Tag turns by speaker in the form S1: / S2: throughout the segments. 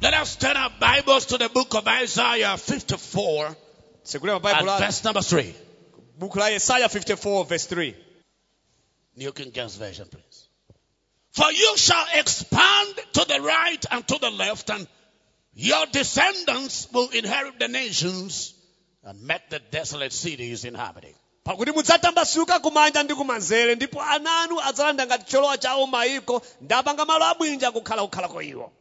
S1: Let us turn our Bibles to the book of Isaiah 54
S2: sigulira
S1: and
S2: mabayibuli ano
S1: verse number 3.
S2: buku la yesaya 54 verse 3
S1: New King James Version, please. For you shall expand to the right and to the left, and your descendants will inherit the nations and make the desolate cities inhabiting.
S2: pakuti mudzatambasuka kumanja ndi kumanzere ndipo ana anu adzalanda ngati cholowa chawo mayiko ndapanga malo abwinja kukhala kukhalako iwo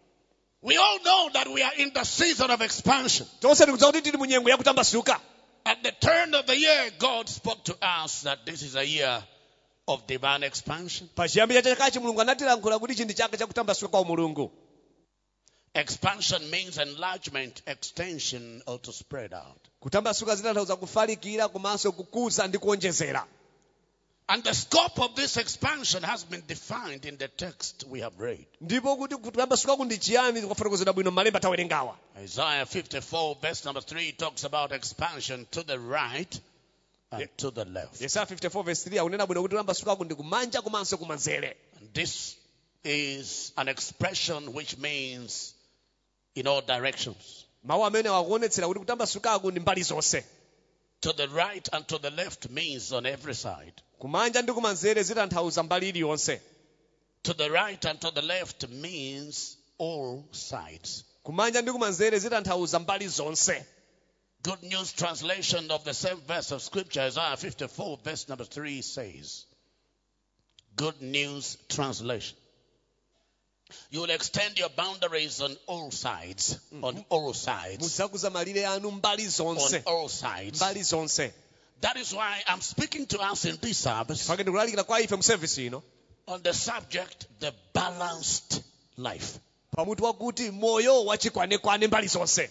S1: We all know that we are in the season of expansion.
S2: tonse tikudziwa kuti tili mu nyengo yakutambasuka
S1: At the turn of the year, God spoke to us that this is a year of divine expansion.
S2: pachiyambi cha chakachi mulungu anatilankhula kuti ichi ndi chaka chakutambasuka kwa mulungu
S1: Expansion means enlargement, extension, or to spread out.
S2: kutambasuka zitanthauza kufalikira komanso kukuza ndi kuonjezera
S1: And the scope of this expansion has been defined in the text we have read.
S2: ndipo kuti kutambasukaku ndi chiyani kwafotokozedwa bwino m'malemba tawerengawa
S1: Isaiah 54, verse number 3, talks about expansion to the right and
S2: Ye-
S1: to the left.
S2: yesaya 54 verse 3 akunena bwino kuti kutambasukaku ndi kumanja komanso kumanzere
S1: And this is an expression which means in all directions.
S2: mawu amene akuonetsera kuti kutambasukaku ndi mbali zonse
S1: To the right and to the left means on every side.
S2: kumanja ndi kumanzere zitanthauza mbali iliyonse
S1: To the right and to the left means all sides.
S2: kumanja ndi kumanzere zitanthauza mbali zonse
S1: Good News translation of the same verse of Scripture, Isaiah 54, verse number 3 says, Good News translation. You will extend your boundaries on all sides, on all sides,
S2: mudzakuza malire anu mbali
S1: on
S2: zonse
S1: all sides.
S2: mbali zonse
S1: That is why I'm speaking to us in this service
S2: pake ndikulalikira kwa ife mu service ino
S1: on the subject, the balanced life.
S2: pamutu wakuti moyo wachikwanekwane mbali zonse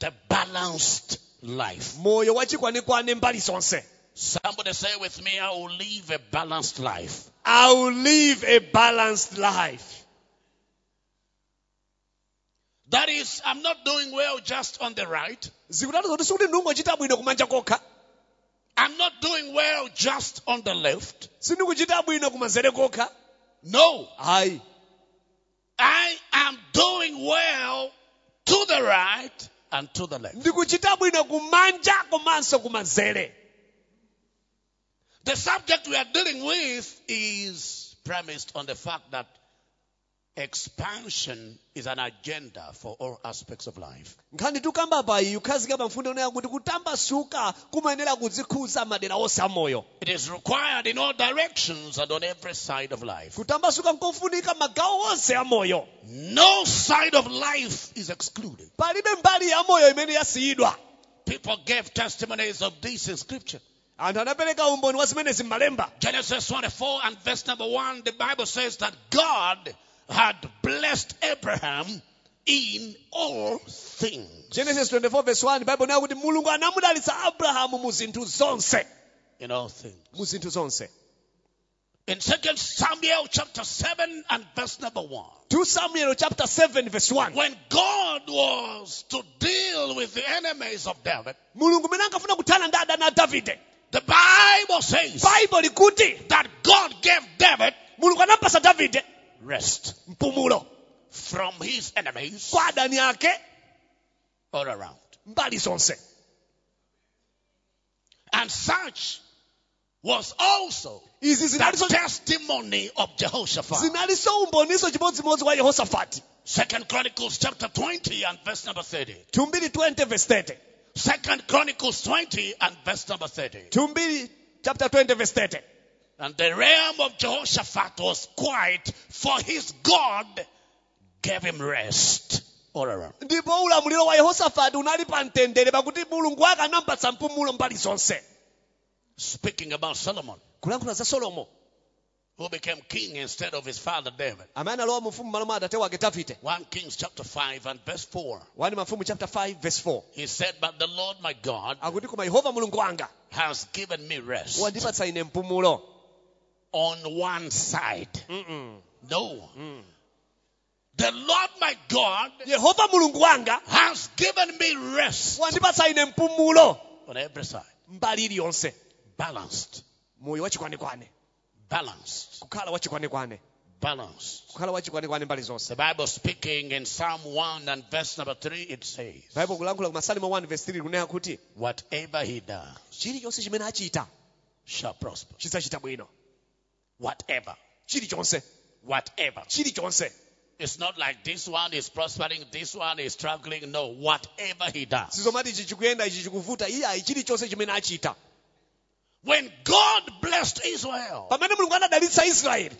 S1: The balanced life.
S2: moyo wachikwanekwane mbali zonse
S1: Somebody say with me, I will live a balanced life.
S2: i will live a balanced life
S1: That is, I'm not doing well just on the right.
S2: zikutanthauza kuti sikuti ndingochita bwino kumanja kokha
S1: I'm not doing well just on the left.
S2: sindikuchita bwino kumanzere kokha
S1: No,
S2: ayi
S1: I am doing well to the right and to the left.
S2: ndikuchita bwino kumanja komanso kumanzere
S1: The subject we are dealing with is premised on the fact that expansion is an agenda for all aspects of life.
S2: nkhani tikukamba pa iyi kukhazika pa mfundo ineyo kuti kutambasuka kumayenera kudzikhuza madera onse a moyo
S1: It is required in all directions and on every side of life.
S2: kutambasuka nkofunika magawo onse a moyo
S1: No side of life is excluded.
S2: palibe mbali ya moyo imene yasiyidwa
S1: People gave testimonies of this in scripture.
S2: anthu anapereka umboni wa zimenezi m'malemba
S1: Genesis 24 and verse number 1, the Bible says that God had blessed Abraham in all things.
S2: genesis 24 verse 1 bible nayo kuti mulungu anamudalitsa abrahamu mu zinthu zonse
S1: In all things.
S2: mu zinthu zonse
S1: In 2 Samuel chapter 7 and verse number 1,
S2: 2 samuel chapter 7 verse 1
S1: when God was to deal with the enemies of David,
S2: mulungu mene ankafuna kuthana ndi adani a davide
S1: the Bible says
S2: bible likuti
S1: that God gave David
S2: mulungu anampasa davide
S1: rest
S2: mpumulo
S1: from his enemies
S2: kwa adani ake
S1: all around.
S2: mbali zonse
S1: And such was also
S2: izi zinalinso
S1: the testimony of Jehoshaphat.
S2: zinalinso umboniso chimodzimodzi wa yehosafati
S1: Second Chronicles chapter 20 and verse number 30.
S2: tumbiri 20 verse 30
S1: Second Chronicles 20 and verse number 30.
S2: tumbiri chapter 20 verse 30
S1: And the realm of Jehoshaphat was quiet, for his God gave him rest all around.
S2: ndipo ulamuliro wa yehosafati unali pa mtendere pakuti mulungu wake anampatsa mpumulo mbali zonse
S1: Speaking about Solomon,
S2: kulankhula za solomo
S1: who became king instead of his father David.
S2: amene alowa mufumu malo mwa adate wake davide
S1: 1 Kings chapter 5 and verse 4.
S2: 1 mafumu chapter 5 verse 4
S1: He said, But the Lord my God
S2: akuti koma yehova mulungu wanga
S1: has given me rest
S2: wandipatsa ine mpumulo
S1: on one side.
S2: Mm-mm.
S1: No. The Lord my God
S2: yehova mulungu wanga
S1: has given me rest
S2: wandipatsa ine mpumulo
S1: on every side.
S2: mbali iliyonse
S1: Balanced,
S2: moyo wachikwanekwane
S1: balanced,
S2: kukhala wachikwanekwane
S1: balanced.
S2: kukhala wachikwanikwane mbali zonse
S1: The Bible speaking in Psalm 1 and verse number 3, it says,
S2: baibulo kulankhula ku masalimo 1 verse 3 kunena kuti
S1: Whatever he does
S2: chilichonse chimene achita
S1: shall prosper.
S2: chidzachita bwino
S1: Whatever.
S2: chilichonse
S1: Whatever.
S2: chilichonse
S1: It's not like this one is prospering, this one is struggling. No, whatever he does.
S2: sizomati ichi chikuyenda ichi chikuvuta iye ayi chilichonse chimene achita
S1: When God blessed Israel,
S2: pamene mulungu anadalitsa israeli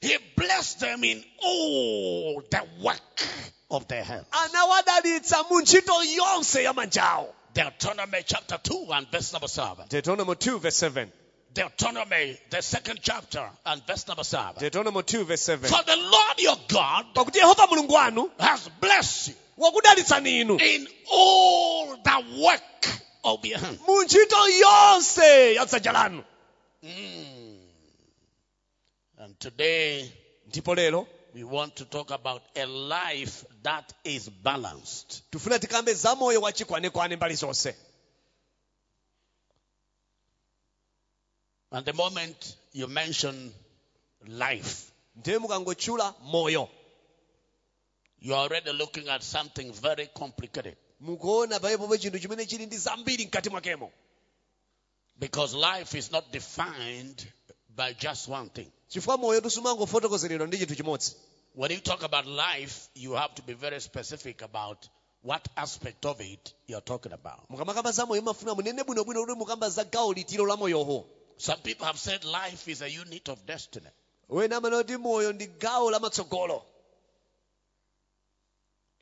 S1: he blessed them in all the work of their hand.
S2: anawadalitsa mu ntchito yonse ya manjawo
S1: Deuteronomy chapter 2 and verse number 7.
S2: deuteronomy 2 verse 7
S1: Deuteronomy, the second chapter and verse number 7.
S2: deuteronomy 2 verse 7
S1: For the Lord your God
S2: pakuti yehova mulungu wanu
S1: has blessed you
S2: wakudalitsani inu
S1: in all the work of your hand.
S2: mu ntchito yonse ya dzanja lanu
S1: Mm. And today
S2: ndipo lero
S1: we want to talk about a life that is balanced.
S2: tifuna tikambe zamoyo wachikwanekwane mbali zonse
S1: And the moment you mention life,
S2: ndiye mukangotchula moyo
S1: you're already looking at something very complicated
S2: mukuona pamene chinthu chimene chili ndi zambiri mkati mwakemo
S1: because life is not defined by just one thing.
S2: chifukwa moyo tisumangofotokozeredwa ndi chinthu chimodzi
S1: When you talk about life, you have to be very specific about what aspect of it you're talking about.
S2: mukamakamba za moyo mafuna munene bwinobwino kuti mukamba za gawo litiro la moyoho
S1: Some people have said life is a unit of destiny.
S2: wena amene kuti moyo ndi gawo la matsogolo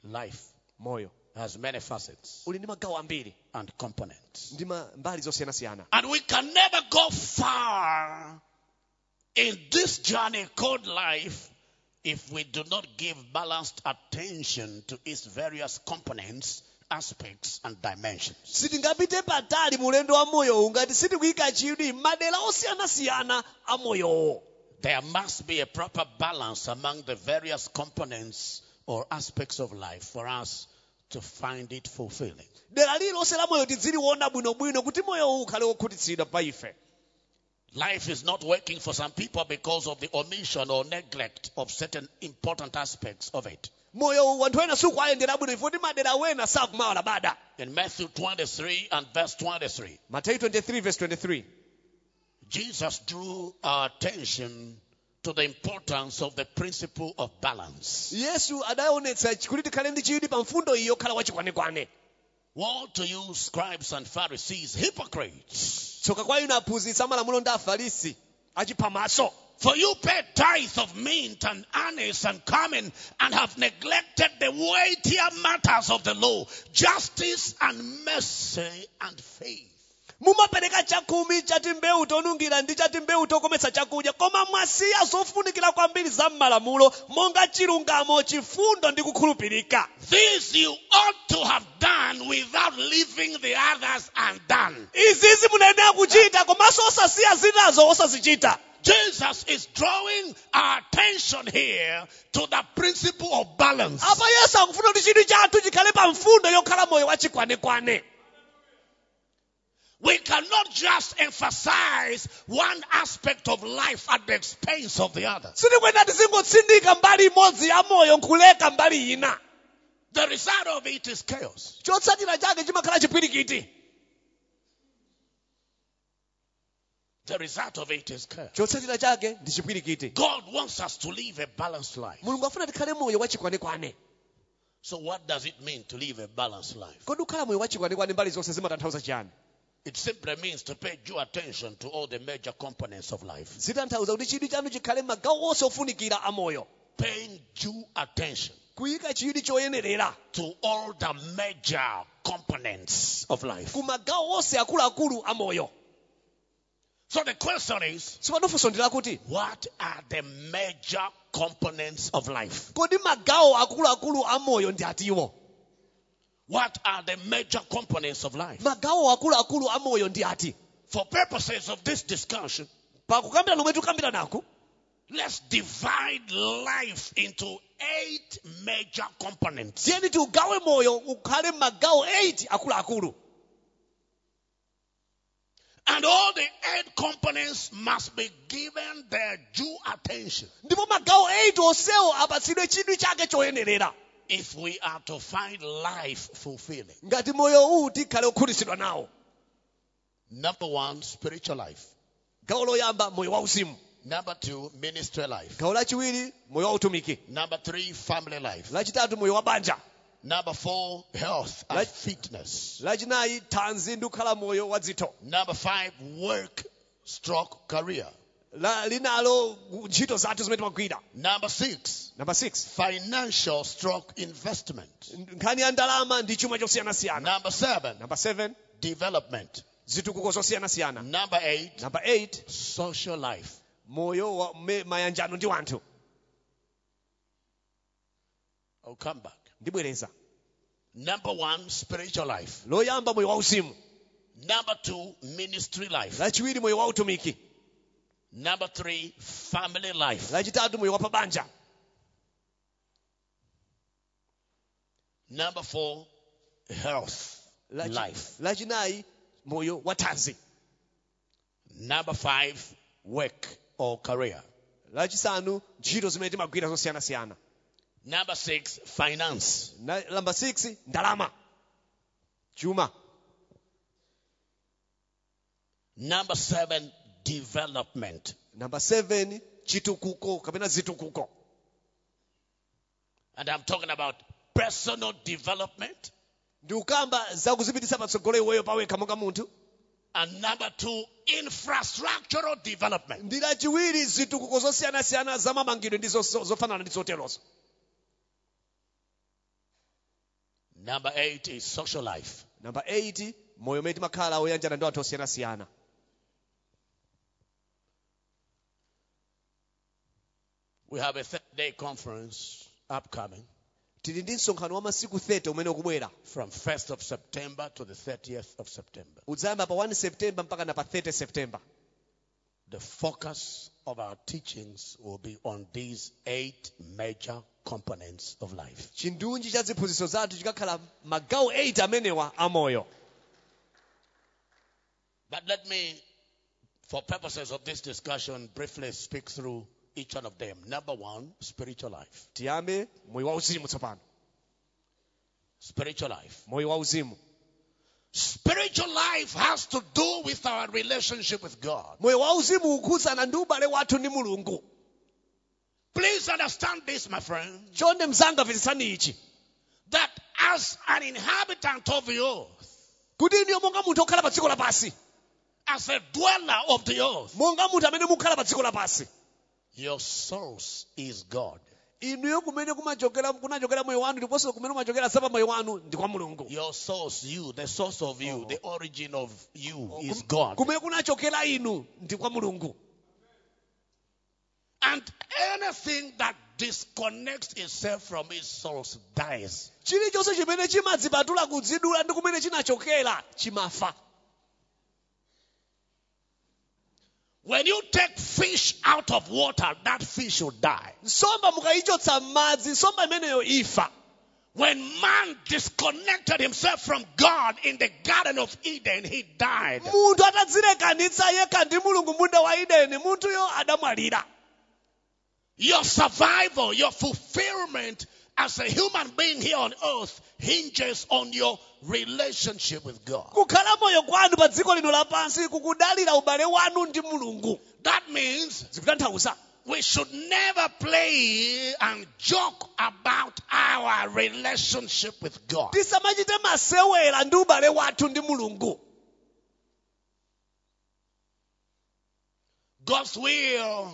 S1: Life
S2: moyo
S1: has many facets
S2: uli ndi magawo ambiri
S1: and components.
S2: ndi ma- mbali zosiyanasiyana
S1: And we can never go far in this journey called life if we do not give balanced attention to its various components, aspects, and dimensions.
S2: sitingapite patali mulendo wa moyowu ngati sitikuyika chidwi madera osiyanasiyana a moyowo
S1: There must be a proper balance among the various components or aspects of life for us to find it fulfilling.
S2: dera lilonse la moyo tidziliona bwinobwino kuti moyowu ukhale wokhutitsidwa pa ife
S1: Life is not working for some people because of the omission or neglect of certain important aspects of it.
S2: moyowu wanthu ena sukuayendera bwino ifoti madera wena sakumawala bada
S1: In Matthew 23 and verse 23,
S2: Matthew 23 verse 23
S1: Jesus drew our attention to the importance of the principle of balance.
S2: yesu adayonetsa kuti tikhale ndi chidwi pa mfundo iyi yokhala wachikwanekwane
S1: Woe to you, scribes and Pharisees, hypocrites!
S2: tsoka kwa inu aphunzitsa amalamulo ndi afarisi achiphamaso
S1: For you pay tithe of mint and anise and cumin and have neglected the weightier matters of the law, justice and mercy and faith.
S2: mumapereka chakhumi chatimbewu tonungira ndi chatimbewu tokomesa chakudya koma mwasiya zofunikira kwambiri za m'malamulo monga chilungamo chifundo ndi kukhulupirika
S1: This you ought to have done without leaving the others undone.
S2: izizi munayenera kuchita komanso osasiya zinazo osazichita
S1: Jesus is drawing our attention here to the principle of balance.
S2: apa yesu akufuna kuti chidwi chathu chikhale pa mfundo yokhala moyo wachikwanekwane
S1: We cannot just emphasize one aspect of life at the expense of the other.
S2: sitikwenda tizingotsindika mbali imodzi ya moyo nkuleka mbali ina
S1: The result of it is chaos.
S2: chotsatira chake chimakhala chipwirikiti
S1: The result of it is chaos.
S2: chotsatira chake ndi chipwirikiti
S1: God wants us to live a balanced life.
S2: mulungu afuna tikhale moyo wachikwanekwane
S1: So, what does it mean to live a balanced life?
S2: kodi ukhala moyo wachikwanekwane mbali zonse zimatanthauza chiyani
S1: It simply means to pay due attention to all the major components of life.
S2: zitanthauza kuti chidwi chanu chikhale magawo onse ofunikira a moyo
S1: Paying due attention
S2: kuyika chidwi choyenerera
S1: to all the major components of life.
S2: ku magawo onse akuluakulu a moyo
S1: So, the question is
S2: sipanofunsondera kuti
S1: What are the major components of life?
S2: kodi magawo akuluakulu a moyo ndi atiwo
S1: What are the major components of life?
S2: magawo akuluakulu a moyo ndi ati
S1: For purposes of this discussion,
S2: pakukambirana omwe tikukambiranaku
S1: let's divide life into eight major components.
S2: tiyeni tiugawe moyo ukhale m'magawo 8 akuluakulu
S1: And all the eight companies must be given their due attention
S2: ndipo magawo 8 onsewo apatsidwe chidwi chake choyenerera
S1: if we are to find life fulfilling.
S2: ngati moyo uwu tikhale okhutitsidwa nawo
S1: Number one, spiritual life.
S2: gawo loyamba moyo wauzimu
S1: Number two, ministry life.
S2: gawo lachiwiri moyo wautumiki
S1: Number three, family life.
S2: lachitatu moyo wa banja
S1: Number four, health and
S2: Right.
S1: fitness.
S2: lachinayi thanzi ndi kukhala moyo wa dzitho
S1: Number five, work stroke career.
S2: La- linalo ntchito zathu zimene timagwira
S1: Number six,
S2: namba 6
S1: financial stroke investment.
S2: nkhani ya ndalama ndi chuma chosiyanasiyana
S1: Number seven,
S2: namba 7
S1: development.
S2: zitukuko zosiyanasiyana
S1: Number eight,
S2: namba 8
S1: social life.
S2: moyo wa me- mayanjano ndi wanthu
S1: I'll Oh, come back.
S2: ndibwereza
S1: Number one, spiritual life.
S2: loyamba moyo wauzimu
S1: Number two, ministry life.
S2: lachiwiri moyo wa utumiki
S1: Number three, family life.
S2: lachitatu moyo wa pabanja
S1: Number four, health
S2: Lachi-
S1: life.
S2: lachinayi moyo wa thanzi
S1: Number five, work or career.
S2: lachisanu ntchito zimene timagwira zosiyanasiyana
S1: Number six, finance.
S2: Na- namba 6 ndalama chuma
S1: Number seven, development.
S2: namba 7 chitukuko kapena zitukuko
S1: And I'm talking about personal development.
S2: ndi ukamba zakuzipitisa patsogolo iweyo pawekha monga munthu
S1: And number two, infrastructural development.
S2: ndi lachiwiri zitukuko zosiyanasiyana zamamangidwe ndi zo- zo- zofanana ndi zoterozo
S1: Number eight is social life.
S2: namba 8 moyo umene timakhala oyanjana ndi anthu osiyanasiyana
S1: We have a third day conference upcoming
S2: tili ndi msonkhano wa masiku 30 umene ukubwera
S1: from 1st of September to the 30th of September.
S2: udzayamba pa 1 septemba mpaka na pa 30 septemba
S1: The focus of our teachings will be on these eight major components of life.
S2: chindunji cha ziphunzitso zathu chikakhala magawo 8 amenewa amoyo
S1: But let me, for purposes of this discussion, briefly speak through each one of them. Number one, spiritual life.
S2: tiyambe moyo wauzimu tsopano
S1: Spiritual life.
S2: moyo wauzimu
S1: Spiritual life has to do with our relationship with God.
S2: moyo wauzimu ukhudzana ndi ubale wathu ndi mulungu
S1: Please understand this, my friend,
S2: chonde mzanga mvetsetsani ichi
S1: that as an inhabitant of the earth,
S2: kuti iniyo monga munthu okhala pa dziko lapasi
S1: as a dweller of the earth,
S2: monga munthu amene mukhala pa dziko lapasi
S1: your source is God.
S2: inuyo kumene kumachokera kunachokera moyo wanu ndiponso kumene kumachokera sapa moyo wanu ndi kwa mulungu
S1: Your source, you, the source of you, the origin of you is
S2: Kum-
S1: God.
S2: kumene kunachokera inu ndi kwa mulungu
S1: And anything that disconnects itself from its source dies.
S2: chilichonse chimene chimadzipatula kudzidula ndi kumene chinachokera chimafa
S1: When you take fish out of water, that fish will die.
S2: nsomba mukayichotsa m'madzi nsomba imeneyo ifa
S1: When man disconnected himself from God in the Garden of Eden, he died.
S2: munthu atadzilekanitsa yekha ndi mulungu munda wa ideni munthuyo adamwalira
S1: Your survival, your fulfillment as a human being here on earth hinges on your relationship with God.
S2: kukhala moyo kwanu pa dziko lino lapansi kukudalira ubale wanu ndi mulungu
S1: That means
S2: zikutanthauza
S1: we should never play and joke about our relationship with God.
S2: tisamachite masewera ndi ubale wathu ndi mulungu
S1: God's will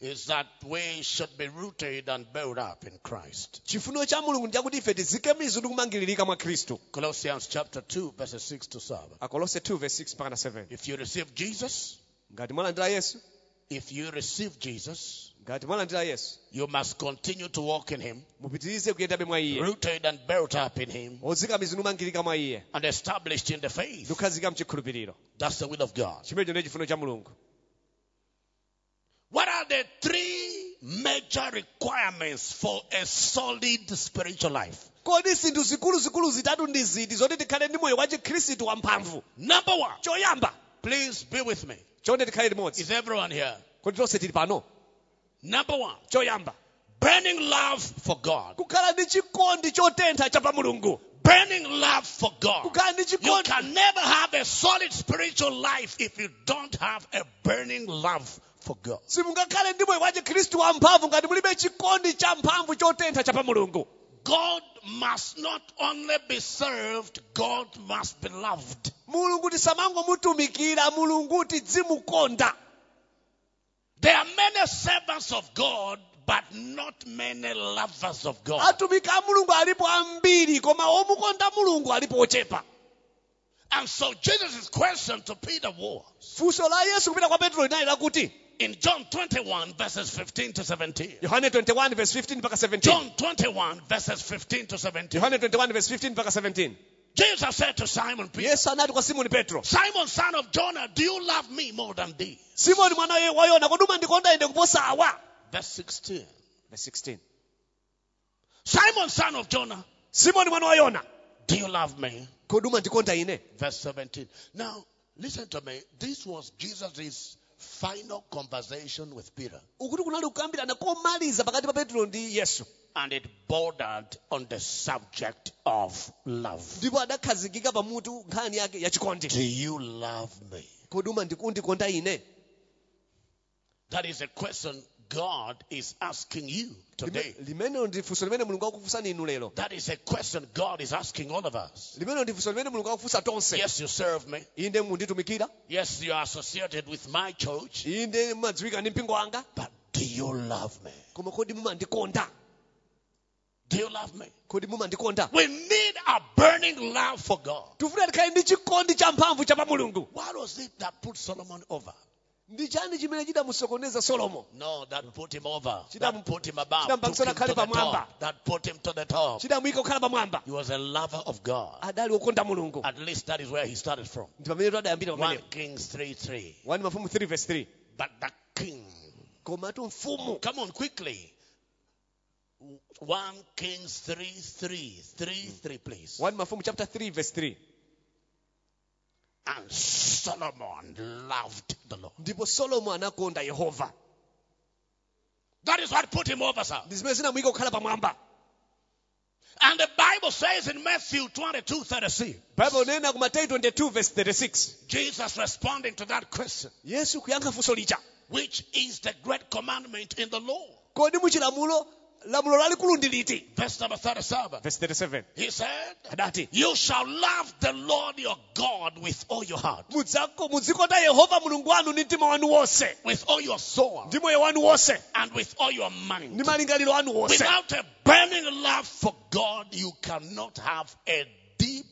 S1: is that we should be rooted and built up in Christ.
S2: chifuniro cha mulungu ndi chakuti ife tizikemizo ndi kumangiririka mwa khristu
S1: Colossians chapter 2, verses 6 to 7.
S2: akolose 2 verse 6 mpaka na 7
S1: If you receive Jesus,
S2: ngati mwalandira yesu
S1: if you receive Jesus,
S2: ngati mwalandira yesu
S1: you must continue to walk in Him,
S2: mupitirize kuyendabe mwa iye
S1: rooted and built up in Him,
S2: odzikamiza ndi kumangirika mwa iye
S1: and established in the faith.
S2: ndi kukhazika mchikhulupiriro
S1: That's the will of God.
S2: chimenecho ndiye chifuniro cha mulungu
S1: What are the three major requirements for a solid spiritual life?
S2: kodi zinthu zikuluzikulu zitatu ndi ziti zoti tikhale ndi moyo wa chikhristu wamphamvu
S1: Number one,
S2: choyamba
S1: please be with me.
S2: chonde tikhale limodzi
S1: Is everyone here?
S2: kodi tonse tili pano
S1: Number one,
S2: choyamba
S1: burning love for God.
S2: kukhala ndi chikondi chotentha cha pa mulungu
S1: Burning love for God.
S2: kukhala ndi
S1: You
S2: chikondi
S1: can never have a solid spiritual life if you don't have a burning love for God.
S2: simungakhale ndi moyo wa chikhristu wamphamvu ngati mulibe chikondi champhamvu chotentha cha pa mulungu
S1: God must not only be served, God must be loved.
S2: mulungu tisamangomutumikira mulungu tidzimukonda
S1: There are many servants of God, but not many lovers of God.
S2: atumiki a mulungu alipo ambiri koma omukonda mulungu alipo ochepa
S1: And so Jesus' question to Peter was
S2: funso la yesu kupita kwa petro linali lakuti
S1: in John 21, verses 15 to 17.
S2: yohane 21 verse 15 mpaka 17
S1: John 21, verses 15 to 17.
S2: yohane 21 verse 15 mpaka 17
S1: Jesus said to Simon Peter,
S2: yesu anati kwa simoni petro
S1: Simon, son of Jonah, do you love me more than these?
S2: simoni mwana we- wa yona koduma ndikonda inde kuposa awa
S1: Verse 16.
S2: verse 16
S1: Simon, son of Jonah,
S2: simoni mwana wa yona
S1: do you love me?
S2: koduma ndikonda ine
S1: Verse 17. Now, listen to me. This was Jesus' final conversation with Peter.
S2: ukuti kunali kukambirana komaliza pakati pa petro ndi yesu
S1: And it bordered on the subject of love.
S2: ndipo adakhazikika pamutu nkhani yake yachikondi
S1: Do you love me?
S2: koduma ndikundikonda ine
S1: That is a question God is asking you today.
S2: Lime- limenelo ndi funso limene mulungu akukufunsani inu lero
S1: That is a question God is asking all of us.
S2: limenelo ndi funso limene mulungu akufunsa tonse
S1: Yes, you serve me.
S2: inde munditumikira
S1: Yes, you are associated with my church.
S2: inde mumadziwika ndi mpingo wanga
S1: But do you love me?
S2: koma kodi mumandikonda
S1: Do you love me?
S2: kodi mumandikonda
S1: We need a burning love for God.
S2: tifuna tikhale ndi chikondi champhamvu cha pa mulungu
S1: What was it that put Solomon over?
S2: ndi chani chimene chinamusokoneza solomo
S1: No, that put him over.
S2: Chidam-
S1: That put him above.
S2: Chidam
S1: Took him to
S2: Baksana
S1: the
S2: Kalipa Mwamba.
S1: top. That put him to the top.
S2: chidamuyika kukhala pamwamba
S1: He was a lover of God.
S2: adali wokonda mulungu
S1: At least that is where he started from.
S2: ndi pamene tadayambira
S1: 1
S2: pamenepo
S1: Kings 3 3.
S2: 1 mafumu 3 verse 3
S1: But the king.
S2: komatu mfumu
S1: Come on, quickly. 1 Kings 3 3. 3 3, please.
S2: 1 mafumu chapter 3 verse 3
S1: And Solomon loved the Lord.
S2: ndipo solomo anakonda yehova
S1: That is what put him over, sir.
S2: ndi zimene zinamuyika kukhala pamwamba
S1: And the Bible says in Matthew 22 36,
S2: bible nena ku mateyu 22 verse 36
S1: Jesus responding to that question,
S2: yesu kuyankha funso lija
S1: which is the great commandment in the law.
S2: kodi muchilamulo lamulo lalikulu ndi liti
S1: Verse number 37.
S2: verse 37
S1: He said,
S2: adati
S1: You shall love the Lord your God with all your heart,
S2: mudzako mudzikonda yehova mulungu wanu ndi mtima wanu wonse
S1: with all your soul,
S2: ndi moyo wanu wonse
S1: and with all your
S2: ndi
S1: mind.
S2: malingaliro anu wonse
S1: Without a burning love for God, you cannot have a deep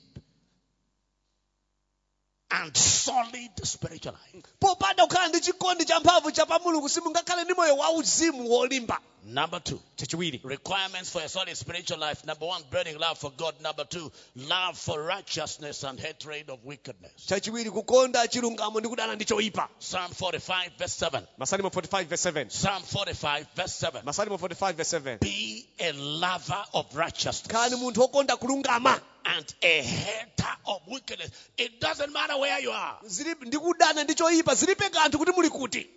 S1: and solid spiritual life.
S2: popanda kukhala ndi chikondi cha mphamvu cha pa mulungu simungakhale ndi moyo wa uzimu wolimba
S1: Number two.
S2: chachiwiri
S1: Requirements for a solid spiritual life. Number one, burning love for God. Number two, love for righteousness and hatred of wickedness.
S2: chachiwiri kukonda chilungamo ndi kudana ndi choyipa
S1: Psalm 45, verse 7.
S2: masalimo 45 verse 7
S1: Psalm 45, verse 7.
S2: masalimo 45 verse 7
S1: Be a lover of
S2: khalani
S1: righteousness
S2: munthu wokonda kulungama
S1: and a hater of wickedness. It doesn't matter where you are.
S2: Zili- ndi kudana ndi choyipa zilipe kanthu kuti muli kuti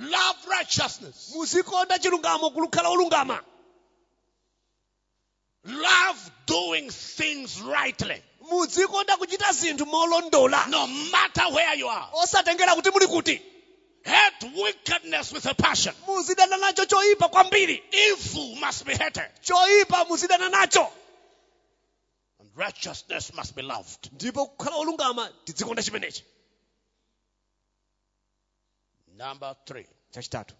S1: Love righteousness.
S2: muzikonda chilungamo kulukhala olungama
S1: Love doing things rightly.
S2: mudzikonda kuchita zinthu molondola
S1: No matter where you are.
S2: osatengera kuti muli kuti
S1: Hate wickedness with a passion.
S2: muzidana nacho choyipa kwambiri
S1: Evil must be hated.
S2: choyipa muzidana nacho
S1: And righteousness must be loved.
S2: ndipo kukhala olungama tidzikonda chimenechi
S1: Number three.
S2: chachitatu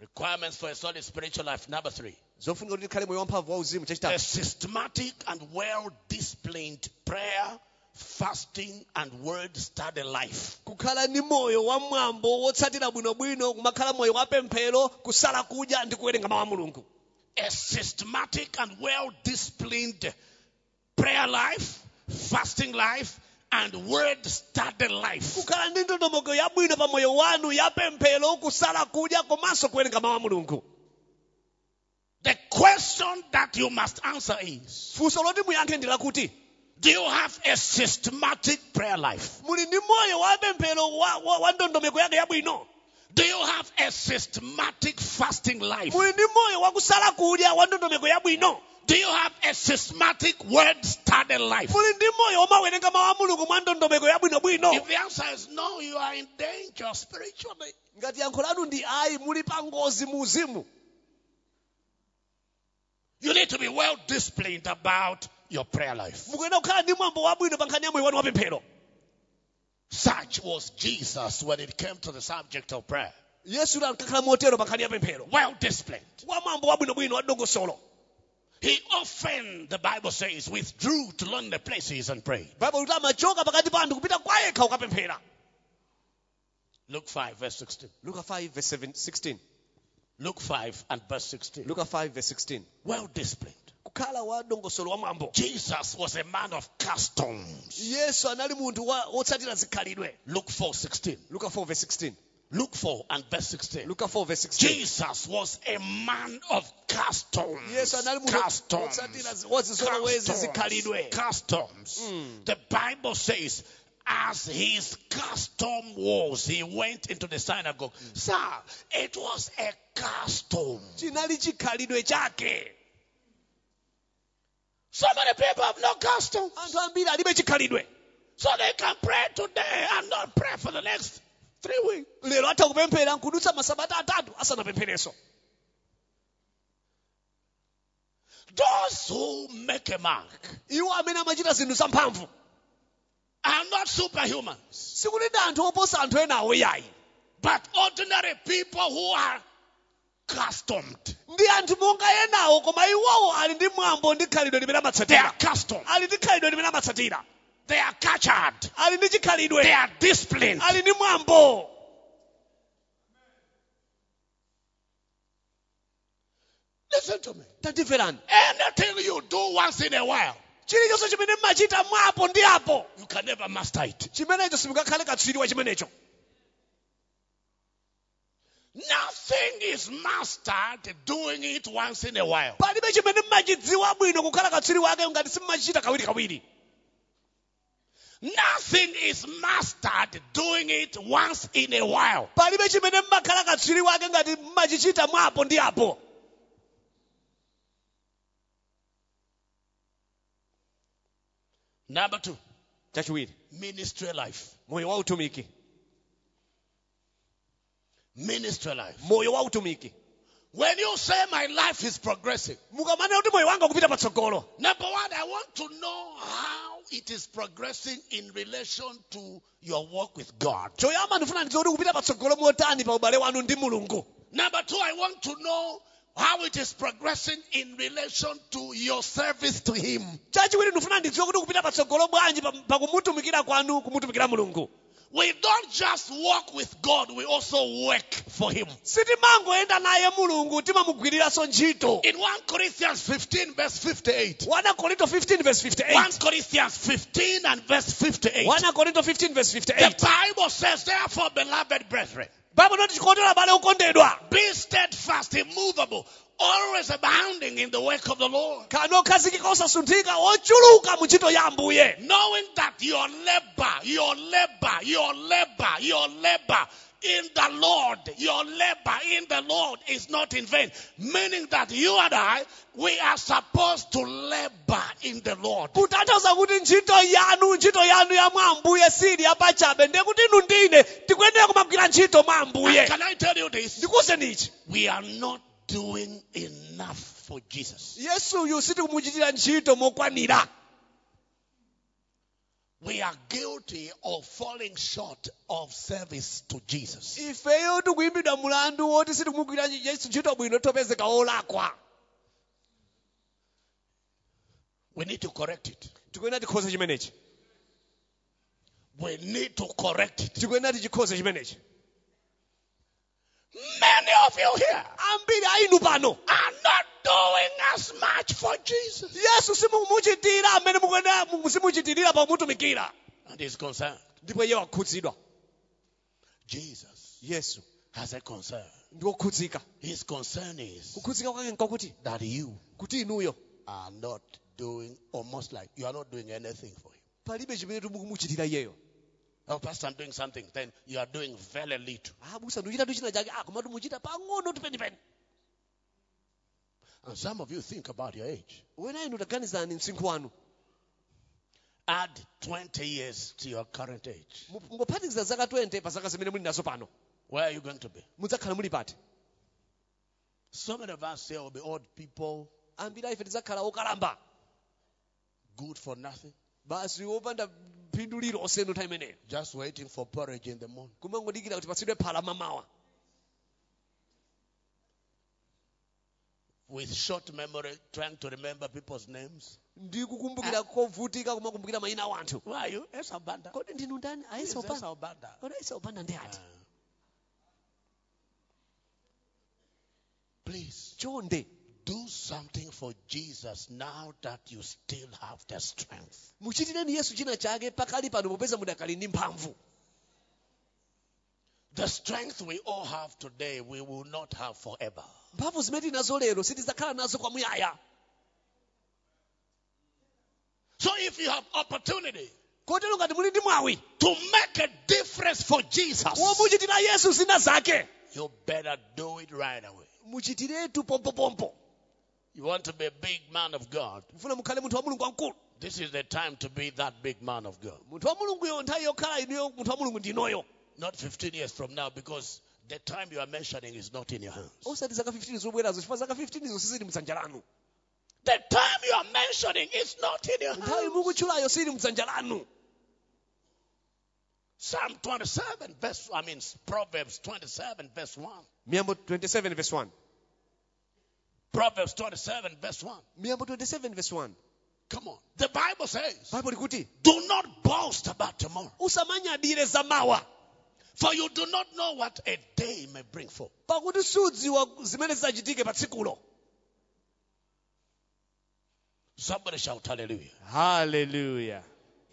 S1: Requirements for a solid spiritual life. Number three.
S2: zofunika kuti tikhale moyo wamphamvu wa uzimu
S1: A
S2: chachitatu
S1: systematic and well disciplined prayer, fasting, and word study life.
S2: kukhala ndi moyo wamwambo wotsatira bwinobwino kumakhala moyo wa pemphero kusala kudya ndi kuwerenga mawu a mulungu
S1: A systematic and well disciplined prayer life, fasting life, and word study life.
S2: kukhala ndi ndondomeko yabwino pa moyo wanu ya pemphero kusala kudya komanso kuwerenga mawu a mulungu
S1: The question that you must answer is
S2: funso loti muyankhe ndi lakuti
S1: Do you have a systematic prayer life?
S2: muli ndi moyo wa pemphero wa- wa wa ndondomeko yake yabwino
S1: Do you have a systematic fasting life?
S2: muli ndi moyo wakusala kudya wa ndondomeko yabwino
S1: Do you have a systematic word study life?
S2: muli ndi moyo womawerenga mawu a mulungu mwa ndondomeko yabwinobwino
S1: If the answer is no, you are in danger spiritually.
S2: ngati yankho lanu ndi ayi muli pa ngozi mu uzimu
S1: You need to be well disciplined about your prayer life.
S2: mukuyenera kukhala ndi mwambo wabwino pa nkhani ya moyo wanu wa pemphero
S1: Such was Jesus when it came to the subject of prayer.
S2: yesu uli ankakhala motero pa nkhani ya pemphero
S1: Well disciplined.
S2: wa mwambo wabwinobwino wa dongosolo
S1: He often, the Bible says, withdrew to lonely places and prayed.
S2: baibulo kuti amachoka pakati pa anthu kupita kwa yekha ukapemphera
S1: Luke 5, verse 16.
S2: luka 5 verse 7, 16
S1: Luke 5 and verse 16.
S2: luka 5 verse 16
S1: Well disciplined.
S2: kukhala wa dongosolo wa mwambo
S1: Jesus was a man of customs.
S2: yesu anali munthu wa- wotsatira zikhalidwe
S1: Luke 4, 16.
S2: luka 4 verse 16
S1: Luke 4 and verse 16.
S2: luka 4 verse 16
S1: Jesus was a man of customs.
S2: yesu anali munthu
S1: customs.
S2: wotsatira zi- wozizolowezi zikhalidwe
S1: customs. The Bible says, as his custom was, he went into the synagogue. Sir, it was a custom.
S2: chinali chikhalidwe chake
S1: So many people have no custom,
S2: anthu ambiri alibe chikhalidwe
S1: so they can pray today and not pray for the next three weeks.
S2: lero atha kupemphera nkudutsa masabata atatu asanapempherenso
S1: Those who make a mark
S2: iwo amene amachita zinthu zamphamvu
S1: are not superhumans,
S2: sikunena anthu oposa anthu ena awoyayi
S1: but ordinary people who are customed.
S2: ndi anthu monga enawo koma iwowo ali ndi mwambo ndi khalidwe limene
S1: They are
S2: amatsatira
S1: customed.
S2: ali ndi khalidwe limene amatsatira
S1: They are cultured.
S2: ali ndi
S1: They
S2: chikhalidwe
S1: are disciplined.
S2: ali ndi mwambo
S1: Listen to me.
S2: tandimverani
S1: Anything you do once in a while,
S2: chilichonse chimene mmachita mwa apo ndi apo
S1: you can never master it.
S2: chimenecho simukakhale katswiri wa chimenecho
S1: Nothing is mastered doing it once in a while.
S2: palibe chimene mmachidziwa bwino kukhala katswiri wake ngati simmachichita kawirikawiri
S1: Nothing is mastered doing it once in a while.
S2: palibe chimene mmakhala katswiri wake ngati mmachichita mwa apo ndi apo
S1: Number two,
S2: chachiwiri
S1: ministry life.
S2: moyo wa utumiki
S1: Ministry life.
S2: moyo wa utumiki
S1: When you say my life is progressing,
S2: mukamanena kuti moyo wanga kupita patsogolo
S1: number one, I want to know how it is progressing in relation to your walk with God.
S2: choyamba ndifuna ndidziwa kuti kupita patsogolo motani pa ubale wanu ndi mulungu
S1: Number two, I want to know how it is progressing in relation to your service to Him.
S2: chachiwiri ndifuna ndidziwe kuti kupita patsogolo bwanji pa- pa kumutumikira kwanu kumutumikira mulungu
S1: We don't just walk with God, we also work for Him.
S2: sitimangoyenda naye mulungu timamugwiriranso ntchito
S1: In 1 Corinthians 15, verse 58.
S2: 1 Corinto 15 verse
S1: 1
S2: 58.
S1: Corinthians 15 and verse 58.
S2: 1 Corinto 15 verse
S1: The
S2: 58.
S1: Bible says, Therefore, beloved brethren,
S2: Bible noti chikondera bale ukondedwa.
S1: be steadfast, immovable, always abounding in the work of the Lord,
S2: Kano khazikika osasunthika ochuluka mu ntchito ya Ambuye.
S1: knowing that your labor, your labor, your labor, your labor in the Lord, your labor in the Lord is not in vain. Meaning that you and I, we are supposed to labor in the Lord.
S2: Kutanthauza kuti ntchito yanu, ntchito yanu ya mwa Ambuye sili yapachabe ndiye kuti inu ndine tikuyenera kumagwira ntchito mwa
S1: And
S2: Ambuye.
S1: can I tell you this?
S2: Ndikuwuzeni ichi.
S1: We are not doing enough for Jesus.
S2: Yesuyu sitikumuchitira ntchito mokwanira.
S1: We are guilty of falling short of service to Jesus.
S2: Ifeyo tikuyimbidwa mulandu woti sitikumugwira Yesu ntchito bwino topezeka wolakwa.
S1: We need to correct it.
S2: Tikuyenera tikhoza chimenechi.
S1: We need to correct it.
S2: Tikuyenera tichikhoze chimenechi.
S1: Many of you here
S2: ambiri ainu pano
S1: are not doing as much for Jesus.
S2: yesu simumuchitira amene mukuyenera simuchitirira pakumutumikira
S1: And he's concerned.
S2: ndipo iye wakhuzidwa
S1: Jesus
S2: yesu
S1: has a concern
S2: ndikokhudzika
S1: His concern is
S2: kukhudzika kwake nkakuti
S1: that you
S2: kuti inuyo
S1: are not doing almost like you are not doing anything for him.
S2: palibe chimene tikumuchitira iyeyo
S1: Oh, Pastor, I'm doing something. Then you are doing very little.
S2: Ah, busa ndikuchita tu china chake ah, koma tumuchita pang'ono tipenipeni
S1: And some of you think about your age.
S2: wena inu taganizani msinkhu wanu
S1: Add 20 years to your current age.
S2: Mu- ngophatikiza zaka 20 pa zaka zimene muli nazo pano
S1: Where are you going to be?
S2: mudzakhala muli pati
S1: So many of us here will be old people,
S2: ambiri aife tidzakhala okalamba
S1: good for nothing,
S2: basi wopanda phindu lilonse inu nthawi imeneyo
S1: just waiting for porridge in the morning.
S2: kumangodikira kuti patsidwe phala mamawa
S1: With short memory, trying to remember people's names.
S2: ndi kukumbukira kovutika kumakumbukira mayina a wanthu
S1: Who are you? Yes, Abanda.
S2: kodi ndinu ndani
S1: Yes,
S2: ayeso
S1: yes, Ah.
S2: opanda
S1: Abanda.
S2: kodi ayeso opanda ndi ati
S1: Please
S2: chonde
S1: do something for Jesus now that you still have the strength.
S2: muchitireni yesu china chake pakali pano popeza mudakali ndi mphamvu
S1: The strength we all have today, we will not have forever.
S2: mphamvu zimene tinazo lero sitidzakhala nazo kwamuyaya
S1: So if you have opportunity
S2: kotero ngati muli ndi mwawi
S1: to make a difference for Jesus,
S2: womuchitira yesu zina zake
S1: you better do it right away.
S2: muchitiretu pompopompo
S1: You want to be a big man of God.
S2: mfuna mukhale munthu wa mulungu wamkulu
S1: This is the time to be that big man of God.
S2: munthu wa mulungu yo nthawi yokhala inuyo munthu wa mulungu ndinoyo
S1: Not 15 years from now because the time you are mentioning is not in your hands.
S2: osati zaka 15 zobwerazo chifukwa zaka 15 izo sizili mdzanja lanu
S1: The time you are mentioning is not in your
S2: nthawi
S1: hands.
S2: mukutchulayo sili mdzanja lanu
S1: Psalm 27, verse, I mean, Proverbs 27, verse 1.
S2: miyambo 27 verse 1
S1: Proverbs 27, verse 1.
S2: miyambo 27 verse 1
S1: Come on. The Bible says,
S2: bible likuti
S1: Do not boast about tomorrow,
S2: usamanyadire za mawa
S1: for you do not know what a day may bring forth.
S2: pakuti sudziwa zimene zidzachitike pa tsikulo
S1: Somebody shout hallelujah.
S2: haleluya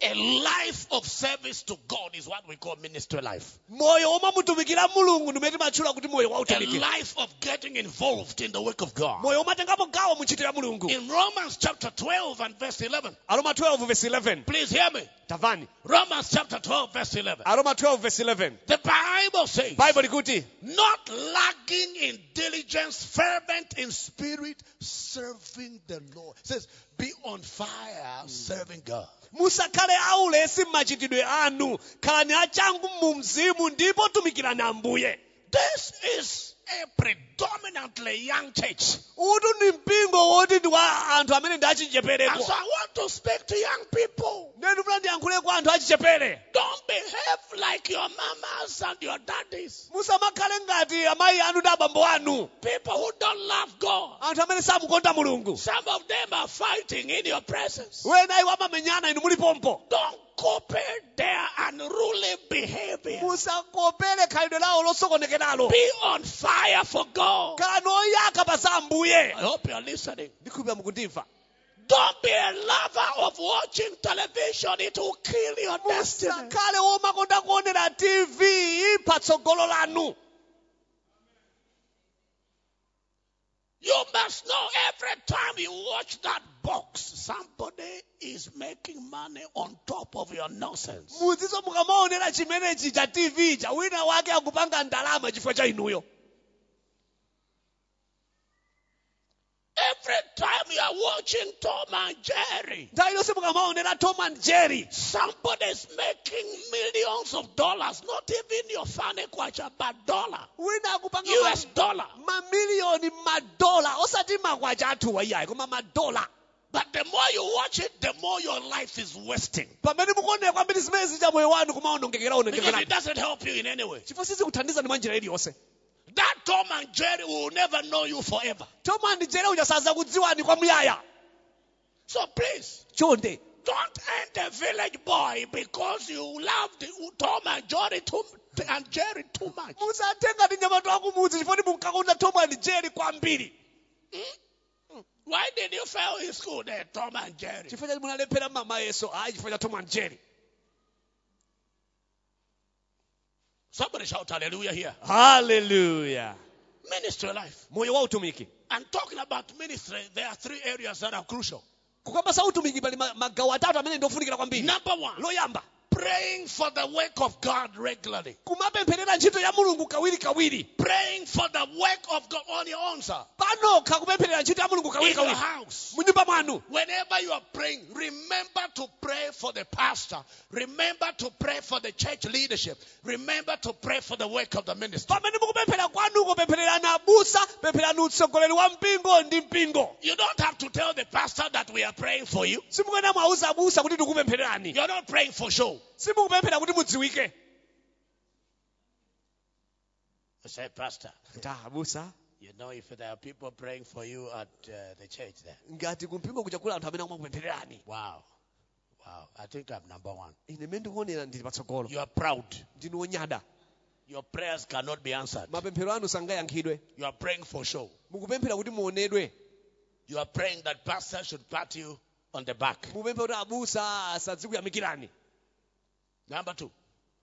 S1: A life of service to God is what we call ministry life.
S2: moyo womwe mutumikira mulungu ndimene timatchula kuti moyo
S1: A
S2: wautumikira
S1: life of getting involved in the work of God.
S2: moyo umatengapo gawo muchitira mulungu
S1: In Romans chapter 12 and verse 11,
S2: aroma 12 verse 11
S1: please hear me.
S2: tamvani
S1: Romans chapter 12, verse 11.
S2: aroma 12 verse 11
S1: The Bible says,
S2: bible ikuti
S1: not lacking in diligence, fervent in spirit, serving the Lord. It says, be on fire, serving God.
S2: musakhale aulesi mmachitidwe anu khalani achangu mu mzimu ndipo tumikirani ambuye
S1: This is a predominantly young church.
S2: utu ndi mpingo woti ndi wa anthu amene ndi
S1: And so
S2: achichepereko
S1: I want to speak to young people.
S2: ndee ndifuna ndiyankhule kwa anthu achichepere
S1: Don't behave like your mamas and your daddies.
S2: musamakhale ngati amayi anu ndi abambo anu
S1: People who don't love God.
S2: anthu amene samukonda mulungu
S1: Some of them are fighting in your presence.
S2: wena iwo amamenyana inu mulipompo
S1: Don't copy their unruly behavior.
S2: musakopere khalidwe lawo losokonekeralo
S1: Be on fire for God.
S2: khalani oyaka pa za ambuye
S1: I hope you're listening.
S2: ndikhulupira mukundimva
S1: Don't be a lover of watching television. It will kill your destiny.
S2: musakhale womakonda kuonera tv patsogolo lanu
S1: You must know every time you watch that box, somebody is making money on top of your nonsense.
S2: mudzizo mukamaonera chimenechi cha tv cha wina wake akupanga ndalama chifukwa cha inuyo
S1: Every time you are watching Tom and Jerry,
S2: nthawi ilonse mukamaonera tom and jerry
S1: somebody is making millions of dollars, not even your funny kwacha, but dollar,
S2: wina akupanga
S1: US dollar.
S2: mamiliyoni madola osati makwacha athuwa iyayi koma madola
S1: But the more you watch it, the more your life is wasting.
S2: pamene mukuonera kwambiri zimene zija moyo wanu kumaonongekera onongekero
S1: Because
S2: lanu
S1: it doesn't help you in any way.
S2: chifukwa sizikuthandizani mwa njira iliyonse
S1: That Tom and Jerry will never know you forever.
S2: tom and jerry uchasaza kudziwani kwamuyaya
S1: So please,
S2: chonde
S1: don't end a village boy because you loved Tom and Jerry too, and Jerry too much.
S2: musatengati nyamato akumudzi chifukwa ti munkakonda tom and jerry kwambiri
S1: Hmm? Why did you fail in school there, Tom and Jerry?
S2: chifukwa chati munalephera mama yeso ayi chifukwa cha tom and jerry
S1: Somebody shout hallelujah here.
S2: haleluya
S1: ministry life.
S2: moyo wa utumiki
S1: And talking about ministry, there are three areas that are crucial.
S2: kukambasa utumiki pali ma- magawo atatu amene ndiofunikira kwambiri
S1: Number one,
S2: loyamba
S1: praying for the work of God regularly.
S2: kumapempherera ntchito ya mulungu kawirikawiri
S1: Praying for the work of God on your own, sir.
S2: panokha kupempherera ntchito ya mulungu
S1: In your
S2: kawirikawiri
S1: house.
S2: munyumba mwanu
S1: Whenever you are praying, remember to pray for the pastor. Remember to pray for the church leadership. Remember to pray for the work of the minister.
S2: pamene mukupemphera kwanuko pemphererani abusa pemphererani utsogoleri wa mpingo ndi mpingo
S1: You don't have to tell the pastor that we are praying for you.
S2: simukuyena mwauza abusa kuti tikupemphererani
S1: You're not praying for show.
S2: simukupemphera kuti mudziwike
S1: I say, Pastor,
S2: ta abusa
S1: you know, if there are people praying for you at uh, the church there.
S2: ngati kumpingo kuchakula anthu amene amakupemphererani
S1: Wow. Wow. I think I'm number one.
S2: ine mmene ndikuonera ndili patsogolo
S1: You are proud.
S2: ndinu onyada
S1: Your prayers cannot be answered.
S2: mapemphero anu sangayankhidwe
S1: You are praying for show.
S2: mukupemphera kuti muonedwe
S1: You are praying that pastor should pat you on the back.
S2: mupemphe kuti "Ah, abusa asadzikuyamikirani
S1: Number two.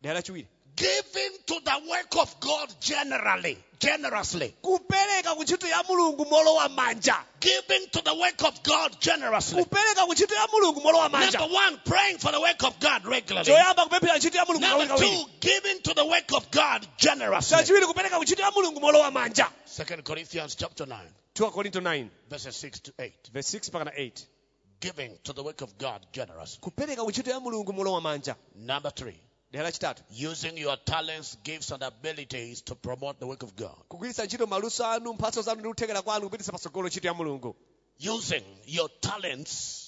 S2: dera lachiwiri
S1: giving to the work of God generally, generously.
S2: kupereka kuntchito ya mulungu molowa manja
S1: Giving to the work of God generously.
S2: kupereka kuntchito ya mulungu molowa manja
S1: Number one, praying for the work of God regularly.
S2: choyamba kupemphera ntchito ya mulungu
S1: Number two,
S2: kawirikawiri
S1: giving to the work of God generously.
S2: chachiwiri kupereka kuntchito ya mulungu molowa manja
S1: Second Corinthians chapter nine,
S2: 2 Korinto 9
S1: verses six to eight.
S2: verse 6 pakana 8
S1: Giving to the work of God generously.
S2: kupereka kuntchito ya mulungu molowa manja
S1: Number three,
S2: dera lachitatu
S1: using your talents, gifts, and abilities to promote the work of God.
S2: kugwiritsa ntchito maluso anu mphatso zanu ndi kuthekera kwanu kupititsa patsogolo ntchito ya mulungu
S1: using your talents,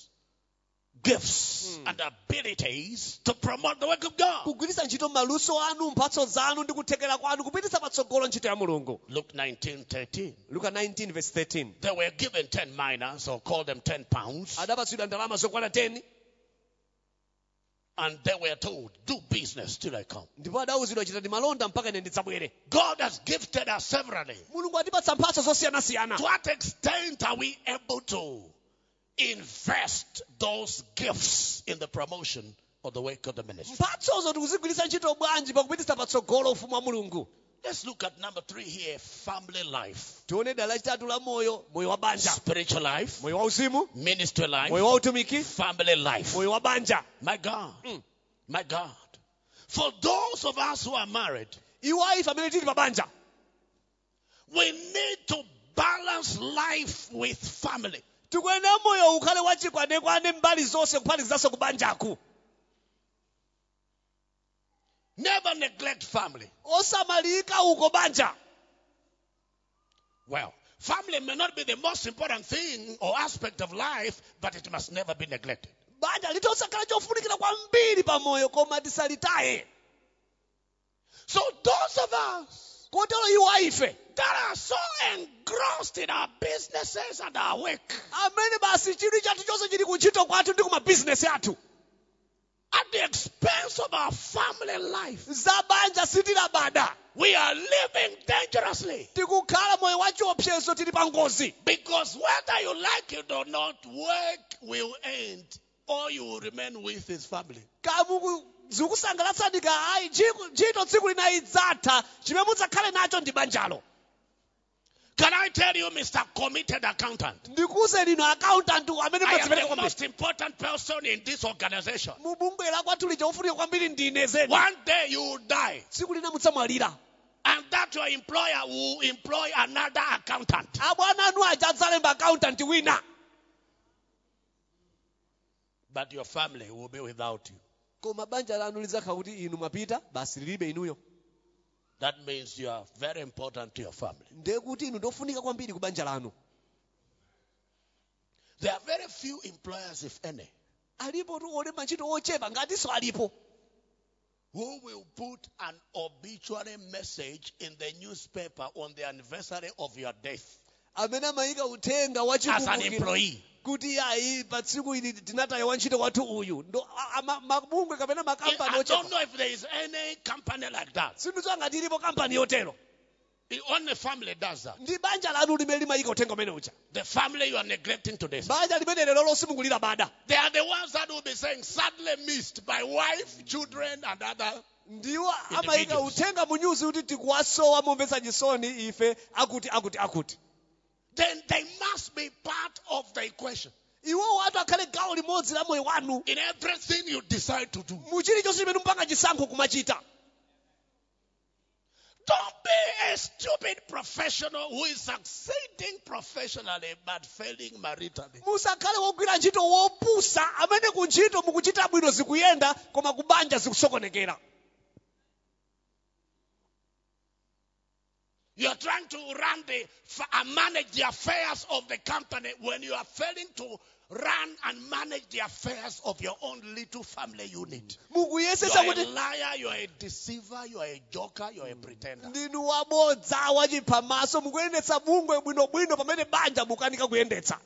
S1: gifts, and abilities to promote the work of God.
S2: kugwiritsa ntchito maluso anu mphatso zanu ndi kuthekera kwanu kupititsa patsogolo ntchito ya mulungu
S1: Luke 19 13.
S2: luka 19 verse 13
S1: They were given 10 minors, or call them 10 pounds,
S2: adapatsidwa ndalama zokwana 10
S1: and they were told, Do business till I come.
S2: ndipo adawuzidwa chitati malonda mpaka ine ndidzabwere
S1: God has gifted us severally.
S2: mulungu atipatsa mphatso
S1: To
S2: zosiyanasiyana
S1: what extent are we able to invest those gifts in the promotion of the work of the ministry?
S2: mphatsozo tikuzigwiritsa ntchito bwanji pakupititsa patsogolo ufumu wa mulungu
S1: Let's look at number three here family life,
S2: tione dala lachitatu la moyo moyo wa banja
S1: spiritual life,
S2: moyo wa uzimu
S1: ministry life,
S2: moyo wa utumiki
S1: family life.
S2: moyo wa banja
S1: My God.
S2: Mm.
S1: My God. For those of us who are married,
S2: iwo ayife amene tili pa banja
S1: we need to balance life with family.
S2: tikuyenera moyo ukhale wachikwanekwane mbali zonse kuphatikizaso ku banjaku
S1: Never neglect family.
S2: osamalika uko banja
S1: Well, family may not be the most important thing or aspect of life, but it must never be neglected.
S2: banja litosakhala chofunikira kwambiri pa moyo koma tisalitaye
S1: So those of us
S2: kotero iwo ayife
S1: that are so engrossed in our businesses and our work,
S2: amene basi chidwi chathu chonse chili kuntchito kwathu ndi kumabizinesi athu
S1: at the expense of our family life,
S2: za banja sitilabada
S1: we are living dangerously.
S2: tikukhala moyo wa chiopsezo tili pa ngozi
S1: Because whether you like it or not, work will end. All you will remain with is family.
S2: kamu zikusangalatsanika ayi ntchito ntchito tsiku lina idzatha chimene mudzakhale nacho ndi banjalo
S1: Can I tell you, Mr. Committed Accountant?
S2: ndikuze lino accountant amene
S1: I am
S2: mudzipereka
S1: the
S2: kwambiri
S1: most important person in this organization.
S2: mu bungwe la kwathu chofunika kwambiri ndine zedi
S1: One day you will die,
S2: tsiku lina mudzamwalira
S1: and that your employer will employ another accountant.
S2: abwana anu aja adzalemba accountant wina
S1: But your family will be without you.
S2: koma banja lanu lidzakhala kuti inu mwapita basi lilibe inuyo
S1: That means you are very important to your family.
S2: ndiye kuti inu ndofunika kwambiri ku banja lanu
S1: There are very few employers, if any,
S2: alipo tu olemba ntchito ochepa ngatinso alipo
S1: who will put an obituary message in the newspaper on the anniversary of your death
S2: amene amayika uthenga
S1: as an
S2: wachikumbukiro
S1: employee.
S2: kuti ayi pa tsiku ili tinataye wantchito wathu uyu ndo a- a- ma- mabungwe kapena makampani
S1: I don't
S2: ochepa
S1: know if there is any company like that.
S2: sindizo ngati ilipo kampani yotero
S1: The only family does that.
S2: ndi banja lanu limene limayika uthenga umene ucha
S1: The family you are neglecting today.
S2: banja limene lero losimukulira bada
S1: They are the ones that will be saying, sadly missed by wife, children, and other
S2: ndiwo
S1: In the
S2: amayika
S1: videos.
S2: uthenga mu nyuzi kuti tikuwasowa momvetsa chisoni ife akuti akuti akuti
S1: then they must be part of the equation
S2: iwowo atu akhale gawo limodzi la moyo wanu
S1: in everything you decide to do.
S2: mu chilichonse chimene mpanga chisankho kumachita
S1: Don't be a stupid professional who is succeeding professionally but failing maritally.
S2: musakhale wogwira ntchito wopusa amene ku ntchito mukuchita bwino zikuyenda koma ku banja zikusokonekera
S1: You are trying to run the fa- and manage the affairs of the company when you are failing to run and manage the affairs of your own little family unit. You
S2: mukuyesesa
S1: are a
S2: kuti
S1: liar, you are a deceiver, you are a joker, you are a pretender.
S2: ndinu wabodza wachipamaso mukuyendetsa bungwe bwinobwino pamene banja mukanika kuyendetsa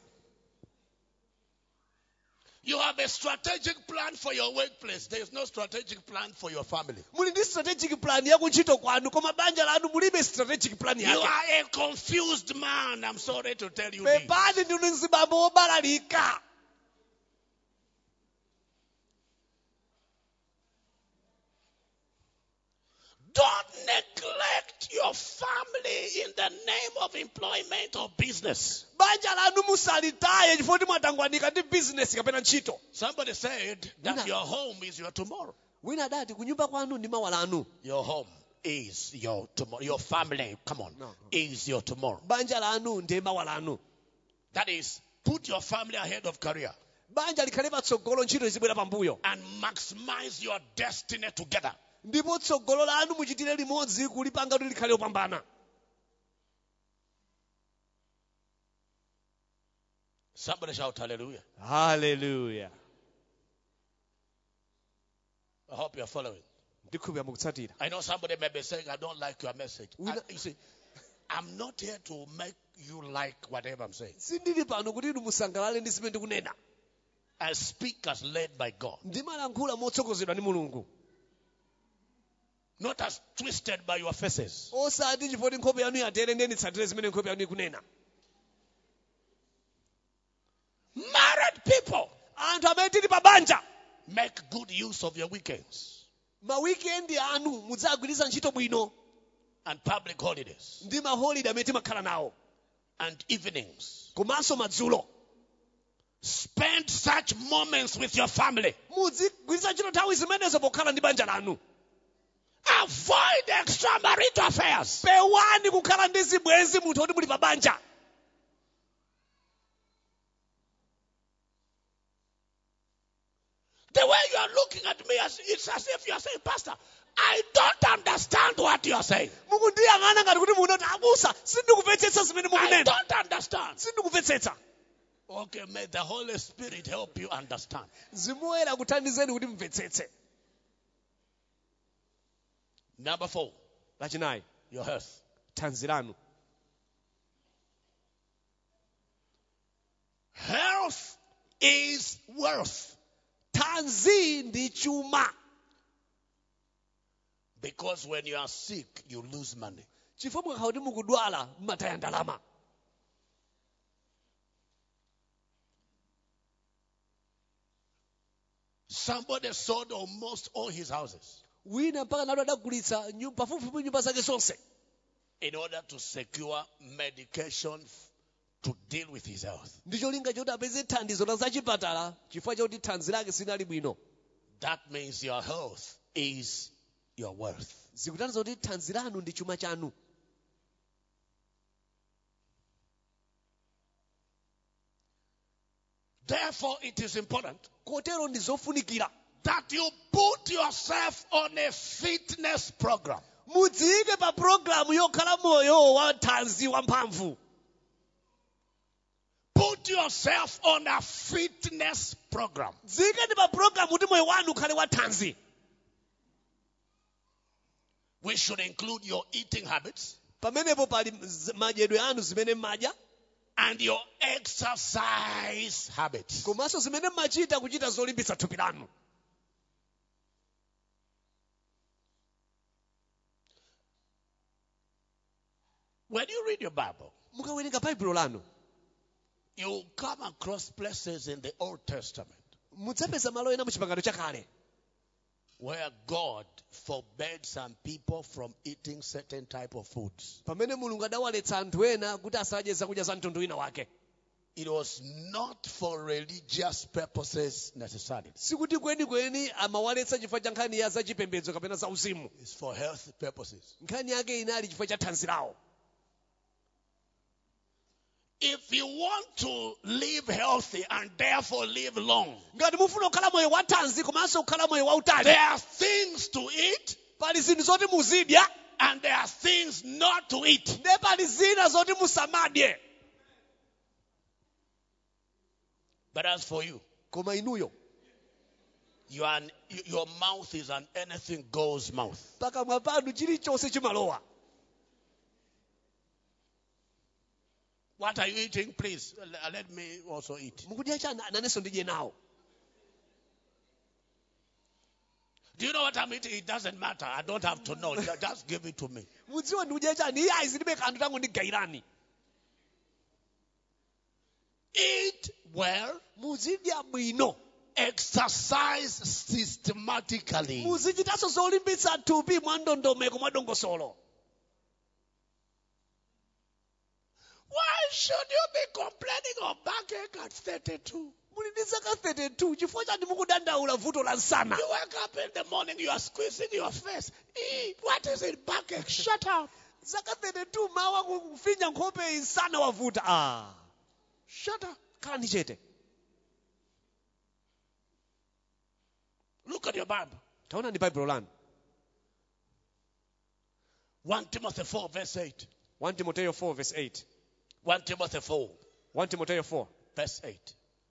S1: You have a strategic plan for your workplace. There is no strategic plan for your family.
S2: muli ndi strategic plan ya kuntchito kwanu koma banja lanu mulibe strategic plan
S1: You
S2: yake
S1: are a confused man. I'm sorry to tell you this.
S2: pepani ndinu mzibambo wobalalika
S1: Don't neglect your family in the name of employment or business.
S2: banja lanu musalitaye chifukwa kuti mwatangwanika ndi bizinesi kapena ntchito
S1: Somebody said that your home is your tomorrow.
S2: wina adati kunyumba kwanu ndi mawa lanu
S1: Your home is your tomorrow. Your family, come on,
S2: No, no.
S1: is your tomorrow.
S2: banja lanu ndiye mawa lanu
S1: That is, put your family ahead of career
S2: banja likhale patsogolo ntchito izibwera pambuyo
S1: and maximize your destiny together.
S2: ndipo tsogolo lanu muchitire limodzi kulipanga kuti likhale opambana
S1: Somebody shout hallelujah.
S2: haleluya
S1: I hope you're following.
S2: ndikhupira mukutsatira
S1: I know somebody may be saying, I don't like your message.
S2: We
S1: I-
S2: don't-
S1: you see, I'm not here to make you like whatever I'm saying.
S2: sindili pano kuti inu musangalale ndi zimene ndikunena
S1: I speak as led by God.
S2: ndimalankhula motsokozedwa ndi mulungu
S1: not as twisted by your faces.
S2: osati chifukwa kuti nkhope yanu yatere ndiye nditsatire zimene nkhope yanu ikunena
S1: Married people,
S2: anthu amene tili pa banja
S1: make good use of your weekends
S2: mawikendi anu mudzagwiritsa ntchito bwino
S1: and public holidays
S2: ndi maholide amene timakhala nawo
S1: and evenings.
S2: komanso madzulo
S1: Spend such moments with your family.
S2: muzigwiritsa ntchito nthawi zimenezo pokhala ndi banja lanu
S1: Avoid extramarital affairs.
S2: pewani kukhala ndi zibwenzi munthu woti muli pa banja
S1: The way you are looking at me, as- it's as if you are saying, Pastor, I don't understand what you are saying.
S2: mukundiyang'ana ngati kuti muno kuti abusa sindikumvetsetsa zimene
S1: I
S2: mukunena
S1: don't understand.
S2: sindikumvetsetsa
S1: Okay, may the Holy Spirit help you understand.
S2: zimoyera kuthandizeni kuti mvetsetse
S1: Number four,
S2: lachinayi
S1: your health.
S2: thanzi lanu
S1: Health is wealth.
S2: thanzi ndi chuma
S1: Because when you are sick, you lose money.
S2: chifukwa mukakhala kuti mukudwala mmataya ndalama
S1: Somebody sold almost all his houses
S2: wina mpaka nalo adagulitsa nyu- pafupifupi nyumba zake zonse
S1: in order to secure medication f- to deal with his health.
S2: ndi cholinga choti apeze thandizo la zachipatala chifukwa chakuti thanzi lake sinali bwino
S1: That means your health is your wealth.
S2: zikutandiza kuti thanzi lanu ndi chuma chanu
S1: Therefore, it is important
S2: kotero ndi zofunikira
S1: that you put yourself on a fitness program.
S2: mudziike pa programu yokhala moyo wa thanzi wamphamvu
S1: Put yourself on a fitness program.
S2: dziike ndi pa programu kuti moyo wanu ukhale wa thanzi
S1: which should include your eating habits
S2: pamenepo pali z- madyedwe anu zimene mmadya
S1: and your exercise habits.
S2: komanso zimene mmachita kuchita zolimbitsa thupi lanu
S1: When you read your Bible,
S2: mukawerenga baibulo lanu
S1: you will come across places in the Old Testament
S2: mudzapeza malo ena mu chipangano chakale
S1: where God forbade some people from eating certain type of foods.
S2: pamene mulungu adawaletsa anthu ena kuti asadye zakudya za mtundu wina wake
S1: It was not for religious purposes necessarily.
S2: sikuti kwenikweni amawaletsa chifukwa cha nkhani ya zachipembedzo kapena za uzimu
S1: It's for health purposes.
S2: nkhani yake inali chifukwa cha thanzi lawo
S1: If you want to live healthy and therefore live long,
S2: ngati mufuna kukhala moyo wa thanzi komanso kukhala moyo wautali
S1: there are things to eat
S2: pali zinthu zoti muzidya
S1: and there are things not to eat.
S2: ndi pali zina zoti musamadye
S1: But as for you,
S2: koma inuyo
S1: you are an, y- your mouth is an anything goes mouth.
S2: pakamwa panu chilichonse chimalowa
S1: What are you eating? Please l- let me also eat.
S2: mukudya chani ananenso ndidye nawo
S1: Do you know what I'm eating? It doesn't matter. I don't have to know. Ju- Just give it to me.
S2: mudziwe ndikudya chani iye aizilibe kanthu tangu ndigayirani
S1: Eat well.
S2: muzidya bwino
S1: Exercise systematically.
S2: muzichitanso zolimbitsa thupi mwa ndondomeko mwa dongosolo
S1: Why should you be complaining of backache at 32?
S2: muli ndi zaka 32 chifukwa chani mukudandaula vuto la nsana
S1: You wake up in the morning, you are squeezing your face. Eat. What is it, backache? Shut up.
S2: zaka 32 mawa kufinya nkhope nsana wavuta ah.
S1: Shut up.
S2: kalani chete
S1: Look at your Bible.
S2: taona ndi baibulo lanu
S1: 1 Timothy 4, verse 8.
S2: 1 timoteyo 4 verse 8
S1: 1 Timothy 4,
S2: 1 timoteyo 4
S1: verse 8.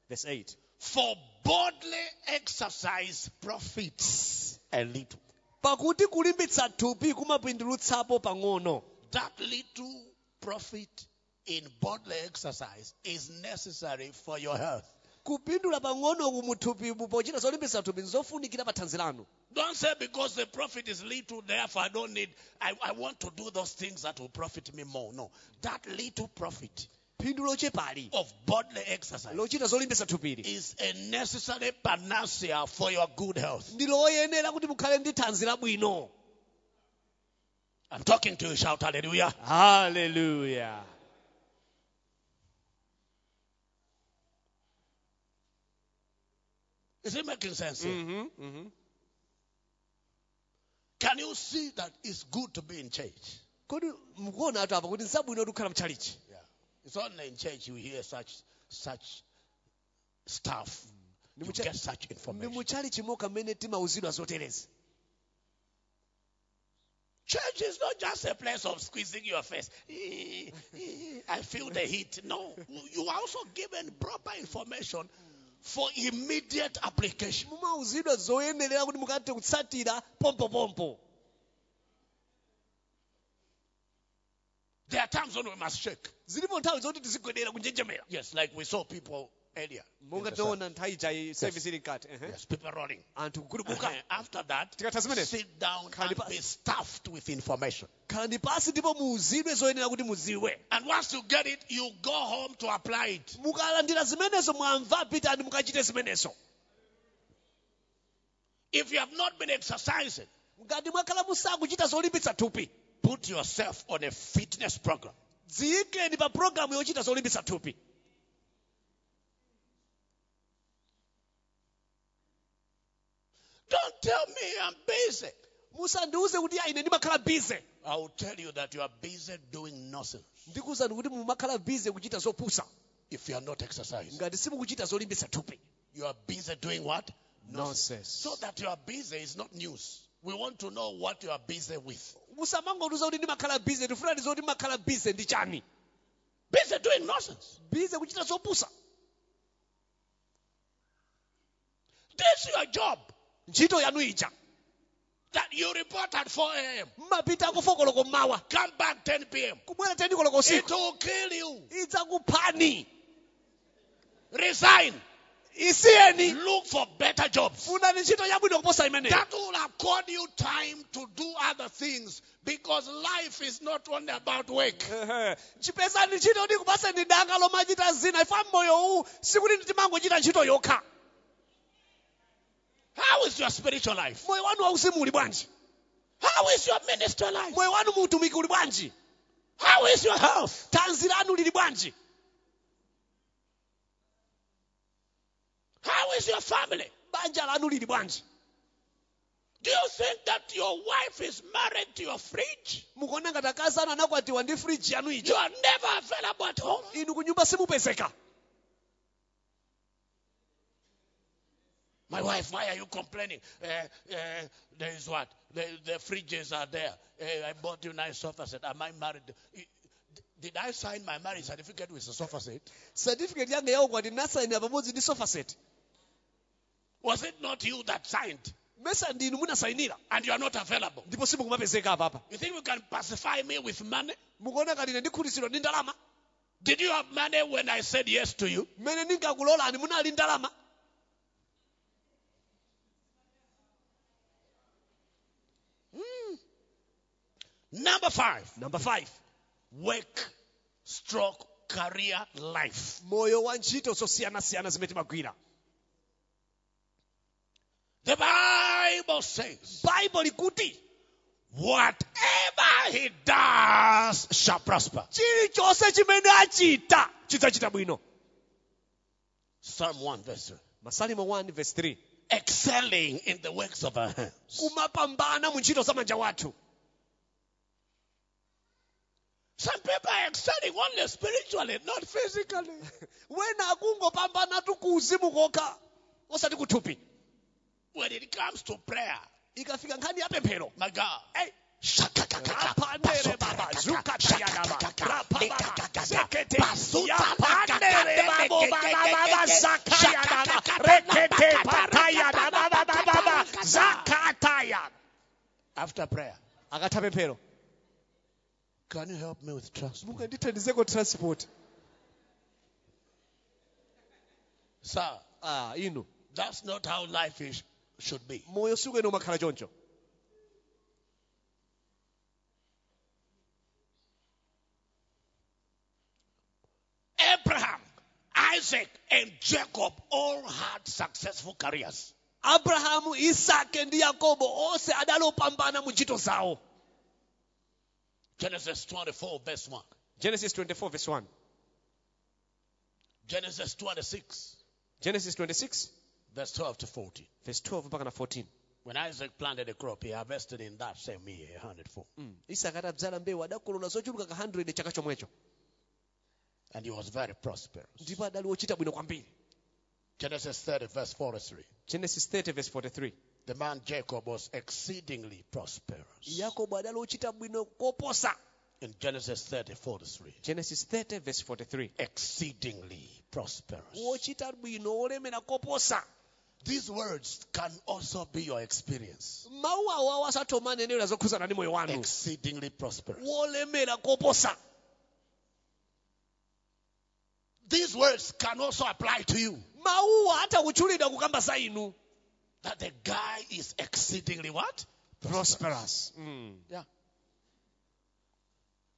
S2: verse 8
S1: For boldly exercise profits a little.
S2: pakuti kulimbitsa thupi kumapindulutsapo pang'ono
S1: That little profit in bodily exercise is necessary for your health.
S2: kupindula pang'ono ku muthupibu pochita zolimbitsa thupi nzofunikira pa thanzi lanu
S1: Don't say because the profit is little, therefore I don't need, I, I want to do those things that will profit me more. No. That little profit
S2: phindu lochepali
S1: of bodily exercise
S2: lochita zolimbitsa thupili
S1: is a necessary panacea for your good health.
S2: ndi loyenera kuti mukhale ndi thanzi labwino
S1: I'm talking to you, shout hallelujah.
S2: haleluya
S1: Is it making sense? here?
S2: Mhm, mhm.
S1: Can you see that it's good to be in church?
S2: kodi mukuona atu apa kuti nzabwino kuti ukhala mtchalichi
S1: Yeah. It's only in church you hear such such stuff. You
S2: Nimucha-
S1: get such
S2: ndi
S1: information.
S2: mutchalichi moka mmene timauzidwa zoterezi
S1: Church is not just a place of squeezing your face. Eh, eh, I feel the heat. No. You are also given proper information for immediate application.
S2: mumauzidwa zoyenera kuti mukathe kutsatira pompopompo
S1: There are times when we must shake.
S2: zilipo nthawi zoti tizigwedera kunjenjemera
S1: Yes, like we saw people earlier. in the
S2: monga
S1: service.
S2: tinaona nthawi ija service ili mkati ehe.
S1: Yes, people rolling.
S2: anthu kukurubuka
S1: After that,
S2: Tika tasimene.
S1: sit down and
S2: Kalipa-
S1: be stuffed with information.
S2: khalani pasi ndipo muuzidwe zoyenera kuti muziwe
S1: And once you get it, you go home to apply it.
S2: mukalandira zimenezo mwamva pitani mukachite zimenezo
S1: If you have not been exercising,
S2: ngati mwakhala musakuchita zolimbitsa thupi
S1: put yourself on a fitness program.
S2: dziyikeni pa programu yochita zolimbitsa thupi
S1: Don't tell me I'm busy.
S2: musandiuze kuti ayi, ine ndimakhala bize
S1: I will tell you that you are busy doing nothing
S2: ndikuwuzani kuti mumakhala bize kuchita zopusa
S1: if you are not exercising.
S2: ngati simukuchita zolimbitsa thupi
S1: You are busy doing what?
S2: nonsense
S1: So that you are busy is not news. We want to know what you are busy with.
S2: musamangotiuza kuti ndimakhala bize tifunani zoti ndimakhala bize ndi chani
S1: Busy doing nonsense.
S2: bize kuchita zopusa
S1: This is your job
S2: ntchito yanu ija
S1: that you report at 4 a.m.
S2: mmapita akufokoloko mmawa
S1: Come back 10 p.m.
S2: kubwera tenikoloko
S1: It
S2: usiku
S1: will kill you.
S2: idzakuphani
S1: Resign.
S2: isiyeni
S1: Look for better jobs.
S2: funani ntchito yabwino kuposa imeneyo
S1: That will accord you time to do other things because life is not only about work.
S2: Ehe. chipezani ntchito ndi kupasa ndi danga lomachita zina ifa moyo uwu sikuti nditimangochita ntchito yokha
S1: How is your spiritual life?
S2: moyo wanu wauzimu uli bwanji
S1: How is your ministry life?
S2: moyo wanu muutumiki uli bwanji
S1: How is your health?
S2: tanzi lanu lili bwanji
S1: How is your family?
S2: banja lanu lili bwanji
S1: Do you think that your wife is married to your fridge?
S2: mukuona ngati akazi anu anakwatiwa ndi friji yanu
S1: You
S2: ija
S1: are never available at home.
S2: inu ku nyumba simupezeka
S1: My wife, why are you complaining? Uh, uh, there is what? The, the fridges are there. Uh, I bought you nice sofa set. Am I married? Did I sign my marriage certificate with a sofa set?
S2: certificate yange yaukwati nasainira pamodzi ndi sofaset
S1: Was it not you that signed
S2: mesa ndi inu munasainira
S1: and you are not available?
S2: ndipo simukumapezeka apapa
S1: You think you can pacify me with money?
S2: mukuona ngati ine ndikhutitsidwa ndi ndalama
S1: Did you have money when I said yes to you?
S2: mmene ndingakulolani munali ndalama
S1: Number five,
S2: number 5
S1: work stroke career life.
S2: moyo wa ntchito zosiyanasiyana zimene timagwira
S1: The Bible says,
S2: baibo likuti
S1: whatever he does shall prosper.
S2: chilichonse chimene achita chidzachita bwino
S1: Psalm 1 verse 3.
S2: masalimo 1 verse 3
S1: excelling in the works of our hands.
S2: kumapambana mu ntchito za manja wathu
S1: Some people are excelling only spiritually, not physically.
S2: wena akungopambanatu ku uzimu kokha osati kuthupi
S1: When it comes to prayer,
S2: ikafika nkhani ya pemphero
S1: my God.
S2: Hey. Rapandere baba, zukata ya baba, rapababa, zekete, yapandere babo, baba, baba, zakaya baba, rekete, pataya, baba, baba, baba, zakataya.
S1: After prayer,
S2: akatha pemphero
S1: can you help me with transport?
S2: mukandithandizeko transport
S1: Sir,
S2: ah inu
S1: that's not how life is, should be.
S2: moyo sikwene umakhala choncho
S1: Abraham, Isaac, and Jacob all had successful careers.
S2: abrahamu isake ndi yakobo onse adalopambana mu ntchito zawo
S1: Genesis 24, verse 1.
S2: genesis 24 verse 1
S1: Genesis 26,
S2: genesis 26
S1: verse 12 to 14.
S2: verse 12 mpaka na 14
S1: When Isaac planted a crop, he harvested in that same year a hundredfold.
S2: mm. isaka atadzala mbewu adakolola zochuluka ka 100 chaka chomwecho
S1: And he was very prosperous.
S2: ndipo adali ochita bwino kwambiri
S1: Genesis 30, verse 43.
S2: genesis 30 verse 43
S1: The man Jacob was exceedingly prosperous.
S2: yakobo adali ochita bwino koposa
S1: In Genesis 30, 43.
S2: genesis 30 verse 43
S1: Exceedingly prosperous.
S2: ochita bwino olemera koposa
S1: These words can also be your experience.
S2: mawu awawo asathoma nenera zokhuzana ndi moyo wanu
S1: Exceedingly prosperous.
S2: wolemera koposa
S1: These words can also apply to you.
S2: mawuwa atakutchulidwa kukamba za inu
S1: That the guy is exceedingly what?
S2: prosperous mm.
S1: Yeah.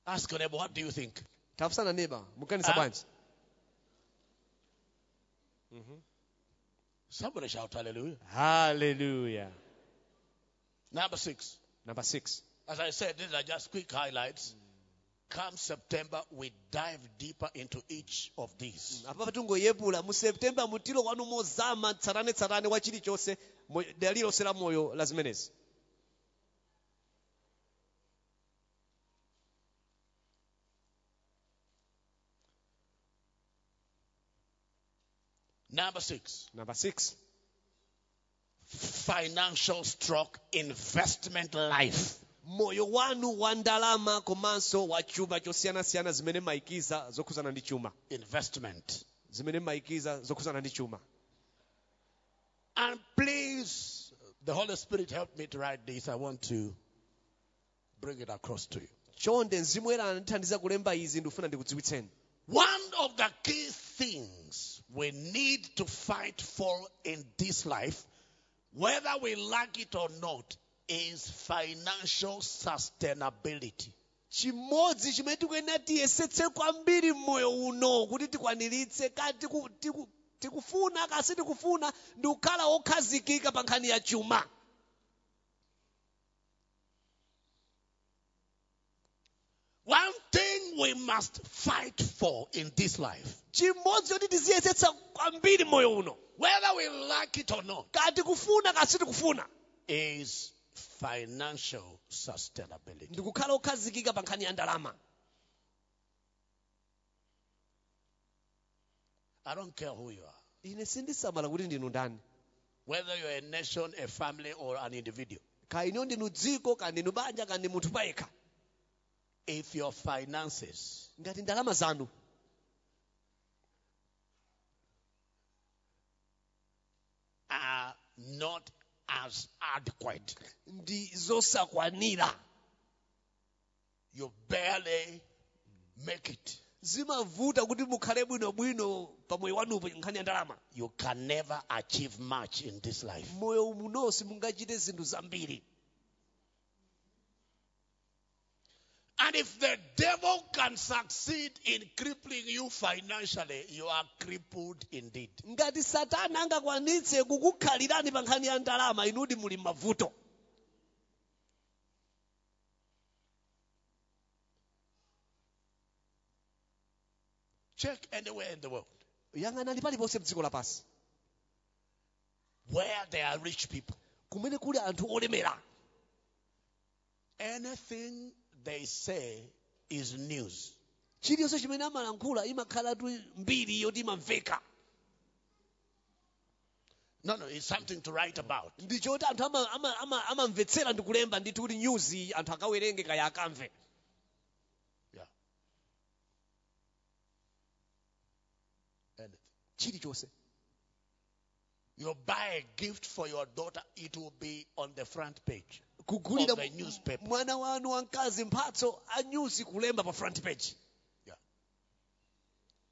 S1: Ask your neighbor, what do you think?
S2: tafusana neba muganiza
S1: Ah.
S2: bwanji
S1: Somebody shout hallelujah.
S2: haleluya
S1: Number six.
S2: number 6
S1: As I said, these are just quick highlights. Come September, we dive deeper into each of these.
S2: apa patungoyepula mu september mutilo kwanu mozama tsatanetsatane wa chilichonse mo- dera lililonse la moyo la zimenezi
S1: Number six,
S2: number 6
S1: financial stroke investment life.
S2: moyo wanu wa ndalama komanso wa chuma chosiyanasiyana zimene maikiza zokhuzana ndi chuma
S1: Investment.
S2: zimene maikiza zokhuzana ndi chuma
S1: And please, the Holy Spirit helped me to write this. I want to bring it across to you.
S2: chonde mzimu era anathandiza kulemba izi ndikufuna ndikudziwitseni
S1: One of the key things we need to fight for in this life, whether we like it or not, is financial sustainability.
S2: chimodzi chimene tikuyenera tiyesetse kwambiri mmoyo uno kuti tikwaniritse kati tiku- tiku- tikufuna kasi tikufuna ndi kukhala okhazikika pa nkhani ya chuma
S1: One thing we must fight for in this life,
S2: chimodzi yoti tiziyesetsa kwambiri moyo uno
S1: whether we like it or not,
S2: kati kufuna kasi tikufuna
S1: is financial sustainability.
S2: ndi kukhala okhazikika pa nkhani ya ndalama
S1: I don't care who you are,
S2: ine sindisamala kuti ndinu ndani
S1: whether you're a nation, a family, or an individual.
S2: ka ine ndinu dziko ka ndinu banja ka ndi munthu payekha
S1: If your finances
S2: ngati ndalama zanu
S1: are not as adequate,
S2: ndi zosakwanira
S1: you barely make it.
S2: zimavuta kuti mukhale bwinobwino pa moyo wanupo nkhani ya ndalama
S1: You can never achieve much in this life.
S2: moyo umunonsi mungachite zinthu zambiri
S1: And if the devil can succeed in crippling you financially, you are crippled indeed.
S2: ngati satana angakwanitse kukukhalirani pa nkhani ya ndalama inudi muli m'mavuto
S1: Check anywhere in the world
S2: yang'anani paliponse mdziko lapansi
S1: where there are rich people.
S2: kumene kuli anthu olemera
S1: Anything they say is news.
S2: chiliyonse chimene amalankhula imakhalatu mbiri yoti imamveka
S1: No, no, it's something to write about.
S2: ndi choti anthu ama- ama- ama- amamvetsera ndi kulemba ndithu kuti nyuzi anthu akawerenge kaya akamve
S1: Yeah. Anything.
S2: chilichonse
S1: You buy a gift for your daughter, it will be on the front page.
S2: kugulira
S1: Of the newspaper.
S2: mwana wanu wamkazi mphatso a nyuzi kulemba pa front page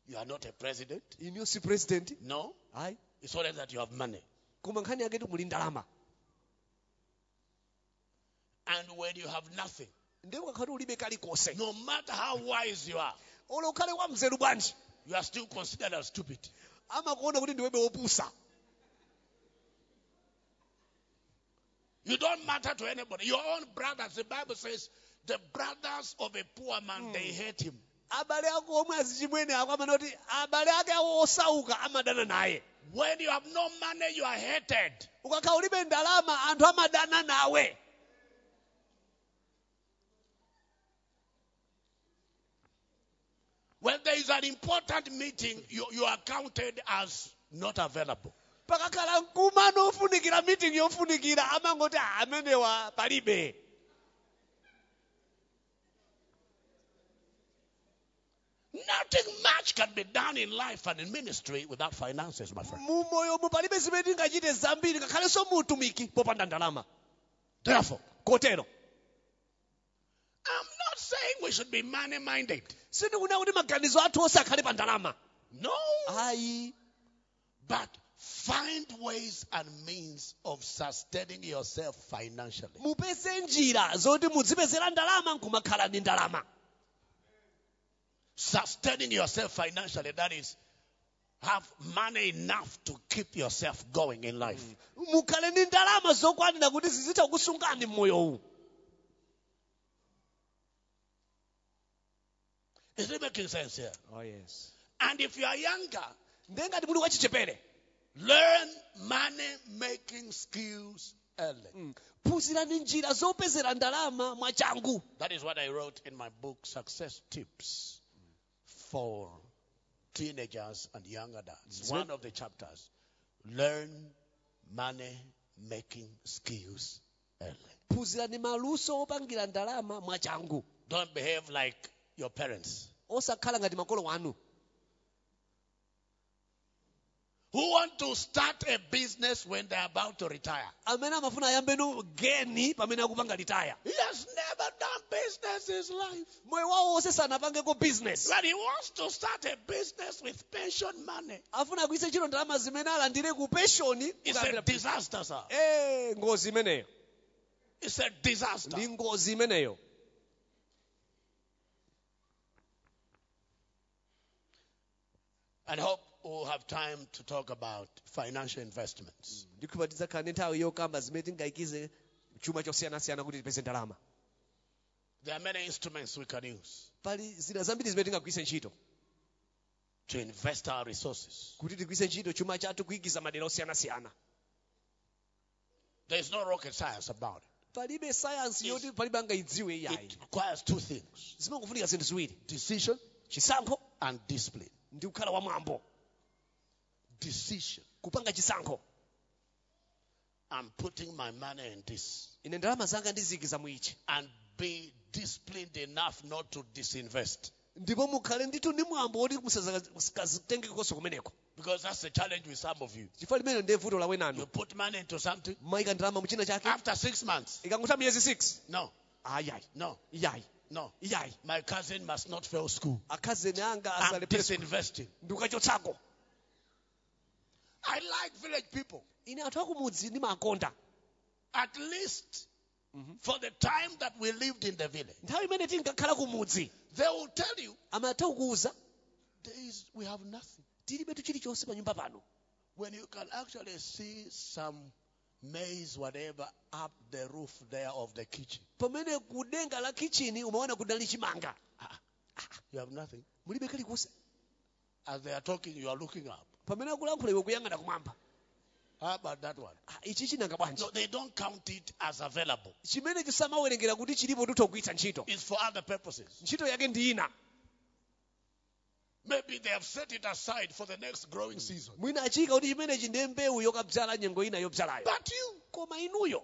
S1: You are not a president.
S2: inyo si president
S1: No,
S2: ayi
S1: it's only that you have money.
S2: koma nkhani yaketu muli ndalama
S1: And when you have nothing,
S2: ndiye ukakhati ulibe kalikonse
S1: no matter how wise you are,
S2: ole ukhale wamzeru bwanji
S1: you are still considered as stupid.
S2: amakuona kuti ndiwebe wopusa
S1: You don't matter to anybody. Your own brothers, the Bible says, the brothers of a poor man, they hate him.
S2: abale ako omwe azichimwene ako amana kuti abale ake awo osauka amadana naye
S1: When you have no money, you are hated.
S2: ukakhala ulibe ndalama anthu amadana nawe
S1: When there is an important meeting, you, you are counted as not available.
S2: pakakhala mkumano ofunikira mitingi yofunikira amangoti "Ah, amenewa palibe
S1: Nothing much can be done in life and in ministry without finances, my friend.
S2: mumoyo mu palibe zimene tingachite zambiri ngakhalenso muutumiki popanda ndalama
S1: Therefore,
S2: kotero
S1: I'm not saying we should be money minded.
S2: sindikunena kuti maganizo athu onse akhale pa ndalama
S1: No.
S2: ayi
S1: But find ways and means of sustaining yourself financially.
S2: mupeze njira zoti mudzipezera ndalama nkumakhala ndi ndalama
S1: Sustaining yourself financially, that is, have money enough to keep yourself going in life.
S2: Mm. mukhale ndi ndalama zokwanira kuti zizitha kukusungani mmoyowu
S1: Is it making sense here?
S2: oh, yes.
S1: And if you are younger,
S2: ndiye ngati muli wachichepere
S1: learn money making skills early.
S2: Mm. phunzirani njira zopezera ndalama mwachangu
S1: That is what I wrote in my book, Success Tips for Teenagers and Young Adults.
S2: Is
S1: One of the chapters. Learn money making skills early.
S2: phunzirani maluso opangira ndalama mwachangu
S1: Don't behave like your parents
S2: osakhala ngati makolo wanu
S1: who want to start a business when they're about to retire.
S2: amene amafuna ayambeno geni pamene akupanga litaya
S1: He has never done business in his life.
S2: moyo wawo wonse sanapangeko business
S1: But he wants to start a business with pension money.
S2: afuna agwiritse ntchito ndalama zimene alandire ku penshoni
S1: It's a disaster, sir.
S2: Eh, ngozi imeneyo
S1: It's a disaster.
S2: ndi ngozi imeneyo
S1: And hope we'll have time to talk about financial investments.
S2: ndikhupa tidzakhala ndi nthawi yokamba zimene tingayikize chuma chosiyanasiyana kuti tipeze ndalama
S1: There are many instruments we can use
S2: pali zina zambiri zimene tingagwise ntchito
S1: to invest our resources.
S2: kuti tigwise ntchito chuma chathu kuyikiza madera osiyanasiyana
S1: There's no rocket science about it.
S2: palibe sayansi yoti palibe angayidziwe
S1: It
S2: iyayi
S1: requires two things
S2: zimangofunika zinthu ziwiri
S1: decision
S2: chisankho
S1: and discipline.
S2: ndi kukhala wamwambo
S1: Decision.
S2: kupanga chisankho
S1: I'm putting my money in this
S2: ine ndalama zanga ndizikiza muichi
S1: and be disciplined enough not to disinvest.
S2: ndipo mukhale nditu ndi mwambo woti musazitengikekonso kumeneko
S1: Because that's the challenge with some of you.
S2: chifukwa limene ndiye vuto la Ah,
S1: You
S2: wenanu
S1: put money into something
S2: mayika ndalama muchina chake
S1: after six months.
S2: ikangotha miyezi 6
S1: No,
S2: ayayi
S1: no,
S2: iyayi
S1: no.
S2: iyayi
S1: My cousin must not fail school.
S2: akhazeni anga
S1: I'm
S2: asalephera
S1: disinvesting.
S2: ndikukachotsako
S1: I like village people.
S2: ine anthu akumudzi ndimakonda
S1: At least for the time that we lived in the village,
S2: nthawi imene tinkakhala kumudzi
S1: they will tell you
S2: amatha kukuwuza
S1: there is, we have nothing.
S2: tilibe tuchilichonse pa nyumba pano
S1: When you can actually see some maize, whatever, up the roof there of the kitchen,
S2: pamene kudenga la kichini umaona kudali chimanga
S1: you have nothing.
S2: mulibe kalikonse
S1: As they are talking, you are looking up.
S2: pamene akulankhula iwe kuyang'ana kumwamba
S1: How about that one?
S2: Ah, ichi chinanga bwanji
S1: No, they don't count it as available.
S2: chimene chisamawerengera kuti chilipo tutha kugwiritsa ntchito
S1: It's for other purposes.
S2: ntchito yake ndi ina
S1: Maybe they have set it aside for the next growing season.
S2: mwina achiyika kuti chimenechi ndiye mbewu yokabzala nyengo ina yobzalayo
S1: But you,
S2: koma inuyo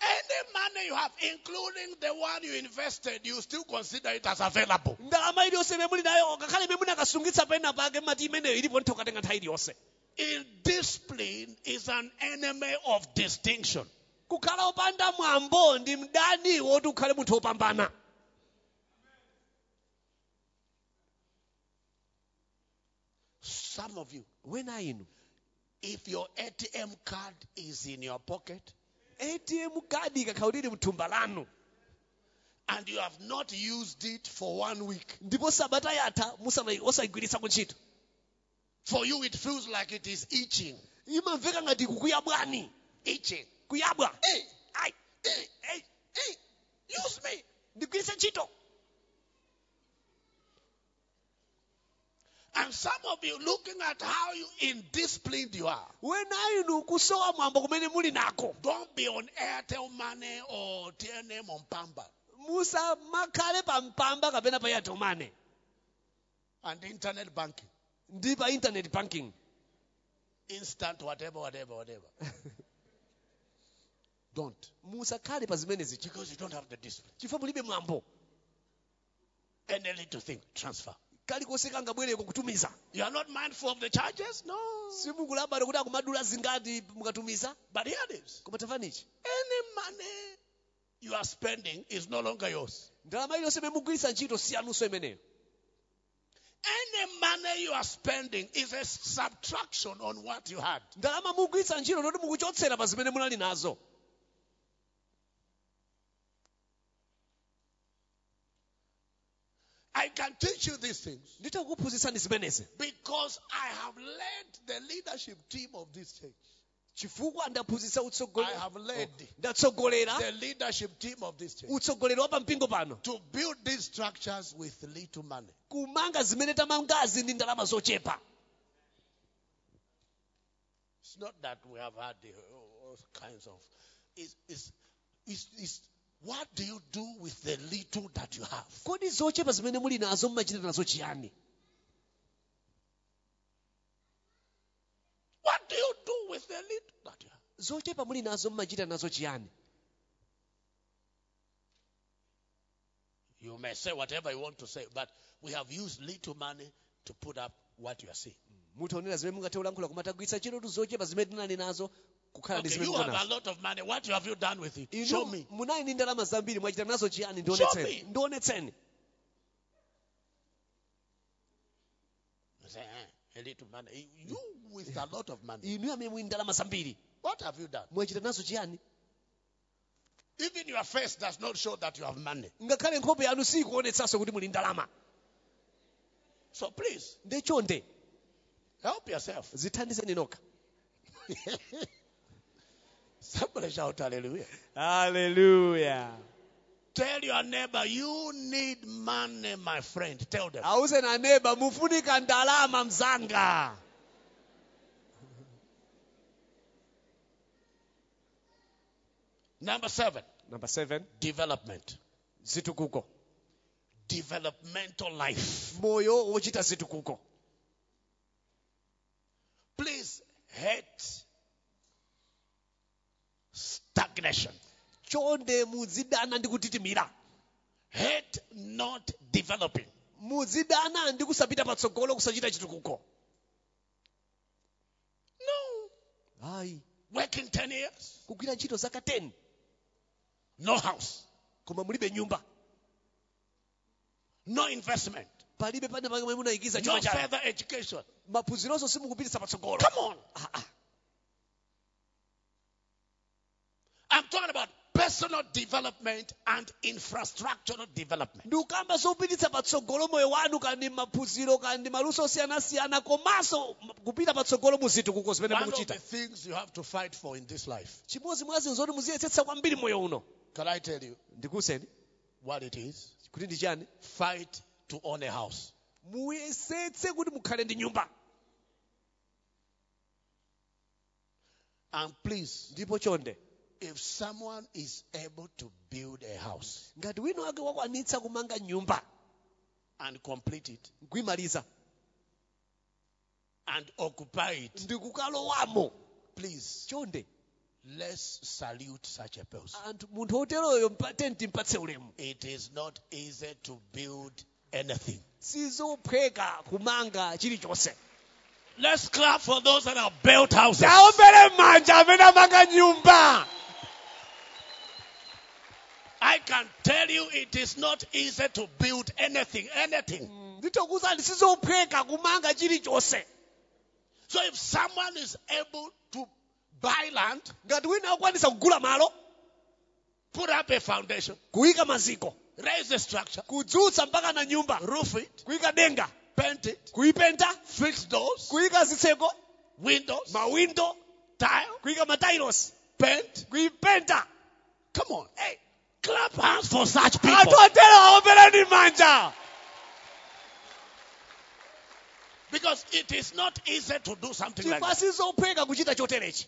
S1: any money you have, including the one you invested, you still consider it as available.
S2: ndalama iliyonse imene muli nayo ngakhale imene munakasungitsa pena pake mati imeneyo ilipo ntho katenga nthawi iliyonse
S1: Indiscipline is an enemy of distinction.
S2: kukhala opanda mwambo ndi mdani woti ukhale munthu wopambana
S1: Some of you,
S2: wena inu
S1: if your ATM card is in your pocket
S2: atm kadi ikakhala kuti ili mthumba lanu
S1: and you have not used it for one week,
S2: ndipo sabata yatha musana- osayigwiritsa kuntchito
S1: for you it feels like it is itching.
S2: imamveka ngati kukuyabwani
S1: Itching.
S2: kuyabwa
S1: Eh,
S2: ayi
S1: eh, eh, eh, use me.
S2: ndigwiritse ntchito
S1: And some of you looking at how you indisciplined you are.
S2: wena inu kusowa mwambo kumene muli nako
S1: Don't be on Airtel Money or TNM on Pamba
S2: musamakhale pa mpamba kapena pa yatomane
S1: and internet banking.
S2: ndi pa internet banking
S1: Instant whatever, whatever, whatever. don't.
S2: musakhale pa zimenezi chi-
S1: Because you don't have the discipline.
S2: chifukwa mulibe mwambo
S1: Any little thing, transfer.
S2: kalikonse kangabwereko kutumiza
S1: You are not mindful of the charges? No.
S2: simukulabala kuti akumadula zingati mukatumiza
S1: But here it is.
S2: koma tamvanichi
S1: Any money you are spending is no longer yours.
S2: ndalama iliyonse imene mugwiritsa ntchito siyanunso imeneyo
S1: Any money you are spending is a subtraction on what you had.
S2: ndalama mugwiritsa ntchito noti mukuchotsera pa zimene munali nazo
S1: I can teach you these things.
S2: nditha kukuphunzitsani zimenezi
S1: Because I have led the leadership team of this church.
S2: chifukwa ndaphunzitsa
S1: I
S2: utsogoleri
S1: have led
S2: ndatsogolera
S1: the leadership team of this church
S2: utsogoleri wa pampingo pano
S1: to build these structures with little money.
S2: kumanga zimene tamangazi ndi ndalama zochepa
S1: It's not that we have had the, all kinds of. It's, it's, it's, it's what do you do with the little that you have?
S2: kodi zochepa zimene muli nazo mumachita nazo chiyani
S1: What do you do with the little that you have?
S2: zochepa muli nazo mumachita nazo chiyani
S1: You may say whatever you want to say, but we have used little money to put up what you are seeing.
S2: mutaonera zimene mungathe kulankhula kumatagwiritsa chino tu zochepa zimene tinali nazo kukhala ndi
S1: Okay,
S2: zimene
S1: you
S2: muko
S1: have a
S2: nazo
S1: lot of money. What have you done with it? Show me.
S2: inu munayi ndi ndalama zambiri mwachita nazo chiyani
S1: Show me.
S2: ndionetseni ndionetseni
S1: You say, eh, a little money. You with a lot of money.
S2: inu amene muli ndalama zambiri
S1: What have you done?
S2: mwachita nazo chiyani
S1: Even your face does not show that you have money.
S2: ngakhale nkhope yanu sikuonetsanso kuti muli ndalama
S1: So please,
S2: ndechonde
S1: Help yourself.
S2: zithandizeni nokha
S1: Somebody shout hallelujah.
S2: haleluya
S1: Tell your neighbor, you need money, my friend. Tell them.
S2: awuzeni aneba mufunika ndalama mzanga
S1: Number seven,
S2: number seven
S1: development.
S2: zitukuko
S1: Developmental life.
S2: moyo wochita zitukuko
S1: Please hate stagnation.
S2: chonde muzidana ndi kutitimira
S1: Hate not developing.
S2: muzidana ndi kusapita patsogolo kusachita chitukuko
S1: No.
S2: ayi
S1: Working 10 years,
S2: kugwira ntchito zaka 10
S1: no house,
S2: koma mulibe nyumba
S1: no investment,
S2: palibe pane pamwe munayikiza
S1: no
S2: chuma chanu.
S1: further education.
S2: maphunzironso simukupitisa patsogolo
S1: Come on.
S2: Ah, ah.
S1: I'm talking about personal development and infrastructural development.
S2: ndi ukamba zopititsa patsogolo moyo wanu kandi maphunziro kandi maluso osiyanasiyana komanso m- kupita patsogolo muzitukuko zimene
S1: One of the
S2: mukuchita
S1: things you have to fight for in this life,
S2: chimodzi mwa zinthu zoti muziyetsetsa kwambiri moyo uno
S1: can I tell you
S2: ndikuwuzeni
S1: what it is?
S2: kuti ndi chani
S1: Fight to own a house.
S2: muyesetse kuti mukhale ndi nyumba
S1: And please,
S2: ndipo chonde
S1: if someone is able to build a house
S2: ngati wina wake wakwanitsa kumanga nyumba
S1: and complete it
S2: nkuyimaliza
S1: and occupy it,
S2: ndikukalowamo
S1: please,
S2: chonde
S1: let's salute such a person.
S2: anthu munthu oteroyo mpa- tenti mpatse ulemu
S1: It is not easy to build anything.
S2: sizophweka kumanga chilichonse
S1: Let's clap for those that have built houses.
S2: taombere manja amene amanga nyumba
S1: I can tell you it is not easy to build anything, anything.
S2: Mm, nditokuwuzani sizophweka kumanga chilichonse
S1: So if someone is able to buy land,
S2: ngati wina akwanisa kugula malo
S1: put up a foundation,
S2: kuyika maziko
S1: raise a structure,
S2: kudzutsa mpaka na nyumba
S1: roof it,
S2: kuyika denga
S1: paint it,
S2: kuyipenta
S1: fix doors,
S2: kuyika zitseko
S1: windows,
S2: mawindo
S1: tile,
S2: kuyika matailosi
S1: paint.
S2: kuyipenta
S1: Come on. Hey, clap hands for such people.
S2: anthu otero aombereni manja
S1: Because it is not easy to do something like
S2: chifukwa
S1: that.
S2: sizophweka kuchita choterechi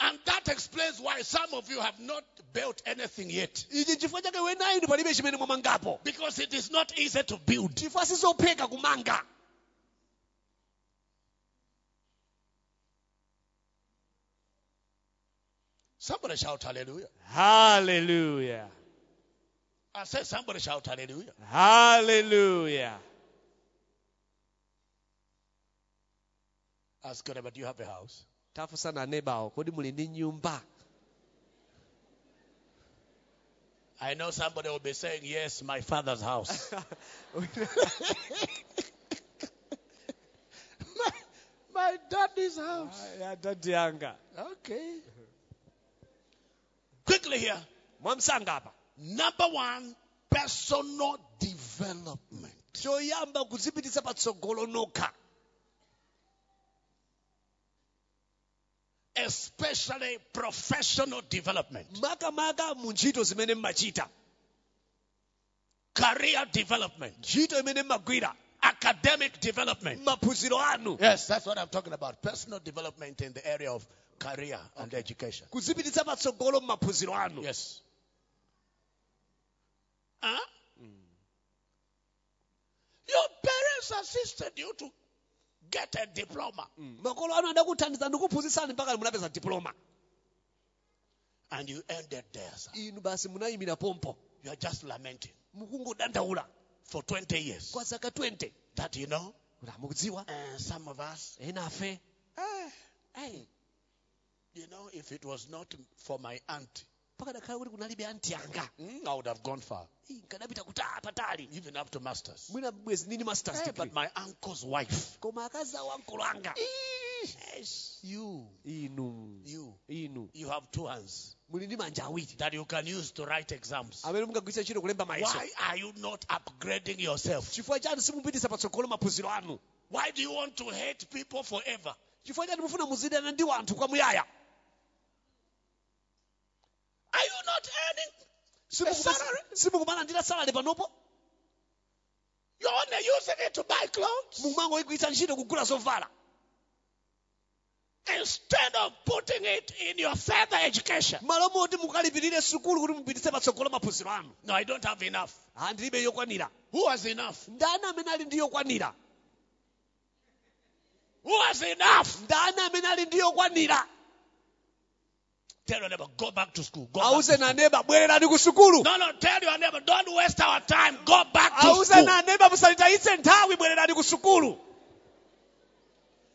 S1: And that explains why some of you have not built anything yet.
S2: ichi chifukwa chake wena inu palibe chimene mwamangapo
S1: Because it is not easy to build.
S2: chifukwa sizopheka kumanga
S1: Somebody shout hallelujah.
S2: haleluya
S1: I said somebody shout hallelujah.
S2: haleluya
S1: Ask God, but do you have a house?
S2: tafu sana anebawo kodi muli ndi nyumba
S1: I know somebody will be saying, Yes, my father's house. my, my daddy's house.
S2: atati yanga
S1: Okay. Quickly here.
S2: mwamsanga apa
S1: Number one, personal development.
S2: choyamba kuzipitisa patsogolo nokha
S1: Especially professional development,
S2: makamaka mu ntchito zimene mmachita
S1: career development,
S2: ntchito imene mmagwira
S1: academic development.
S2: maphunziro anu
S1: Yes, that's what I'm talking about. Personal development in the area of career and education.
S2: kuzipitisa patsogolo m'maphunziro anu
S1: Yes. Huh?
S2: Hmm.
S1: Your parents assisted you to get a diploma,
S2: Mm. makolo anu adakuthandiza ndikuphunzitsani mpaka munapeza diploma
S1: and you ended there. Sir.
S2: inu basi munayimira pompo
S1: You are just lamenting
S2: mukungodandaula
S1: for 20 years
S2: kwa zaka 20
S1: that you know
S2: kuti mukudziwa
S1: uh, some of us.
S2: ena afe Eh,
S1: Hey, you know, if it was not for my aunt,
S2: pakanakhala kuti kunalibe anti yanga
S1: mm, I would have gone far,
S2: Ii, nkadapita kutaa patali
S1: even up to masters.
S2: mwina
S1: Eh,
S2: bwezi nini masters
S1: Hey,
S2: degree
S1: but my uncle's wife.
S2: koma akazawa mkolo anga
S1: You,
S2: inu
S1: you,
S2: inu
S1: you have two hands
S2: muli ndi manja awiri
S1: that you can use to write exams.
S2: amene mungagwiritsa ntchito kulemba mayiso
S1: Why are you not upgrading yourself?
S2: chifukwa chani simupitisa patsogolo maphunziro anu
S1: Why do you want to hate people forever?
S2: chifukwa chani mufuna muzidana ndi wanthu kwamuyaya
S1: Are you not earning? salary?
S2: simukumalandira salale panopo
S1: You're only using it to buy clothes
S2: mumangoyigwiritsa ntchito kugula zovala
S1: instead of putting it in your further education.
S2: malo moti mukalipirire sukulu kuti mupitise patsogolo maphunziro anu
S1: No, I don't have enough.
S2: andilibe yokwanira
S1: Who has enough?
S2: ndani amene ali ndi yokwanira
S1: Who has enough?
S2: ndani amene ali ndi yokwanira
S1: Tell your neighbor, go back to school. Go back.
S2: auze naneba bwererani ku sukulu
S1: No, no, tell your neighbor, don't waste our time. Go back to
S2: auze
S1: school.
S2: naneba musalitayitse nthawi bwererani ku sukulu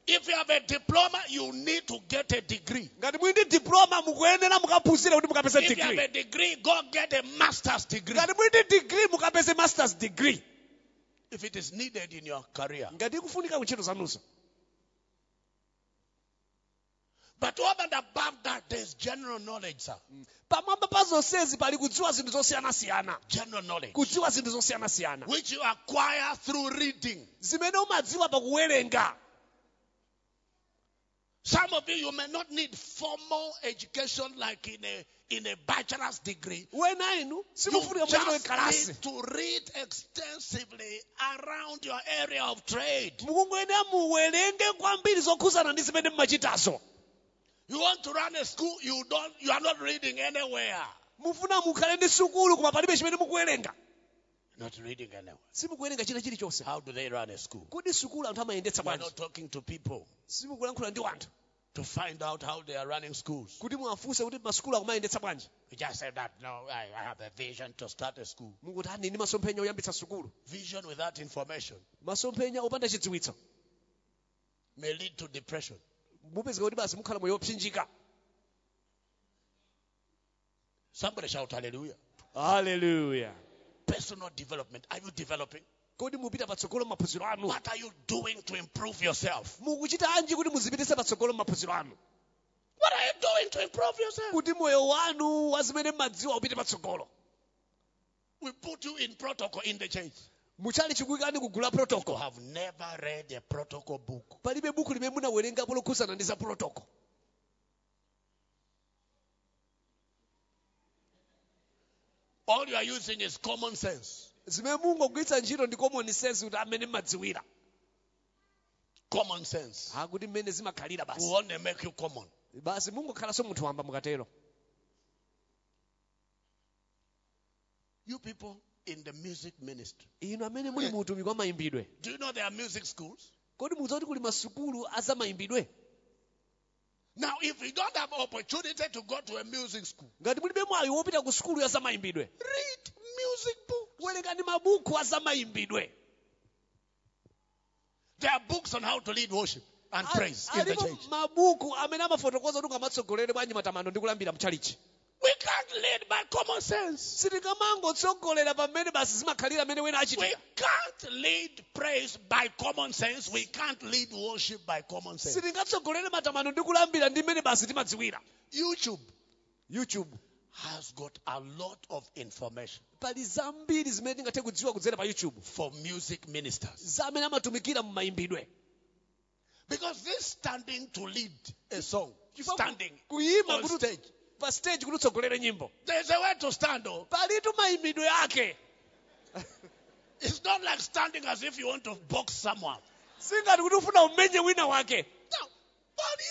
S1: If you have a diploma, you need to get a degree.
S2: ngati muli ndi diploma mukuyenera mukaphunzire kuti mukapeze
S1: If you have
S2: degree
S1: a degree, go get a master's degree.
S2: ngati muli ndi degree mukapeze masters degree
S1: If it is needed in your career.
S2: ngati ikufunika ku ntchito zanuzo
S1: But over and above that, there's general knowledge, sir.
S2: pamwamba pa zonsezi pali kudziwa zinthu zosiyanasiyana
S1: General knowledge.
S2: kudziwa zinthu zosiyanasiyana
S1: Which you acquire through reading.
S2: zimene umadziwa pakuwerenga
S1: Some of you, you may not need formal education like in a, in a bachelor's degree.
S2: wena inu
S1: You
S2: simufunika muchito
S1: just
S2: kalasi
S1: need to read extensively around your area of trade.
S2: mukungoyenera muwerenge kwambiri zokhuzana ndi zimene mumachitazo
S1: You want to run a school, you don't you are not reading anywhere.
S2: mufuna mukhale ndi sukulu koma palibe chimene mukuwerenga
S1: Not reading anywhere.
S2: simukuwerenga china chilichonse
S1: How do they run a school?
S2: kodi sukulu anthu amayendetsa
S1: We are
S2: bwanji
S1: not talking to people
S2: simukulankhula ndi wanthu
S1: to find out how they are running schools.
S2: kuti muwafunse kuti masukulu akumayendetsa bwanji
S1: We just say that no, I, I have a vision to start a school.
S2: mukuti ani ndi masomphenya oyambitsa sukulu
S1: Vision without information
S2: masomphenya opanda chidziwitso
S1: may lead to depression.
S2: mupezeka kuti basi mukhala moyo wopsinjika
S1: Somebody shout hallelujah.
S2: haleluya
S1: Personal development. Are you developing?
S2: kodi mupita patsogolo m'maphunziro anu
S1: What are you doing to improve yourself?
S2: mukuchita anji kuti muzipitise patsogolo m'maphunziro anu
S1: What are you doing to improve yourself?
S2: kuti moyo wanu wa zimene mmadziwa upite patsogolo
S1: We put you in protocol in the church.
S2: muchali chikuyikani kugula
S1: You
S2: protocol
S1: have never read a protocol book.
S2: palibe buku limene munawerengapo lokhuzana ndi za protocol
S1: All you are using is common sense.
S2: zimene mungogwiritsa ntchito ndi common sense kuti amene mmadziwira
S1: Common sense.
S2: akuti mmene zimakhalira
S1: We
S2: basi
S1: want to make you common.
S2: basi mungokhalanso munthu wamba mukatero
S1: You people in the music ministry.
S2: inu amene muli
S1: Eh.
S2: mu utumiki wa mayimbidwe
S1: Do you know there are music schools?
S2: kodi mukudziwa kuti kuli masukulu azamayimbidwe
S1: Now, if you don't have opportunity to go to a music school,
S2: ngati mulibe mwayo wopita ku sukulu ya zamayimbidwe
S1: read music books.
S2: werengani mabuku a zamayimbidwe
S1: There are books on how to lead worship and praise in the
S2: Alipo
S1: church.
S2: mabuku amene amafotokoza kuti ngamatsogolere bwanji matamando ndi kulambira mchalichi
S1: We can't lead by common sense.
S2: sitingamangotsogolera pamene basi zimakhalira amene wena
S1: We
S2: achitira
S1: can't lead praise by common sense. We can't lead worship by common sense.
S2: sitingatsogolere matamando ndi kulambira ndi mmene basi timadziwira
S1: YouTube
S2: youtube
S1: has got a lot of information
S2: pali zambiri zimene tingathe kudziwa kudzera pa youtube
S1: for music ministers.
S2: za amene amatumikira mu mayimbidwe
S1: Because this standing to lead a song,
S2: Chifukwa
S1: standing
S2: kuyima
S1: on
S2: kuti-
S1: stage,
S2: pa stage kuti utsogolere nyimbo
S1: there's a way to stand. Oh,
S2: palitu mayimbidwe ake
S1: it's not like standing as if you want to box someone.
S2: singati kuti ufuna umenye wina wake
S1: Now, on
S2: Pa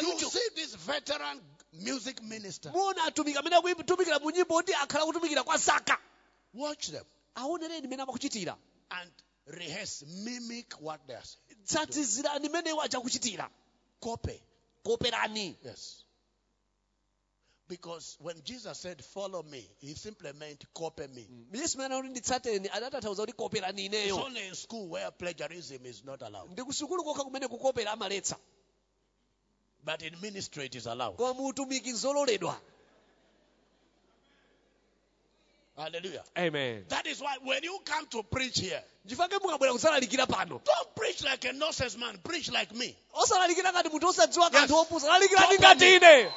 S1: YouTube, you
S2: YouTube.
S1: see this veteran music minister.
S2: muona atumiki amene akutumikira mu nyimbo kuti akhala akutumikira kwa zaka
S1: Watch them
S2: aonereni mmene amakuchitira
S1: and rehearse, mimic what they are saying.
S2: tsatizirani mmeneyo achakuchitira
S1: Copy.
S2: koperani
S1: Yes. Because when Jesus said, Follow me, he simply meant copy me.
S2: yesu mmene anati nditsateni adatanthauza kuti koperani
S1: It's
S2: ineyo
S1: only in school where plagiarism is not allowed.
S2: ndi kusukulu kokha kumene kukopera amaletsa
S1: But in ministry, it is allowed.
S2: koma mu utumiki nzololedwa
S1: Hallelujah.
S2: amen
S1: That is why when you come to preach here,
S2: ndifange mukabwera kusalalikira pano
S1: don't preach like a nonsense man, preach like me.
S2: osalalikira ngati munthu osadziwa
S1: Yes.
S2: kanthu opusa lalikirani
S1: Copy
S2: ngati
S1: me.
S2: ine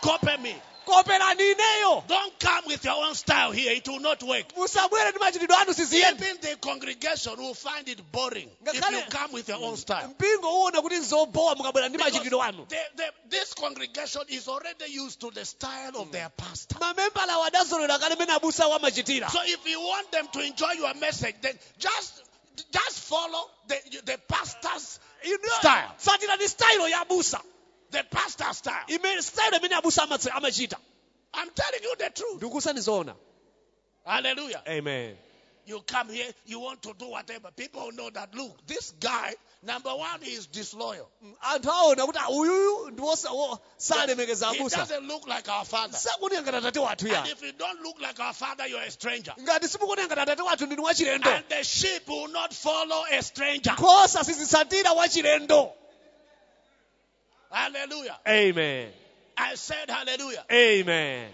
S1: Copy me.
S2: koperani ineyo
S1: Don't come with your own style here, it will not work.
S2: musabwere ndi machitidwe anu siziyenda
S1: Even the congregation will find it boring if
S2: Ngakhala-
S1: you come with your own style.
S2: mpingo uwona kuti nzobowa mukabwera ndi
S1: Because
S2: machitidwe anu
S1: the- the- this congregation is already used to the style of their pastor.
S2: mamembalawo adazolera kale mene abusa awo amachitira
S1: So if you want them to enjoy your message, then just just follow the the pastor's style,
S2: fatirani style ya abusa
S1: the pastor's style.
S2: imene style imene abusa amatse- amachita
S1: I'm telling you the truth.
S2: ndikusani zoona
S1: Hallelujah.
S2: amen
S1: You come here, you want to do whatever. People will know that. Look, this guy, number one, he is disloyal.
S2: Mm, anthu aona kuti "Ah, uyuyu ndi wosa- wo- salemekeza
S1: He
S2: abusa
S1: doesn't look like our father.
S2: sakuoneka ngati atate wathu
S1: And
S2: ya
S1: if you don't look like our father, you're a stranger.
S2: ngati simukuoneka ngati atate wathu ndinu wachilendo
S1: And the sheep will not follow a stranger.
S2: nkhosa sizitsatira wachilendo
S1: Hallelujah.
S2: amen
S1: I said hallelujah.
S2: amen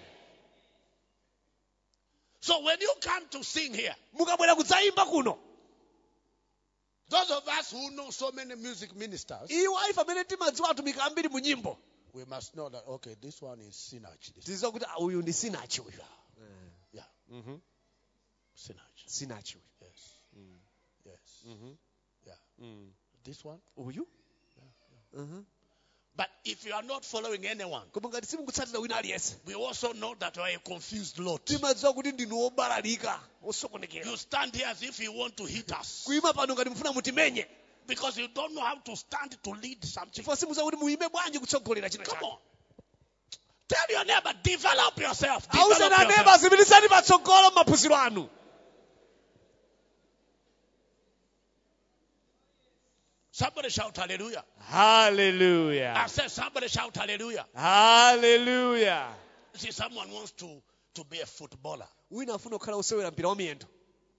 S1: So when you come to sing here,
S2: mukabwera kudzayimba kuno
S1: those of us who know so many music ministers,
S2: iwo alife amene timadziwa atumika ambiri mu nyimbo
S1: we must know that okay, this one is Sinach. This,
S2: tiziwa kuti "Ah, uyu ndi sinachi uyu
S1: yeah,
S2: Mm-hmm.
S1: Sinach.
S2: sinachi uyu
S1: Yes,
S2: Mm.
S1: yes,
S2: Mhm.
S1: yeah.
S2: Mm.
S1: This one.
S2: uyu Mhm.
S1: But if you are not following anyone,
S2: koma ngati simukutsatira wina aliyense
S1: we also know that you are a confused lot.
S2: timadziwa kuti ndinu obalalika osokonekera
S1: You stand here as if you want to hit us
S2: kuyima pano ngati mfuna mutimenye
S1: because you don't know how to stand to lead something.
S2: chifukwa simuza kuti muyime bwanji kutsogolera china
S1: Come
S2: chanu
S1: on. Tell your neighbor, develop yourself. Develop
S2: ausana
S1: yourself.
S2: neba zimiritsani patsogolo m'maphunziro anu
S1: Somebody shout hallelujah. I
S2: haleluya
S1: said, somebody shout hallelujah.
S2: haleluya
S1: See, someone wants to, to be a footballer.
S2: wina afuna kukhala osewera mpira wamiyendo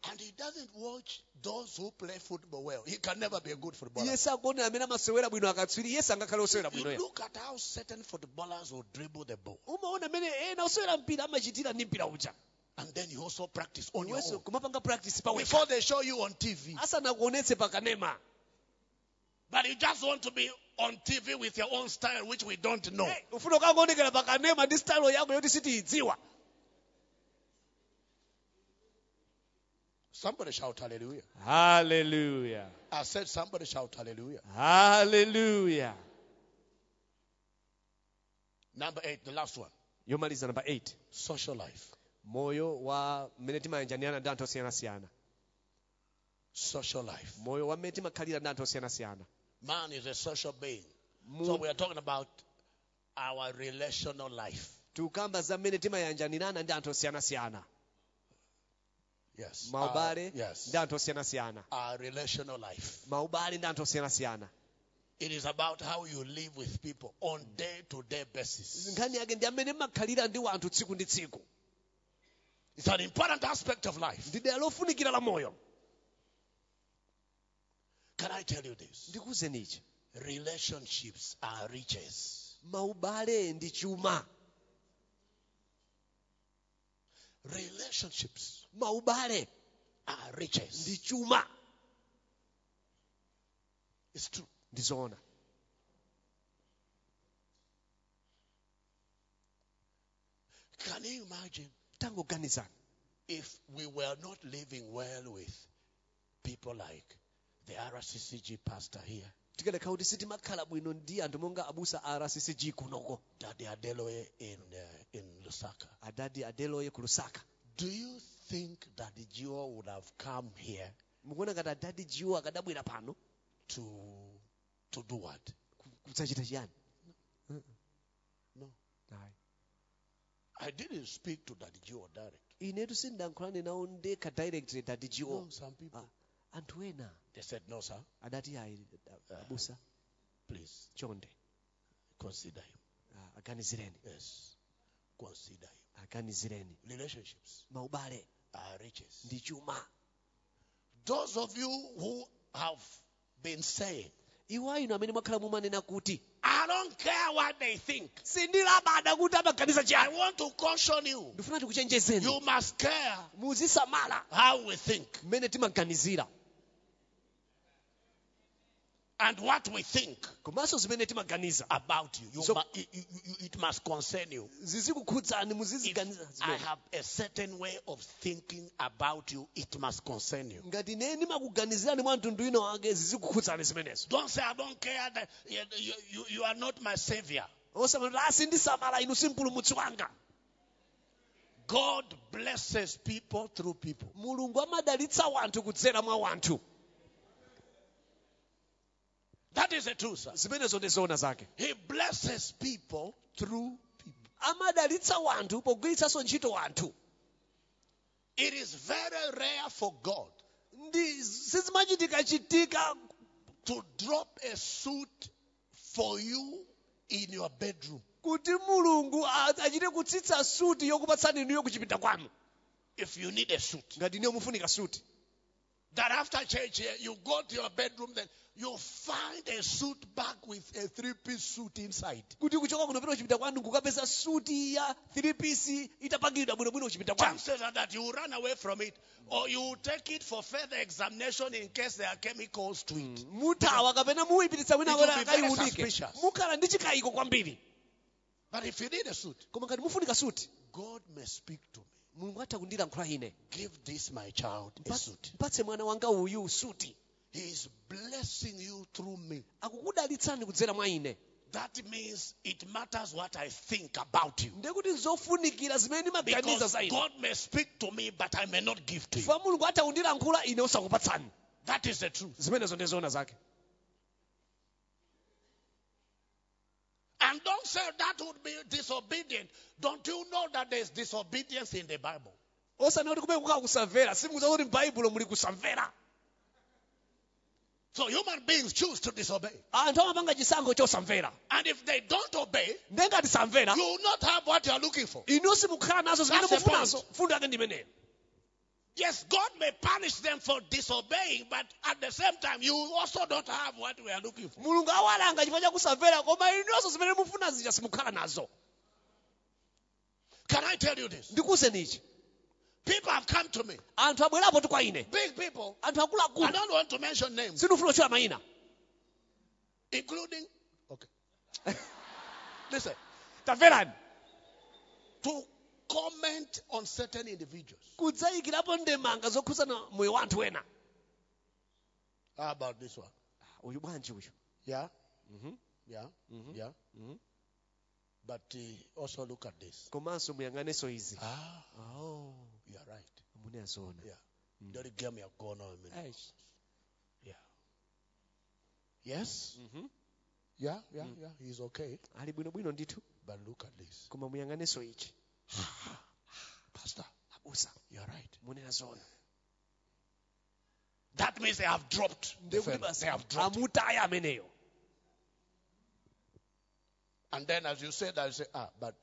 S1: And he doesn't watch those who play football well. He can never be a good footballer.
S2: iye sakuonera amene amasewera bwino akatswiri iye sangakhale osewera
S1: You
S2: bwinoyo
S1: look at how certain footballers will dribble the ball.
S2: umaona amene ena osewera mpira amachitira ndi mpira uja
S1: And then you also practice on your
S2: iwenso
S1: own.
S2: kumapanga practice paweka
S1: Before they show you on TV.
S2: asanakuonetse pakanema
S1: But you just want to be on TV with your own style, which we don't know.
S2: Eh, ufuna ukangoonekera pakanema ndi style yako yoti sitiyidziwa
S1: Somebody shout hallelujah.
S2: haleluya
S1: I said, somebody shout hallelujah.
S2: haleluya
S1: Number eight, the last one
S2: yomaliza namba 8
S1: social life.
S2: moyo wa mmene timayanjanirana ndi anthu osiyanasiyana
S1: Social life.
S2: moyo wa mmene timakhalira ndi anthu osiyanasiyana
S1: Man is a social being.
S2: Mu-
S1: So we are talking about our relational life.
S2: tikukamba za mmene timayanjanirana ndi anthu osiyanasiyana
S1: Yes.
S2: maubale
S1: Our- Ah, yes.
S2: ndi anthu osiyanasiyana
S1: Our relational life.
S2: maubale ndi anthu osiyanasiyana
S1: It is about how you live with people on day to day basis.
S2: nkhani yake ndi amene mmakhalira ndi wanthu tsiku ndi tsiku
S1: It's an important aspect of life.
S2: ndi dera lofunikira la moyo
S1: Can I tell you this?
S2: ndikuwuzeni ichi
S1: Relationships are riches.
S2: maubale ndi chuma
S1: Relationships
S2: maubale
S1: are
S2: ndi
S1: riches.
S2: chuma
S1: It's true.
S2: ndi zoona
S1: Can you imagine
S2: tangoganizani
S1: if we were not living well with people like the RCCG pastor here,
S2: tikanakhala kuti sitimakhala bwino ndi anthu monga abusa a rccg kunoko
S1: Daddy Adeloye in, uh, in Lusaka?
S2: adadi adeloye ku lusaka
S1: Do you think that Gio would have come here
S2: mukuona ngati adadi jiwo akadabwera pano
S1: to, to do what?
S2: kudzachita chiyani
S1: No. I didn't speak to Daddy Gio direct.
S2: inetu sindankhulane nawo ndekha directly dadi jiwo
S1: No, some people.
S2: Ah, anthu ena
S1: They said, no, sir,
S2: adati ayi abusa
S1: please
S2: chonde
S1: consider him.
S2: ah, aganizireni
S1: Yes, consider him.
S2: aganizireni
S1: Relationships
S2: maubale
S1: are riches.
S2: ndi chuma
S1: Those of you who have been saying,
S2: iwo inu amene mwakhala mumanena kuti
S1: I don't care what they think.
S2: sindilabada kuti amaganiza
S1: I
S2: chiyani
S1: want to caution you.
S2: ndifuna tikuchenjezeni
S1: You must care
S2: muzisamala
S1: how we think
S2: mmene timaganizira
S1: and what we think
S2: komanso zimene timaganiza
S1: about you. you,
S2: So-
S1: mu- you- you- you- it must concern you.
S2: zizikukhudzani
S1: If
S2: muziziganiza
S1: I
S2: zimene.
S1: have a certain way of thinking about you, it must concern you.
S2: ngati ine ndimakuganizirani mwa mtundu wina wake zizikukhudzani zimenezo
S1: Don't say, I don't care that you, you, you- you are not my savior.
S2: osamati asi ndisamala "Ah, inu simpulumutsi wanga
S1: God blesses people through people.
S2: mulungu amadalitsa wanthu kudzera mwa wanthu
S1: That is the truth, sir.
S2: zimenezo ndi zoona zake
S1: He blesses people through people.
S2: amadalitsa wanthu pogwiritsanso ntchito wanthu
S1: It is very rare for God
S2: ndi sizimachitikachitika
S1: to drop a suit for you in your bedroom.
S2: kuti mulungu a- achite kutsitsa suti yokupatsani inuyo kuchipinda kwanu
S1: If you need a suit,
S2: ngati niyo mufunika suti
S1: that after church here, you go to your bedroom, then you find a suit bag with a three piece suit inside.
S2: kuti kuchoka kunopita kuchipinda kwanu kukapeza suti ya 3 piece itapangidwa bwinobwino kuchipinda kwanu
S1: Chances are that you will run away from it or you will take it for further examination in case there are chemicals to it.
S2: Mm-hmm. muthawa kapena muyipititsa wina
S1: It will
S2: kuti
S1: be very
S2: akayiunike
S1: suspicious.
S2: mukhala ndi chikayiko kwambiri
S1: But if you need a suit,
S2: koma ngati mufunika suti
S1: God may speak to me.
S2: mulungu atha kundilankhula ine
S1: Give this, my child, a
S2: Pa-
S1: suit.
S2: mpatse mwana wanga uyu suti
S1: He is blessing you through me.
S2: akukudalitsani kudzera mwa ine
S1: That means it matters what I think about you.
S2: ndekuti zofunikira zimene ndimaganiza
S1: Because
S2: za ine
S1: God may speak to me, but I may not give to you.
S2: fa mulungu atha kundilankhula ine osakupatsani
S1: That is the truth.
S2: zimenezo ndi zoona zake
S1: And don't say that would be disobedient. Don't you know that there's disobedience in the Bible?
S2: osana kuti kumene kukhala kusamvera simukuza kuti m'baibulo muli kusamvera
S1: So human beings choose to disobey.
S2: anthu amapanga Ah, chisankho chosamvera
S1: And if they don't obey,
S2: nde ngati samvera
S1: you will not have what you are looking for.
S2: inu simukhala nazo zimene
S1: That's the
S2: mufunazo fundo yake ndi imeneyo
S1: Yes, God may punish them for disobeying, but at the same time, you also don't have what we are looking for.
S2: mulungu awalanga chifukwa chakusamvera koma inonso zimene mufuna zija simukhala nazo
S1: Can I tell you this?
S2: ndikuwuzeni ichi
S1: People have come to me,
S2: anthu abwerapo ti kwa ine
S1: big people.
S2: anthu
S1: I
S2: akuluakulu
S1: don't want to mention names,
S2: sindifuna kutchula mayina
S1: including. Okay. Listen,
S2: tamverani
S1: to comment on certain individuals.
S2: kudzayikirapo ndemanga zokhudzana moyo wa anthu ena
S1: How about this one?
S2: Ah, uyu bwanji uyu
S1: Yeah, Mm-hmm.
S2: Mhm.
S1: yeah,
S2: Mhm.
S1: yeah.
S2: Mhm.
S1: But uh, also look at this.
S2: komanso muyang'anenso izi
S1: Ah,
S2: oh
S1: you are right.
S2: amune azoona
S1: Yeah. Don't give me a gun or a minute.
S2: Eish.
S1: Yes.
S2: Mhm.
S1: Yeah, yeah, yeah. He's okay.
S2: ali bwinobwino ndithu
S1: But look at this.
S2: koma muyang'anenso ichi
S1: Pastor,
S2: abusa
S1: you are right.
S2: munena zoona
S1: That means they have dropped. the
S2: ndekuti
S1: fellow.
S2: basi
S1: They have dropped.
S2: amutaya ameneyo
S1: And then as you say that, you say, ah, but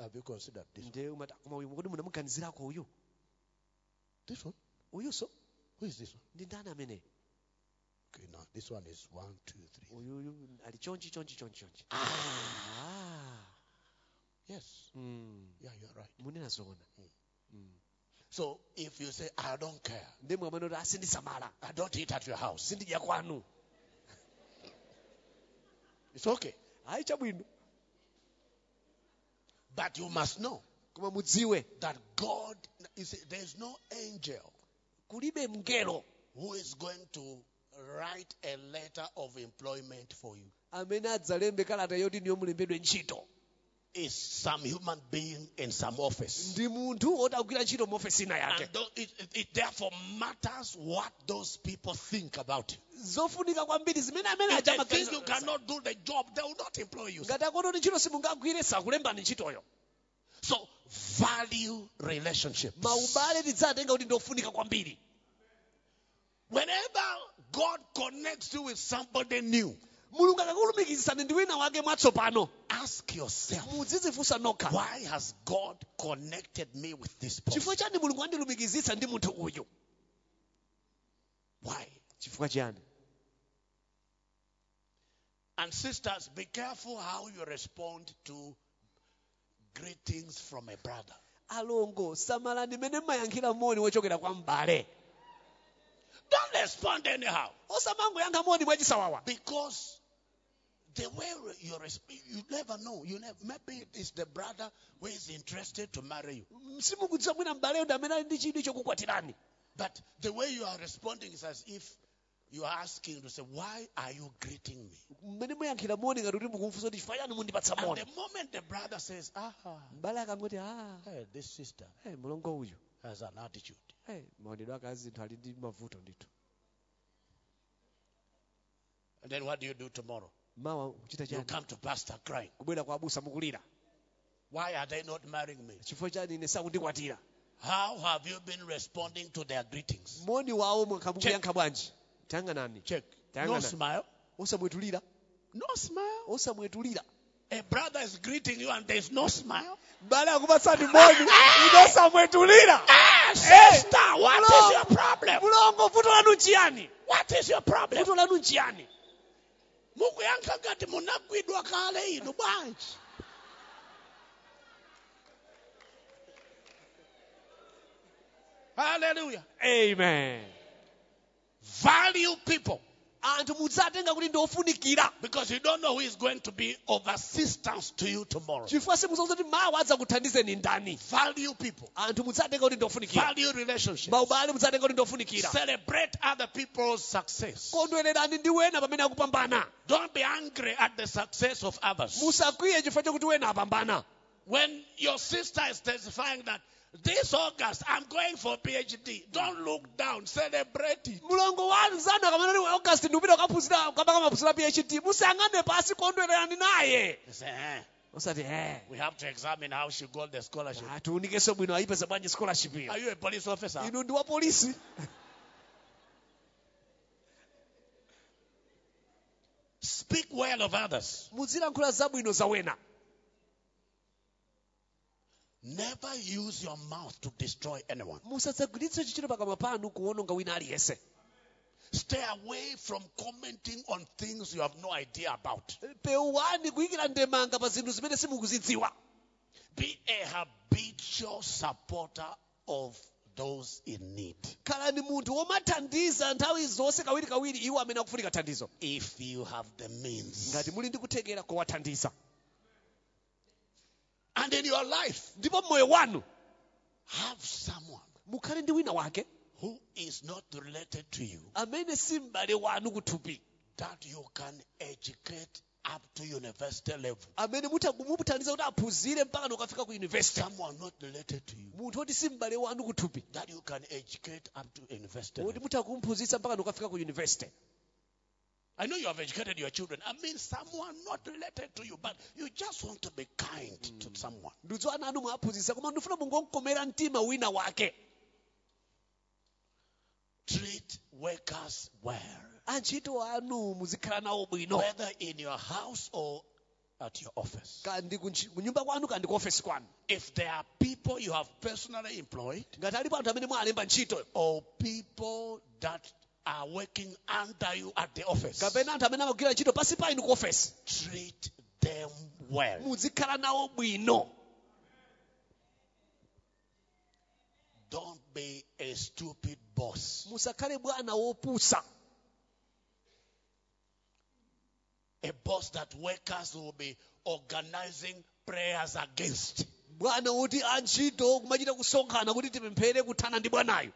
S1: have you considered this one?
S2: nde umati koma uyu kodi munamuganizirako uyu
S1: This one?
S2: uyuso
S1: Who is this one?
S2: ndi ndani amene
S1: Okay, now this one is one, two, three.
S2: uyuyu ali chonchi chonchi chonchi chonchi Ah.
S1: Yes.
S2: Mm.
S1: Yeah, you are right.
S2: munena zoona
S1: So if you say, I don't care,
S2: ndi mwamene kuti asindisamala
S1: I don't eat at your house,
S2: sindidya kwanu
S1: it's okay.
S2: ayi chabwino
S1: But you must know
S2: koma mudziwe
S1: that God, you see, there's no angel
S2: kulibe mngelo
S1: who is going to write a letter of employment for you.
S2: amene adzalembe kalata yoti niyo mulembedwe ntchito
S1: It's some human being in some office.
S2: ndi munthu woti agwira ntchito muofesina
S1: And
S2: yake
S1: tho- it, it, it therefore matters what those people think about you.
S2: zofunika kwambiri zimene amene
S1: If they
S2: aja
S1: think you
S2: amaganiza-
S1: cannot do the job, they will not employ you.
S2: ngati akoona kuti ntchito simungagwire sakulembani ntchitoyo
S1: So value relationships.
S2: maubale tidzatenga kuti ndiofunika kwambiri
S1: Whenever God connects you with somebody new,
S2: mulungu akakulumikizisani ndi wina wake mwatsopano
S1: ask yourself,
S2: muzizifunsa nokha
S1: why has God connected me with this person?
S2: chifukwa chani mulungu andilumikizisa ndi munthu uyu
S1: Why?
S2: chifukwa chiyani
S1: And sisters, be careful how you respond to greetings from a brother.
S2: alongo samalani mmene mmayankhira moni wochokera kwa m'bale
S1: Don't respond anyhow.
S2: osamangoyankha moni mwachisawawa
S1: Because the way you respond, you never know. You never, maybe it's the brother who is interested to marry you.
S2: simukudziwa mwina m'baleyo ndi amene ali ndi chidwi chokukwatirani
S1: But the way you are responding is as if you are asking to say, Why are you greeting me?
S2: mmene muyankhira moni ngati kuti mukumfunsa kuti chifukwa chani mundipatsa
S1: And
S2: moni
S1: the moment the brother says, Aha,
S2: m'bale akangoti ah
S1: hey, this sister
S2: hey, mlongo uyu
S1: has an attitude.
S2: hey, maonedwe ake azinthu ali ndi mavuto ndithu
S1: And then what do you do tomorrow?
S2: mawa kuchita
S1: You
S2: chani
S1: come to pastor crying.
S2: kubwera kwa abusa mukulira
S1: Why are they not marrying me?
S2: chifukwa chani ine sakundikwatira
S1: How have you been responding to their greetings?
S2: moni wawo mwankhamukuyankha bwanji tayanganani
S1: Check. No
S2: Tayangana.
S1: smile.
S2: osamwetulira
S1: No smile.
S2: osamwetulira
S1: A brother is greeting you and there's no smile.
S2: m'bale akupatsani moni inosamwetulira
S1: Ah, sister, what is
S2: Hello.
S1: your problem?
S2: mulongo Eh, vuto lanu nchiyani
S1: What is your problem?
S2: vuto lanu nchiyani
S1: mukuyankha ngati munagwidwa kale inu bwanji. Hallelujah.
S2: amen
S1: Value people
S2: anthu mudzatenga kuti ndi ofunikira
S1: because you don't know who is going to be of assistance to you tomorrow.
S2: chifukwa simuzauza kuti mawa adzakuthandizeni ndani
S1: Value people.
S2: anthu mudzatenga kuti ndi ofunikira
S1: Value relationships.
S2: maubale mudzatenga kuti ndi ofunikira
S1: Celebrate other people's success.
S2: kondwererani ndi wena pamene akupambana
S1: Don't be angry at the success of others.
S2: musakwiye chifukwa chokuti wena apambana
S1: When your sister is testifying that this August I'm going for PhD, don't look down, celebrate it.
S2: mulongo wa anzanu akamani august ndikupita kukaphunzira kapaka maphunzira phd musayang'ane pasi kondwererani naye
S1: They say, "Eh,
S2: osati eh
S1: we have to examine how she got the scholarship.
S2: atiunikenso bwino ayipeza bwanji scholarship
S1: Are
S2: iyo
S1: you a police officer?
S2: inu ndi wa polisi
S1: Speak well of others.
S2: muzilankhula zabwino za wena
S1: Never use your mouth to destroy anyone.
S2: musadzagwiritse chichiro pakamwa panu kuwononga wina aliyense
S1: Stay away from commenting on things you have no idea about.
S2: pewani kuyikira ndemanga pa zinthu zimene simukuzidziwa
S1: Be a habitual supporter of those in need.
S2: kalani munthu womathandiza nthawi zonse kawirikawiri iwo amene akufunika thandizo
S1: If you have the means.
S2: ngati muli ndi kuthekera kowathandiza
S1: And in your life,
S2: ndipo mmoyo wanu
S1: have someone
S2: mukhale ndi wina wake
S1: who is not related to you
S2: amene si m'bale wanu kuthupi
S1: that you can educate up to university level.
S2: amene mutha kumuthandiza kuti aphunzire mpaka ukafika ku university
S1: Someone not related to you
S2: munthu woti si m'bale wanu kuthupi
S1: that you can educate up to university
S2: woti
S1: level.
S2: mutha kumphunzitsa mpaka ukafika ku university
S1: I know you have educated your children. I mean, someone not related to you, but you just want to be kind to someone.
S2: ndudzu ana anu mwaphunzitsa koma ndifuna mungonkomera mtima wina wake
S1: Treat workers well,
S2: antchito anu muzikhala nawo bwino
S1: whether in your house or at your office.
S2: kandi kunchi- kunyumba kwanu kandi ku ofesi kwanu
S1: If there are people you have personally employed
S2: ngati alipo anthu amene mwalemba ntchito
S1: or people that are working under you at the office,
S2: kapena anthu amene amagwira ntchito pasi pa inu ku ofesi
S1: treat them well.
S2: muzikhala nawo bwino
S1: Don't be a stupid boss.
S2: musakhale bwana wopusa
S1: A boss that workers will be organizing prayers against.
S2: bwana woti antchito kumachita kusonkhana kuti tipemphere kuthana ndi bwanayo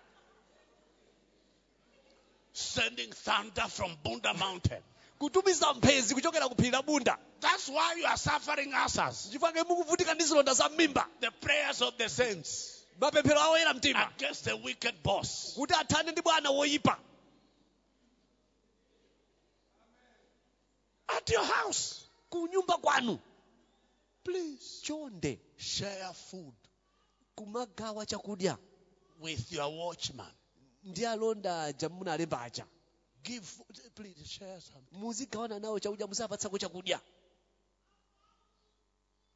S1: sending thunder from Bunda Mountain.
S2: kutumiza mphenzi kuchokera ku phiri la bunda
S1: That's why you are suffering ulcers.
S2: chifukwa ke mukuvutika ndi zilonda za m'mimba
S1: The prayers of the saints
S2: mapemphero awo oyera mtima
S1: against the wicked boss.
S2: kuti athane ndi bwana woyipa
S1: At your house,
S2: ku nyumba kwanu
S1: please
S2: chonde
S1: share food
S2: kumagawa chakudya
S1: with your watchman.
S2: ndi alonda aja muna alemba aja
S1: Give food, please share some.
S2: muzigawana nawo chakudya musapatsako chakudya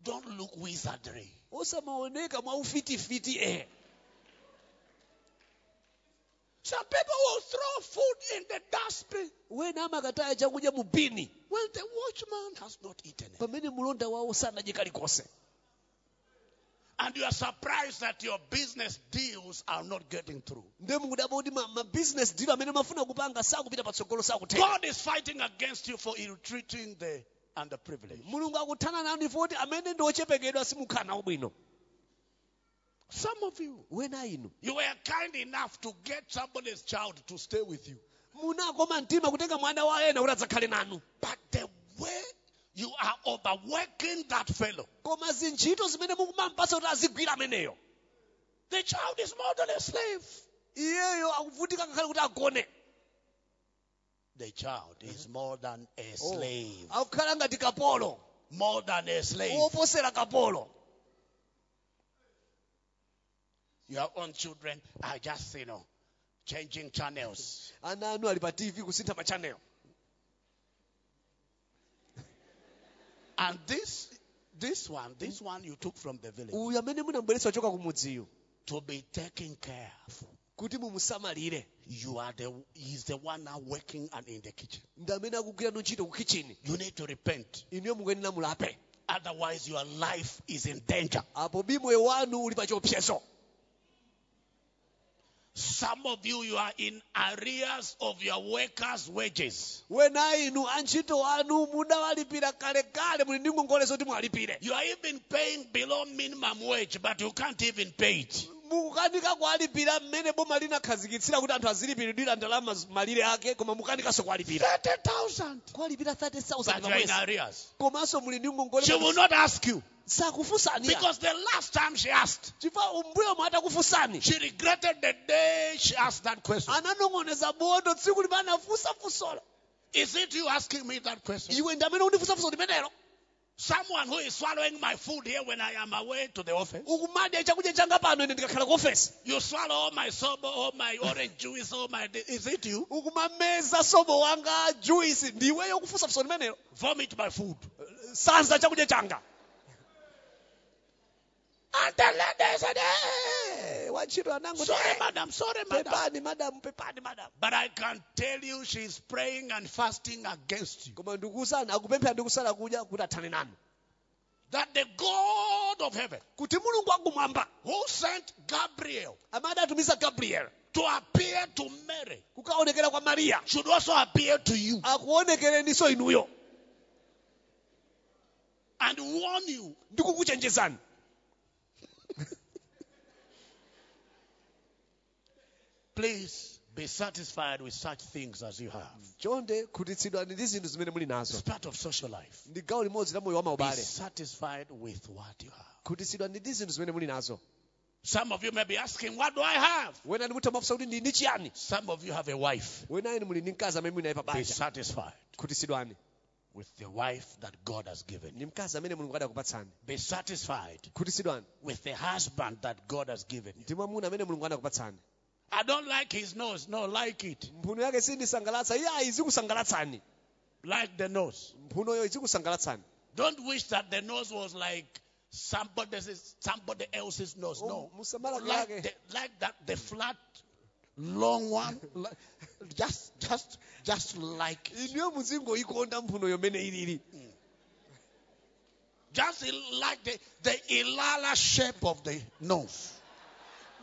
S1: Don't look wizardry.
S2: osamaoneka mwa ufitifiti eh
S3: Some people will throw food in the dustbin
S2: wena amakataya chakudya mu bini
S3: when the watchman has not eaten it.
S2: pamene mulonda wawo sanadye kalikonse
S1: And you are surprised that your business deals are not getting through.
S2: ndiye mukudaba kuti ma- ma business deal amene mafuna kupanga sakupita patsogolo sakuthenga
S1: God is fighting against you for entreating the underprivileged.
S2: mulungu akuthana nanu ife kuti amene ndi ochepekedwa simukhala nawo bwino
S1: Some of you,
S2: wena inu
S1: you were kind enough to get somebody's child to stay with you.
S2: munakoma mtima kutenga mwana wa ena kuti adzakhale nanu
S1: But the way you are overworking that fellow,
S2: koma zintchito zimene mukumamupasa kuti azigwira ameneyo
S1: the child is more than a slave.
S2: iyeyo akuvutika ngakhale kuti agone
S1: The child is more than a slave.
S2: akukhala ngati kapolo
S1: More than a slave.
S2: woposera kapolo
S1: Your own children are just, you know, changing channels.
S2: ana anu ali pa tv kusintha machanelo
S1: And this, this one, this one you took from the village
S2: uyu amene munabweretsa choka ku mudziyo
S1: to be taken care of.
S2: kuti mumusamalire
S1: You are the, he's the one now working and in the kitchen.
S2: ndi amene akugwiranu ntchito ku kitchen
S1: You need to repent.
S2: inuyo mukuyenera mulape
S1: Otherwise, your life is in danger.
S2: apo bi moyo wanu uli pa chiopsezo
S1: Some of you, you are in arrears of your workers' wages.
S2: wena inu antchito anu mudawalipira kalekale muli ndi ngongolezo kuti muwalipire
S1: You are even paying below minimum wage, but you can't even pay it.
S2: mukukanika kuwalipira mmene boma linakhazikitsira kuti anthu azilipiridwira ndalama z- malire ake koma mukanikanso kuwalipira
S1: 30,000.
S2: kuwalipira
S1: But you are in
S2: 30,000
S1: arrears.
S2: komanso muli ndi ngongole
S1: She will not ask you.
S2: sakufusani
S1: Because the last time she asked,
S2: chifukwa umbuyo mwatakufunsani
S1: she regretted the day she asked that question.
S2: ananong'oneza bodo tsiku limene afunsafunsolo
S1: Is it you asking me that question?
S2: iwe ndi amene undifunsafunso limenelo
S1: Someone who is swallowing my food here when I am away to the office.
S2: ukumadya chakudya changa pano ine ndikakhala ku ofesi
S1: You swallow all my soba, all my orange juice, all my. thi- Is it you?
S2: ukumameza sobo wanga juisi ndiweyo ukufunsafunso limenelo
S1: Vomit my food.
S2: sanza chakudya changa
S1: And the lady said, hey,
S2: wantchito anango
S1: sorry, madam, sorry, madam.
S2: pepani madamu pepani madamu
S1: But I can tell you she's praying and fasting against you.
S2: koma ndikusana akupemphera ndikusala kudya kuti athane nanu
S1: That the God of heaven,
S2: kuti mulungu wakumwamba
S1: who sent Gabriel
S2: amene atumiza gabriel
S1: to appear to Mary,
S2: kukaonekera kwa mariya
S1: should also appear to you.
S2: akuonekereniso inuyo
S1: and warn you
S2: ndikukuchenjezani
S1: please be satisfied with such things as you have.
S2: chonde khutitsidwani ndi zinthu zimene muli nazo
S1: It's part of social life.
S2: ndi gawo limodzi la moyo wa
S1: Be
S2: maubale
S1: satisfied with what you have.
S2: khutitsidwani ndi zinthu zimene muli nazo
S1: Some of you may be asking, What do I have?
S2: wena ndikutha mafusa kuti ndini chiyani
S1: Some of you have a wife.
S2: wena ine muli ndi mkazi amene muli naye
S1: Be
S2: pabanja
S1: satisfied
S2: khutitsidwani
S1: with the wife that God has given you.
S2: ndi mkazi amene mulungu adakupatsani
S1: Be satisfied
S2: khutitsidwani
S1: with the husband that God has given you.
S2: ndi mwamuna amene mulungu adakupatsani
S1: I don't like his nose. No, like it.
S2: mphuno yake sindisangalatsa iya izikusangalatsani
S1: Like the nose.
S2: mphunoyo izikusangalatsani
S1: Don't wish that the nose was like somebody else's, somebody else's nose. No.
S2: musamala
S1: like,
S2: yake
S1: the, like that the flat long one li- just just just like it.
S2: inuyo muzingoyikonda mphunoyo imene ilili
S1: just il- like the the ilala shape of the nose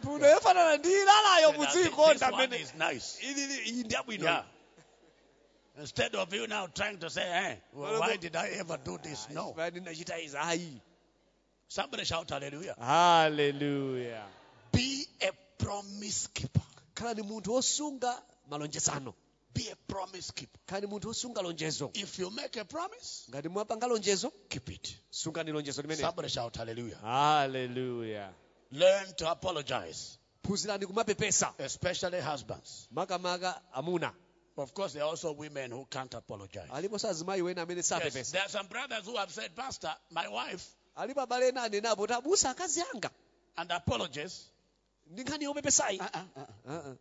S2: mphuno yofanana ndi ilalayo
S1: Now, thi- this
S2: muziyikonda
S1: one
S2: imene
S1: is nice
S2: ilili iyi ndi abwino
S1: yeah instead of you now trying to say eh well, why did i ever do this no
S2: Ifani nachita izi ayi
S1: somebody shout hallelujah
S2: haleluya
S1: be a promise keeper
S2: khalani munthu wosunga malonjezano
S1: be a promise keeper
S2: khalani munthu wosunga lonjezo
S1: if you make a promise
S2: ngati mwapanga lonjezo
S1: keep it
S2: sungani lonjezo limene
S1: somebody shout hallelujah
S2: haleluya
S1: learn to apologize
S2: phunzirani kumapepesa
S1: especially husbands
S2: makamaka amuna
S1: Of course, there are also women who can't apologize.
S2: aliponso azimayi wena amene
S1: Yes,
S2: sapepesa
S1: there are some brothers who have said, Pastor, my wife,
S2: alipo abale ena anenapo kuti abusa akazi anga
S1: and apologize.
S2: ndi nkhani yopepesayi Uh-uh.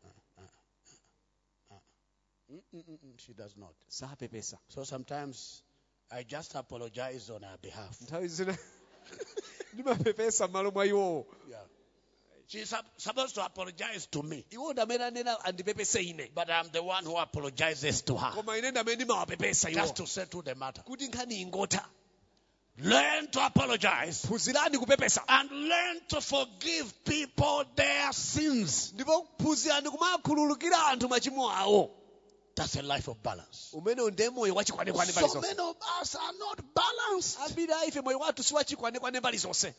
S1: Mm, Mm-mm-mm, She does not.
S2: sapepesa
S1: So sometimes I just apologize on her behalf.
S2: nthawi zina ndimapepesa m'malo mwa iwowo
S1: Yeah. She's sup- supposed to apologize to me,
S2: iwo ndi amene anena andipepese ine
S1: but I'm the one who apologizes to her.
S2: koma ine ndi amene ndimawapepesa
S1: Just
S2: iwo
S1: to settle the matter.
S2: kuti nkhani ingotha
S1: Learn to apologize
S2: phunzirani kupepesa
S1: and learn to forgive people their sins.
S2: ndipo phunzirani kumakhululukira anthu machimo awo
S1: That's a life of balance.
S2: umenewu ndiye moyo wachikwanekwane pali
S3: So
S2: zonse
S3: many of us are not balanced.
S2: ambiri a ife moyo wathu si wachikwanekwane pali zonse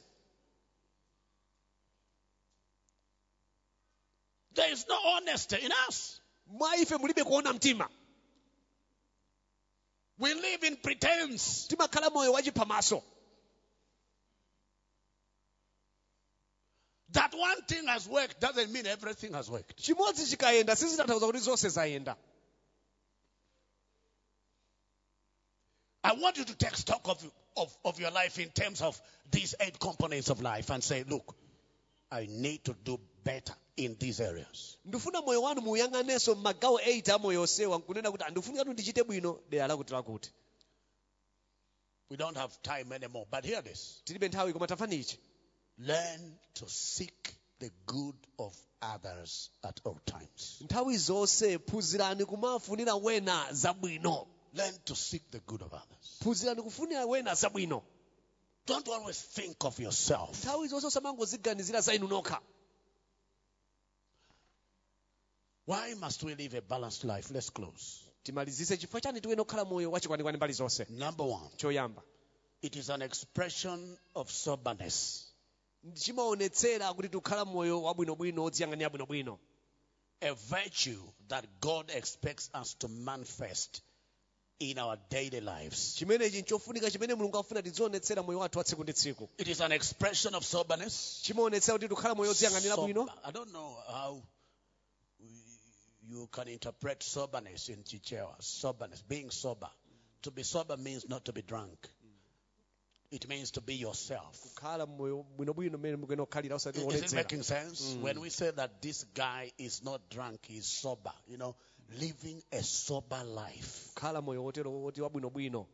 S1: There is no honesty in us.
S2: mwa ife mulibe kuona mtima
S1: We live in pretense.
S2: timakhala moyo wachiphamaso
S1: That one thing has worked doesn't mean everything has worked.
S2: chimodzi chikayenda sizitanthauza kuti zonse zayenda
S1: I want you to take stock of, of, of your life in terms of these eight components of life and say, look, I need to do better in these areas.
S2: ndifuna moyo wanu muuyang'anenso m'magawo 8 a moyo osewa nkunena kuti andifunikatu ndichite bwino dera lakuti lakuti
S1: We don't have time anymore, but hear this.
S2: tilibe nthawi koma tamvani ichi
S1: Learn to seek the good of others at all times.
S2: nthawi zonse phunzirani kumafunira wena zabwino
S1: Learn to seek the good of others.
S2: phunzirani kufunira wena zabwino
S1: Don't always think of yourself.
S2: nthawi zonse osamangoziganizira za inu nokha
S1: Why must we live a balanced life? Let's close.
S2: timalizise chifukwa chani tiwene kukhala moyo wachikwanekwane mbali zonse
S1: Number one,
S2: choyamba
S1: it is an expression of soberness.
S2: chimaonetsera kuti tikukhala moyo wabwinobwino odziyang'anira bwinobwino
S1: a virtue that God expects us to manifest in our daily lives.
S2: chimenechi nchofunika chimene mulungu afuna tidzionetsera moyo wathu wa tsiku ndi tsiku
S1: It is an expression of soberness.
S2: chimaonetsera kuti tikukhala moyo odziyang'anira bwino
S1: Sober. I don't know how you can interpret soberness in Chichewa. Soberness, being sober. To be sober means not to be drunk. It means to be yourself.
S2: kukhala moyo bwinobwino mmene mukuyena kukhalira
S1: Is it Hmm.
S2: osatiwonetsera
S1: making sense? When we say that this guy is not drunk, he's sober. You know, living a sober life.
S2: kukhala moyo wotero woti wabwinobwino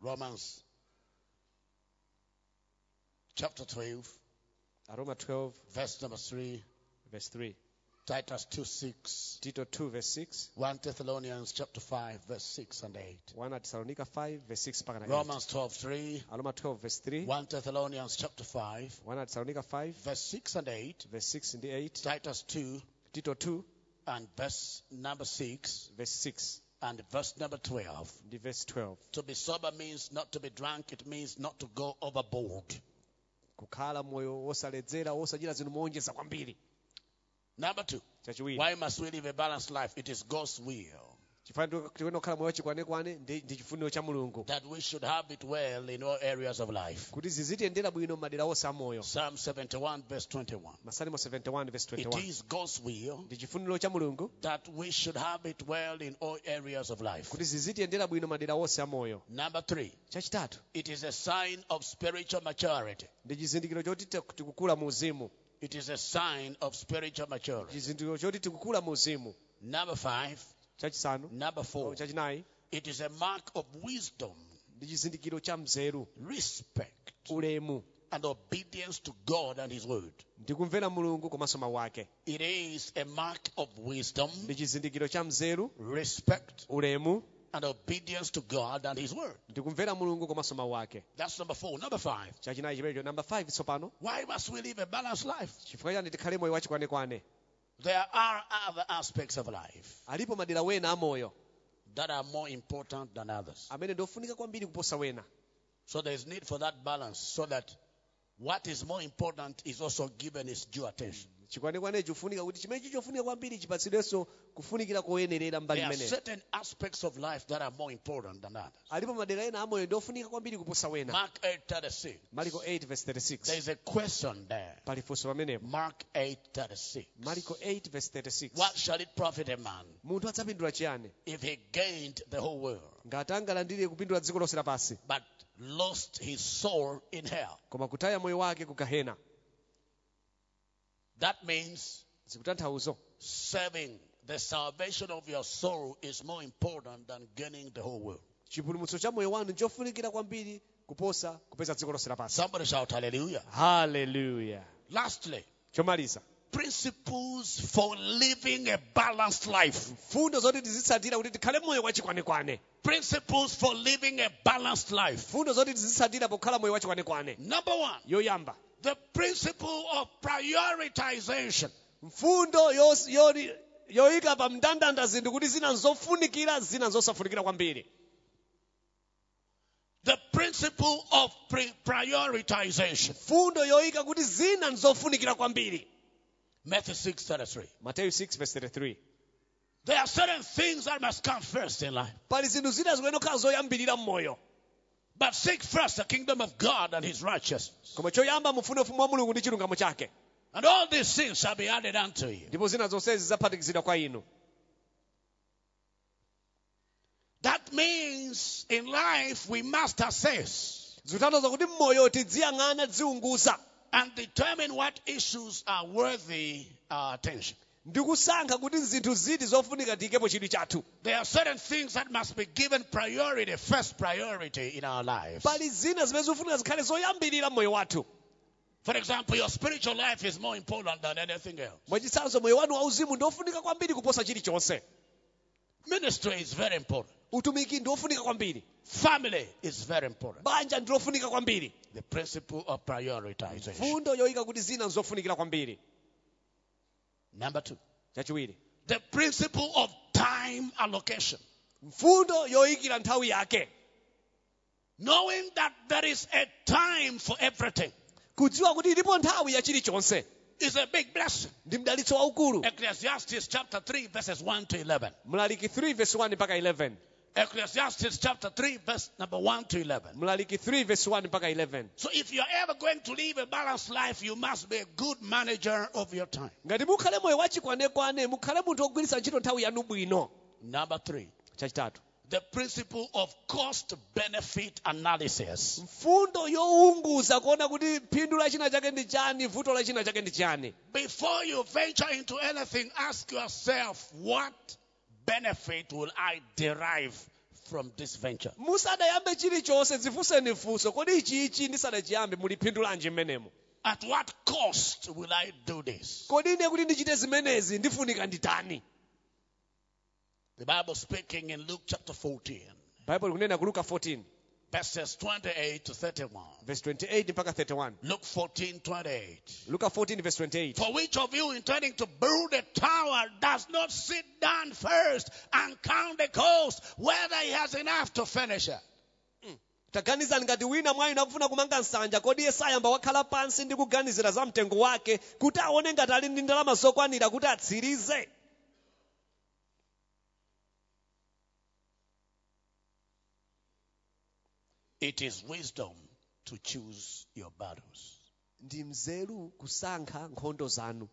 S1: Romans chapter 12,
S2: aroma 12
S1: verse number 3,
S2: verse 3
S1: Titus 2 6,
S2: tito 2 verse 6
S1: 1 Thessalonians chapter 5, verse 6 and 8,
S2: 1 atesalonika 5 verse 6 mpaka na 8
S1: Romans 12 3,
S2: aroma 12 verse 3
S1: 1 Thessalonians chapter 5,
S2: 1 atesalonika 5
S1: verse 6 and 8,
S2: verse 6 ndi 8
S1: Titus 2
S2: tito 2
S1: and verse number 6
S2: verse 6
S1: and verse number 12.
S2: ndi verse 12
S1: To be sober means not to be drunk, it means not to go overboard.
S2: kukhala moyo wosaledzera wosachita zinthu moonjeza kwambiri
S1: Number two,
S2: chachiwiri
S1: why must we live a balanced life? It is God's will.
S2: chifanizo tiwene kukhala moyo wachikwanekwane ndi ndi chifuniro cha mulungu
S1: That we should have it well in all areas of life.
S2: kuti zizitiyendera bwino madera onse amoyo
S1: Psalm 71, verse 21.
S2: masalimo 71 verse
S1: It
S2: 21
S1: is God's will
S2: ndi chifuniro cha mulungu
S1: that we should have it well in all areas of life.
S2: kuti zizitiyendera bwino madera onse amoyo
S1: Number three,
S2: chachitatu
S1: it is a sign of spiritual maturity.
S2: ndi chizindikiro choti te- tikukula mu uzimu
S1: It is a sign of spiritual maturity.
S2: chizindikiro choti tikukula mu uzimu
S1: Number five,
S2: chachisanu
S1: number
S2: oh,
S1: four,
S2: chachinayi
S1: it is a mark of wisdom,
S2: ndi chizindikiro cha mzeru
S1: respect,
S2: ulemu
S1: and obedience to God and His word.
S2: ndi kumvera mulungu komanso mawu ake
S1: It is a mark of wisdom,
S2: ndi chizindikiro cha mzeru
S1: respect,
S2: ulemu
S1: and obedience to God and His word.
S2: ndi kumvera mulungu komanso mawu ake
S1: That's number four. Number five,
S2: chachinayi chiperecho namba 5 tsopano
S1: why must we live a balanced life?
S2: chifukwa chani tikhale moyo wachikwanekwane
S1: There are other aspects of life
S2: alipo madera wena amoyo
S1: that are more important than others.
S2: amene ndiofunika kwambiri kuposa wena
S1: So there is need for that balance so that what is more important is also given its due attention.
S2: chikwanekwanechi ufunika kuti chimene chichofunika kwambiri chipatsidwenso kufunikira koyenerera mbali
S1: There are
S2: imeneyo
S1: certain aspects of life that are more important than others.
S2: alipo madera ena amoyo ndiofunika kwambiri kuposa wena
S1: Mark 8:36.
S2: mariko 8 verse
S1: There
S2: 36
S1: is a question there.
S2: pali funso pamenepo
S1: Mark 8:36.
S2: mariko 8 verse 36
S1: What shall it profit a man
S2: munthu adzapindula chiyani
S1: if he gained the whole world
S2: ngati angalandire kupindula dziko lonse lapansi
S1: but lost his soul in hell?
S2: koma kutaya moyo wake ku gahena
S1: That means
S2: zikutanthauzo
S1: serving the salvation of your soul is more important than gaining the whole world.
S2: chipulumutso cha moyo wanu nchofunikira kwambiri kuposa kupeza dziko lonse lapansi
S1: Somebody shout hallelujah.
S2: haleluya
S1: Lastly,
S2: chomaliza
S1: principles for living a balanced life.
S2: fundo zoti tizitsatira kuti tikhale moyo wachikwanekwane
S1: Principles for living a balanced life.
S2: fundo zoti tizitsatira pokhala moyo wachikwanekwane
S1: Number one,
S2: yoyamba
S1: the principle of prioritization.
S2: mfundo yos- yori- yoyika pa mndandanda zinthu kuti zina nzofunikira zina nzosafunikira kwambiri
S1: The principle of pre- prioritization.
S2: fundo yoyika kuti zina nzofunikira kwambiri
S1: Matthew 6 33.
S2: mateyu 6 verse 33
S1: There are certain things that must come first in life.
S2: pali zinthu zina zikuyenera kukhala zoyambirira mmoyo
S1: But seek first the kingdom of God and his righteousness.
S2: koma choyamba mufune ufumu wa mulungu ndi chilungamo chake
S1: And all these things shall be added unto you.
S2: ndipo zina zonsezi zidzaphatikizidwa kwa inu
S1: That means in life we must assess
S2: zikutanthauza kuti mmoyo tidziyang'ana tidziunguza
S1: and determine what issues are worthy our attention.
S2: ndi kusankha kuti zinthu ziti zofunika tiyikepo chidwi chathu
S1: There are certain things that must be given priority, first priority in our lives.
S2: pali zina zimene zofunika zikhale zoyambirira mmoyo wathu
S1: For example, your spiritual life is more important than anything else.
S2: mwachitsanzo moyo wanu wauzimu ndiofunika kwambiri kuposa chilichonse
S1: Ministry is very important.
S2: utumiki ndiofunika kwambiri
S1: Family is very important.
S2: banja ndilofunika kwambiri
S1: The principle of prioritization.
S2: fundo yoyika kuti zina nzofunikira kwambiri
S1: Number two,
S2: chachiwiri
S1: the principle of time allocation.
S2: mfundo yoyikira nthawi yake
S1: Knowing that there is a time for everything
S2: kudziwa kuti ilipo nthawi ya chilichonse
S1: is a big blessing.
S2: ndi mdalitso waukulu
S1: Ecclesiastes chapter 3, verses 1 to 11.
S2: mlaliki 3 verse 1 mpaka 11
S1: Ecclesiastes chapter 3, verse number 1 to 11.
S2: mlaliki 3 verse 1 mpaka 11
S1: So if you're ever going to live a balanced life, you must be a good manager of your time.
S2: ngati mukhale moyo wachikwanekwane mukhale munthu wogwiritsa ntchito nthawi yanu bwino
S1: Number three,
S2: chachitatu
S1: the principle of cost benefit analysis.
S2: mfundo younguza kuona kuti phindu la china chake ndi chani vuto la china chake ndi chani
S1: Before you venture into anything, ask yourself what benefit will I derive from this venture?
S2: musadayambe chilichonse dzifunseni funso kodi ichiichi ndisadachiyambe muli phindu lanji mmenemo
S1: At what cost will I do this?
S2: kodi ine kuti ndichite zimenezi ndifunika nditani
S1: The Bible speaking in Luke chapter 14,
S2: baibulo ikunena ku luka 14
S1: verses 28 to 31.
S2: verse 28 mpaka 31
S1: Luke 14, 28.
S2: luka 14 verse 28
S1: For which of you intending to build a tower does not sit down first and count the cost, whether he has enough to finish it?
S2: taganizani ngati wina mwa inu akufuna kumanga nsanja kodi iye sayamba wakhala pansi ndi kuganizira za mtengo wake kuti aone ngati ali ndi ndalama zokwanira kuti atsirize
S1: It is wisdom to choose your battles.
S2: ndi mzelu kusankha nkhondo zanu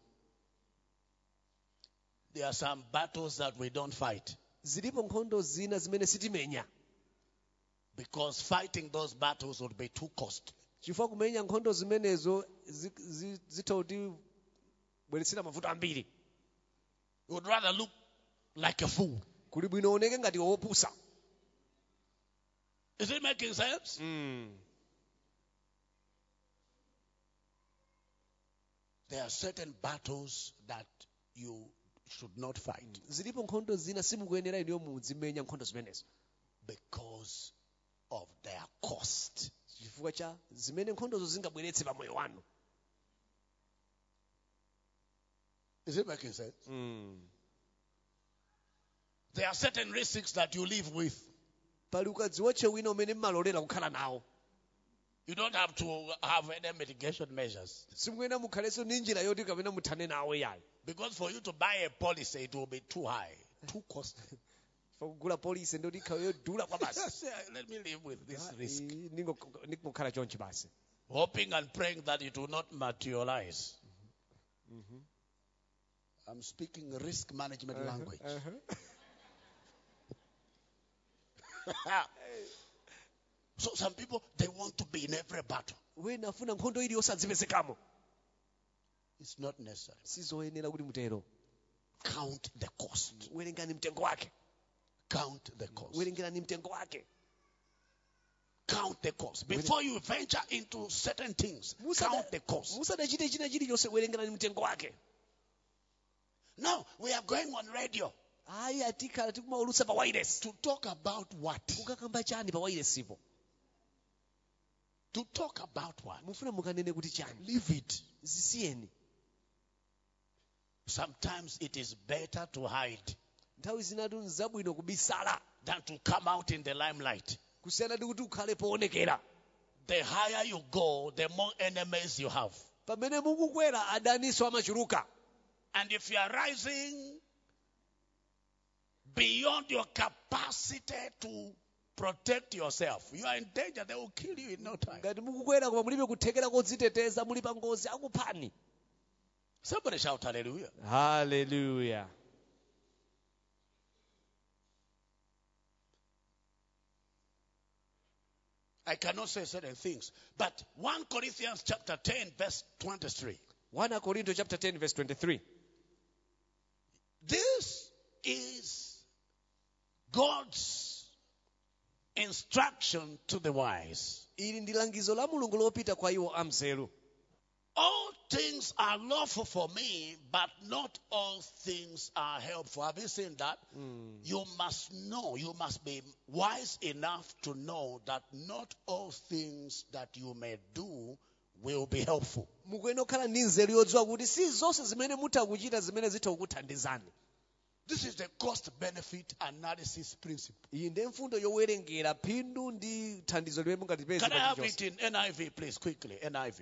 S1: There are some battles that we don't fight
S2: zilipo nkhondo zina zimene sitimenya
S1: because fighting those battles would be too costly.
S2: chifukwa kumenya nkhondo zimenezo zi- zi- zitha kuti bweretsera mavuto ambiri
S1: You would rather look like a fool.
S2: kuli bwino oneke ngati wopusa
S1: Is it making sense? There are certain battles that you should not fight
S2: zilipo nkhondo zina simukuyenera inuyo muzimenya nkhondo zimenezo
S1: because of their cost.
S2: chifukwa cha zimene nkhondozo zingabweretse pa moyo wanu
S1: Is it making sense? There are certain risks that you live with.
S2: pali ukadziwotche wina umene mmalolera kukhala nawo
S1: You don't have to have any mitigation measures.
S2: simukuyena mukhalenso ndi njira yoti kapena muthane nawo yayi
S1: Because for you to buy a policy, it will be too high, too costly.
S2: fakugula polisi ndi kuti ikhawe yodula kwa basi
S1: Just, uh, Let me live with this risk.
S2: Ii, ndingo- ndikukhala chonchi basi
S1: Hoping and praying that it will not materialize. I'm speaking risk management language.
S2: Uh-huh.
S1: so some people, they want to be in every battle.
S2: wena afuna nkhondo ili yosadzipezekamo
S1: It's not necessary.
S2: sizoyenera kuti mutero
S1: Count the cost.
S2: werengani mtengo wake
S1: Count the cost.
S2: werengerani mtengo wake
S1: Count the cost. Before you venture into certain things,
S2: Musada-
S1: count the cost.
S2: musadachite china chilichonse werengerani mtengo wake
S1: Now we are going on radio
S2: ayi atikhala tikumaulutsa pa wireless
S1: to talk about what?
S2: mukakamba chani pa wireless ipo
S1: To talk about what?
S2: mufuna mukanene kuti chani
S1: Leave it.
S2: zisiyeni
S1: Sometimes it is better to hide
S2: nthawi zinatu nzabwino kubisala
S1: than to come out in the limelight.
S2: kusiyana ndi kuti ukhale poonekera
S1: The higher you go, the more enemies you have.
S2: pamene mukukwera adaniso amachuluka
S1: And if you are rising beyond your capacity to protect yourself, you are in danger. They will kill you in no time.
S2: ngati mukukwera koma mulibe kuthekera kodziteteza muli pa ngozi akuphani
S1: Somebody shout hallelujah.
S2: haleluya
S1: I cannot say certain things. But 1 Corinthians chapter 10, verse 23.
S2: 1 Corinto chapter 10 verse 23
S1: This is God's instruction to the wise.
S2: ili ndi langizo la mulungu lopita kwa iwo amzelu
S1: All things are lawful for me, but not all things are helpful. Have you seen that? You must know, you must be wise enough to know that not all things that you may do will be helpful.
S2: mukuyena okhala ndi nzeru yodziwa kuti si zonse zimene mutha kuchita zimene zitha kukuthandizani
S1: This is the cost benefit analysis principle.
S2: iyi ndi mfundo yowerengera phindu ndi thandizo limene mungatipeze
S1: Can I
S2: pa
S1: have
S2: chilichonse.
S1: it in NIV, please, quickly? NIV.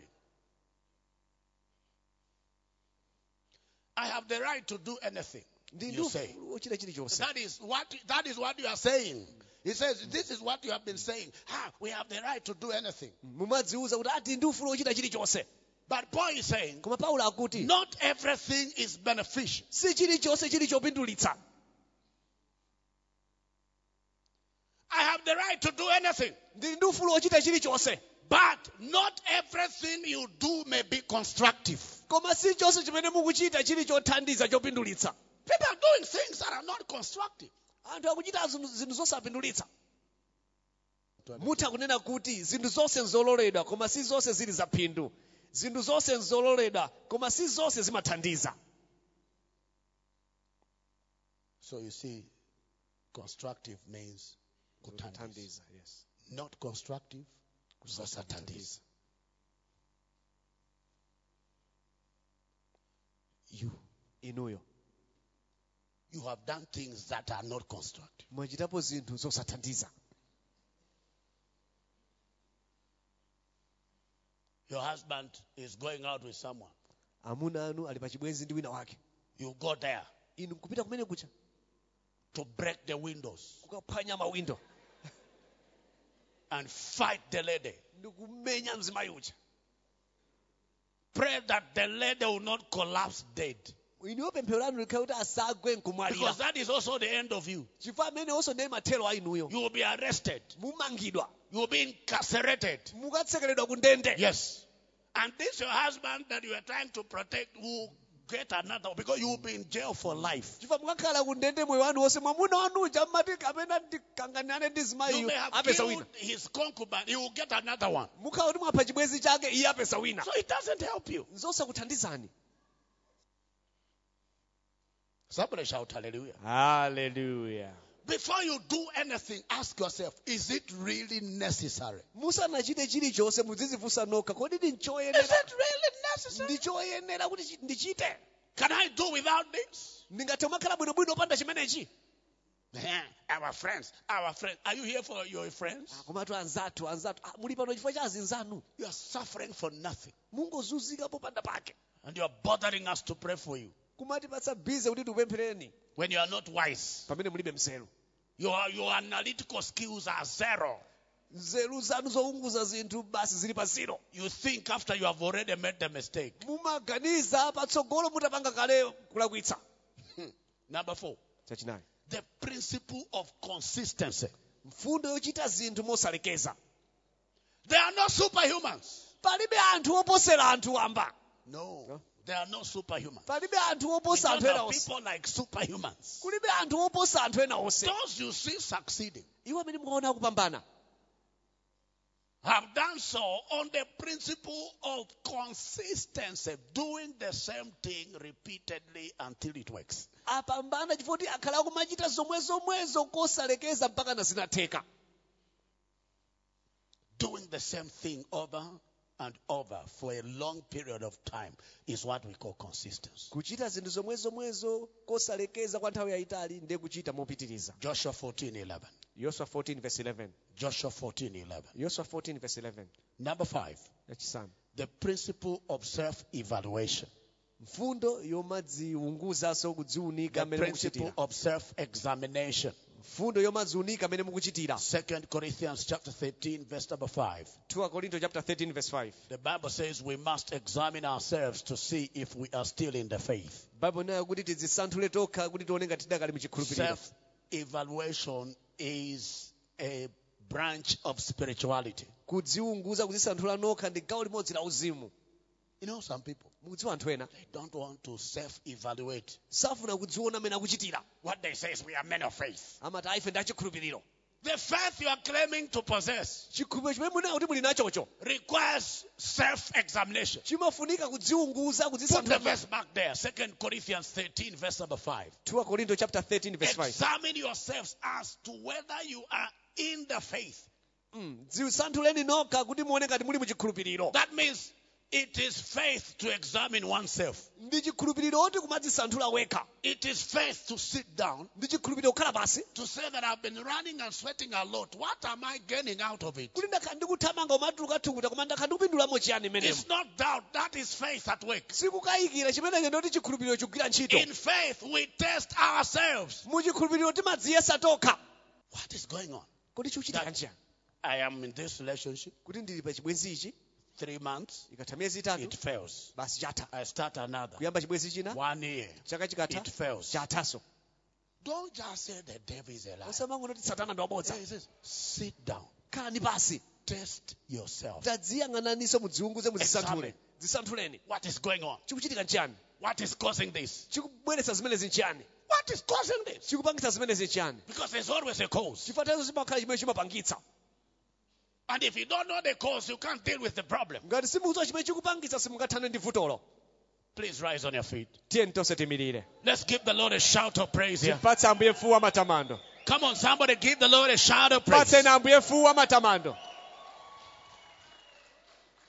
S1: I have the right to do anything.
S2: ndi ndi
S1: you say.
S2: ufulu wochita chilichonse
S1: That is what that is what you are saying. He says, This is what you have been saying. Ah, we have the right to do anything.
S2: mumadziwuza kuti ati ndi ufulu wochita chilichonse
S1: But Paul is saying,
S2: koma paulo akuti
S1: not everything is beneficial.
S2: si chilichonse chili chopindulitsa
S1: I have the right to do anything.
S2: ndili ndi ufulu wochita chilichonse
S1: But not everything you do may be constructive.
S2: koma si chonse chimene mukuchita chili chothandiza chopindulitsa
S1: People are doing things that are not constructive.
S2: anthu akuchita zinthu zinthu zosapindulitsa mutha kunena kuti zinthu zonse nzololedwa koma si zonse zili za phindu zinthu zonse nzololedwa koma si zonse zimathandiza
S1: So you see, constructive means kutandis. Not constructive, kusasatandis. You,
S2: inuyo
S1: you have done things that are not constructive.
S2: mwachitapo zinthu zosathandiza
S1: Your husband is going out with someone.
S2: amuna anu ali pa chibwenzi ndi wina wake
S1: You go there
S2: inu kupita kumene kucha
S1: to break the windows
S2: kukaphwanya mawindo
S1: and fight the lady.
S2: ndikumenya mzimayi ucha
S1: Pray that the lady will not collapse dead.
S2: inuyo pemphero lanu likhale kuti asagwe
S1: Because
S2: nkumwalira
S1: that is also the end of you.
S2: chifukwa amene onso ndiye mathero a inuyo
S1: You will be arrested.
S2: mumangidwa
S1: You will be incarcerated.
S2: mukatsekeredwa ku ndende
S1: Yes. And this your husband that you are trying to protect will get another because you will be in jail for life.
S2: chifukwa mukakhala ku ndende moyo wanu wonse mwamuna wanuja mmati kapena ndikanganane ndi
S1: You
S2: zimayiyo
S1: may have
S2: apeza
S1: killed
S2: wina
S1: his concubine, he will get another one.
S2: mukhala kuti mwapha chibwenzi chake iye apeza wina
S1: So it doesn't help you.
S2: zosakuthandizani
S1: Somebody shout hallelujah.
S2: haleluya
S1: Before you do anything, ask yourself, is it really necessary?
S2: musanachite chilichonse mudzidzifunsa nokha kodi ndi
S1: Is
S2: nchoyenera
S1: it really necessary?
S2: ndi choyenera kuti chi- ndichite
S1: Can I do without this?
S2: ndingathe kumakhala bwinobwino opanda chimenechi
S1: Eh, Our friends, our friends. Are you here for your friends?
S2: komatu Ah, anzathu anzathu Ah, muli pano chifukwa cha azinzanu
S1: You are suffering for nothing.
S2: mungozunzika popanda pake
S1: And you are bothering us to pray for you
S2: kumatipatsa bize kuti tikupemphereni
S1: when you are not wise.
S2: pamene mulibe mzelu
S1: Your, your analytical skills are zero.
S2: nzeru zanu zounguza zinthu basi zili pa zero
S1: You think after you have already made the mistake.
S2: mumaganiza patsogolo mutapanga kale kulakwitsa
S1: Number four,
S2: chachinali
S1: the principle of consistency.
S2: mfundo yochita zinthu mosalekeza
S1: They are not superhumans.
S2: palibe anthu oposera anthu wamba
S1: No,
S2: No.
S1: they are not superhumans.
S2: palibe anthu
S1: We
S2: oposa
S1: don't
S2: anthu ena
S1: have
S2: onse
S1: people like superhumans.
S2: kulibe anthu oposa anthu ena onse
S1: Those you see succeeding,
S2: iwo amene mukaona akupambana
S1: have done so on the principle of consistency, doing the same thing repeatedly until it works.
S2: apambana chifoti akhala akumachita zomwezomwezo kosalekeza mpaka na zinatheka
S1: Doing the same thing over and over for a long period of time is what we call consistency.
S2: kuchita zinthu zomwezomwezo kosalekeza kwa nthawi yayitali ndiye kuchita mopitiriza
S1: Joshua 14 11.
S2: yoswa 14 verse 11
S1: Joshua 14 11.
S2: yoswa 14 verse 11
S1: Number five,
S2: yachisanu
S1: the principle of self evaluation,
S2: mfundo yomadziunguzanso kudziunika
S1: the
S2: mmene
S1: principle
S2: mukuchitira
S1: of self examination.
S2: mfundo yomadziunika mmene mukuchitira
S1: 2 Corinthians chapter 13, verse number 5.
S2: 2 Korinto chapter 13 verse 5
S1: The Bible says we must examine ourselves to see if we are still in the faith.
S2: baibulo nayo kuti tidzisanthule tokha kuti tione ngati tidakali muchikhulupiriro
S1: Self evaluation is a branch of spirituality.
S2: kudziunguza kudzisanthula nokha ndi gawo limodzi la uzimu
S1: You know, some people,
S2: mukudziwa anthu ena
S1: they don't want to self evaluate.
S2: safuna kudziona amene akuchitira
S1: What they say is we are men of faith.
S2: amati aife ndi achikhulupiriro
S1: The faith you are claiming to possess
S2: chikhulupiriro chimene munayo kuti muli nachocho
S1: requires self examination.
S2: chimafunika kudziunguza
S1: Put the
S2: kudzisanthula
S1: verse back there, 2 Corinthians 13, verse number 5.
S2: 2 Korinto chapter 13 verse 5
S1: Examine yourselves as to whether you are in the faith.
S2: Mm, dzisanthuleni nokha kuti muone ngati muli muchikhulupiriro
S1: That means it is faith to examine oneself.
S2: ndi chikhulupiriro oti kumadzisanthula wekha
S1: It is faith to sit down,
S2: ndi chikhulupiriro kukhala pasi
S1: to say that I've been running and sweating a lot. What am I gaining out of it?
S2: kuti ndakhala ndikuthamanga umatulukathukuta koma ndakhala ndikupindulamo chiyani mmenemo
S1: It's not doubt, that is faith at work.
S2: sikukayikira chimeneche ndoti chikhulupiriro chikugwira ntchito
S1: In faith, we test ourselves.
S2: muchikhulupiriro timadziyesa tokha
S1: What is going on?
S2: kuti chikuchitika
S1: That-
S2: njani
S1: I am in this relationship,
S2: kuti ndili pa chibwenzi ichi
S1: three months,
S2: ikatha miyezi itatu
S1: it fails.
S2: basi chatha
S1: I start another,
S2: kuyamba chibwenzi china
S1: one year,
S2: chaka chikatha
S1: it fails.
S2: chathanso
S1: Don't just say the devil is a liar.
S2: osamangoti satana ndi wabodza
S1: Say this, Sit down,
S2: khalani pasi
S1: test yourself.
S2: tadziyang'ananinso mudziunguze muzisanthule zisanthuleni
S1: What is going on?
S2: chikuchitika nchiyani
S1: What is causing this?
S2: chikubweretsa zimenezi nchiyani
S1: What is causing this?
S2: chikupangitsa zimenezi nchiyani
S1: Because there's always a cause.
S2: chifatanso chimakhala chimene chimapangitsa
S1: And if you don't know the cause, you can't deal with the problem.
S2: ngati simukudziwa chimene chikupangitsa simungathane ndi vutolo
S1: Please rise on your feet.
S2: tiyeni tonse timirire
S1: Let's give the Lord a shout of praise here.
S2: tipatse ambuye mfuwu amatamando
S1: Come on, somebody give the Lord a shout of praise.
S2: patseni ambuye mfuwu amatamando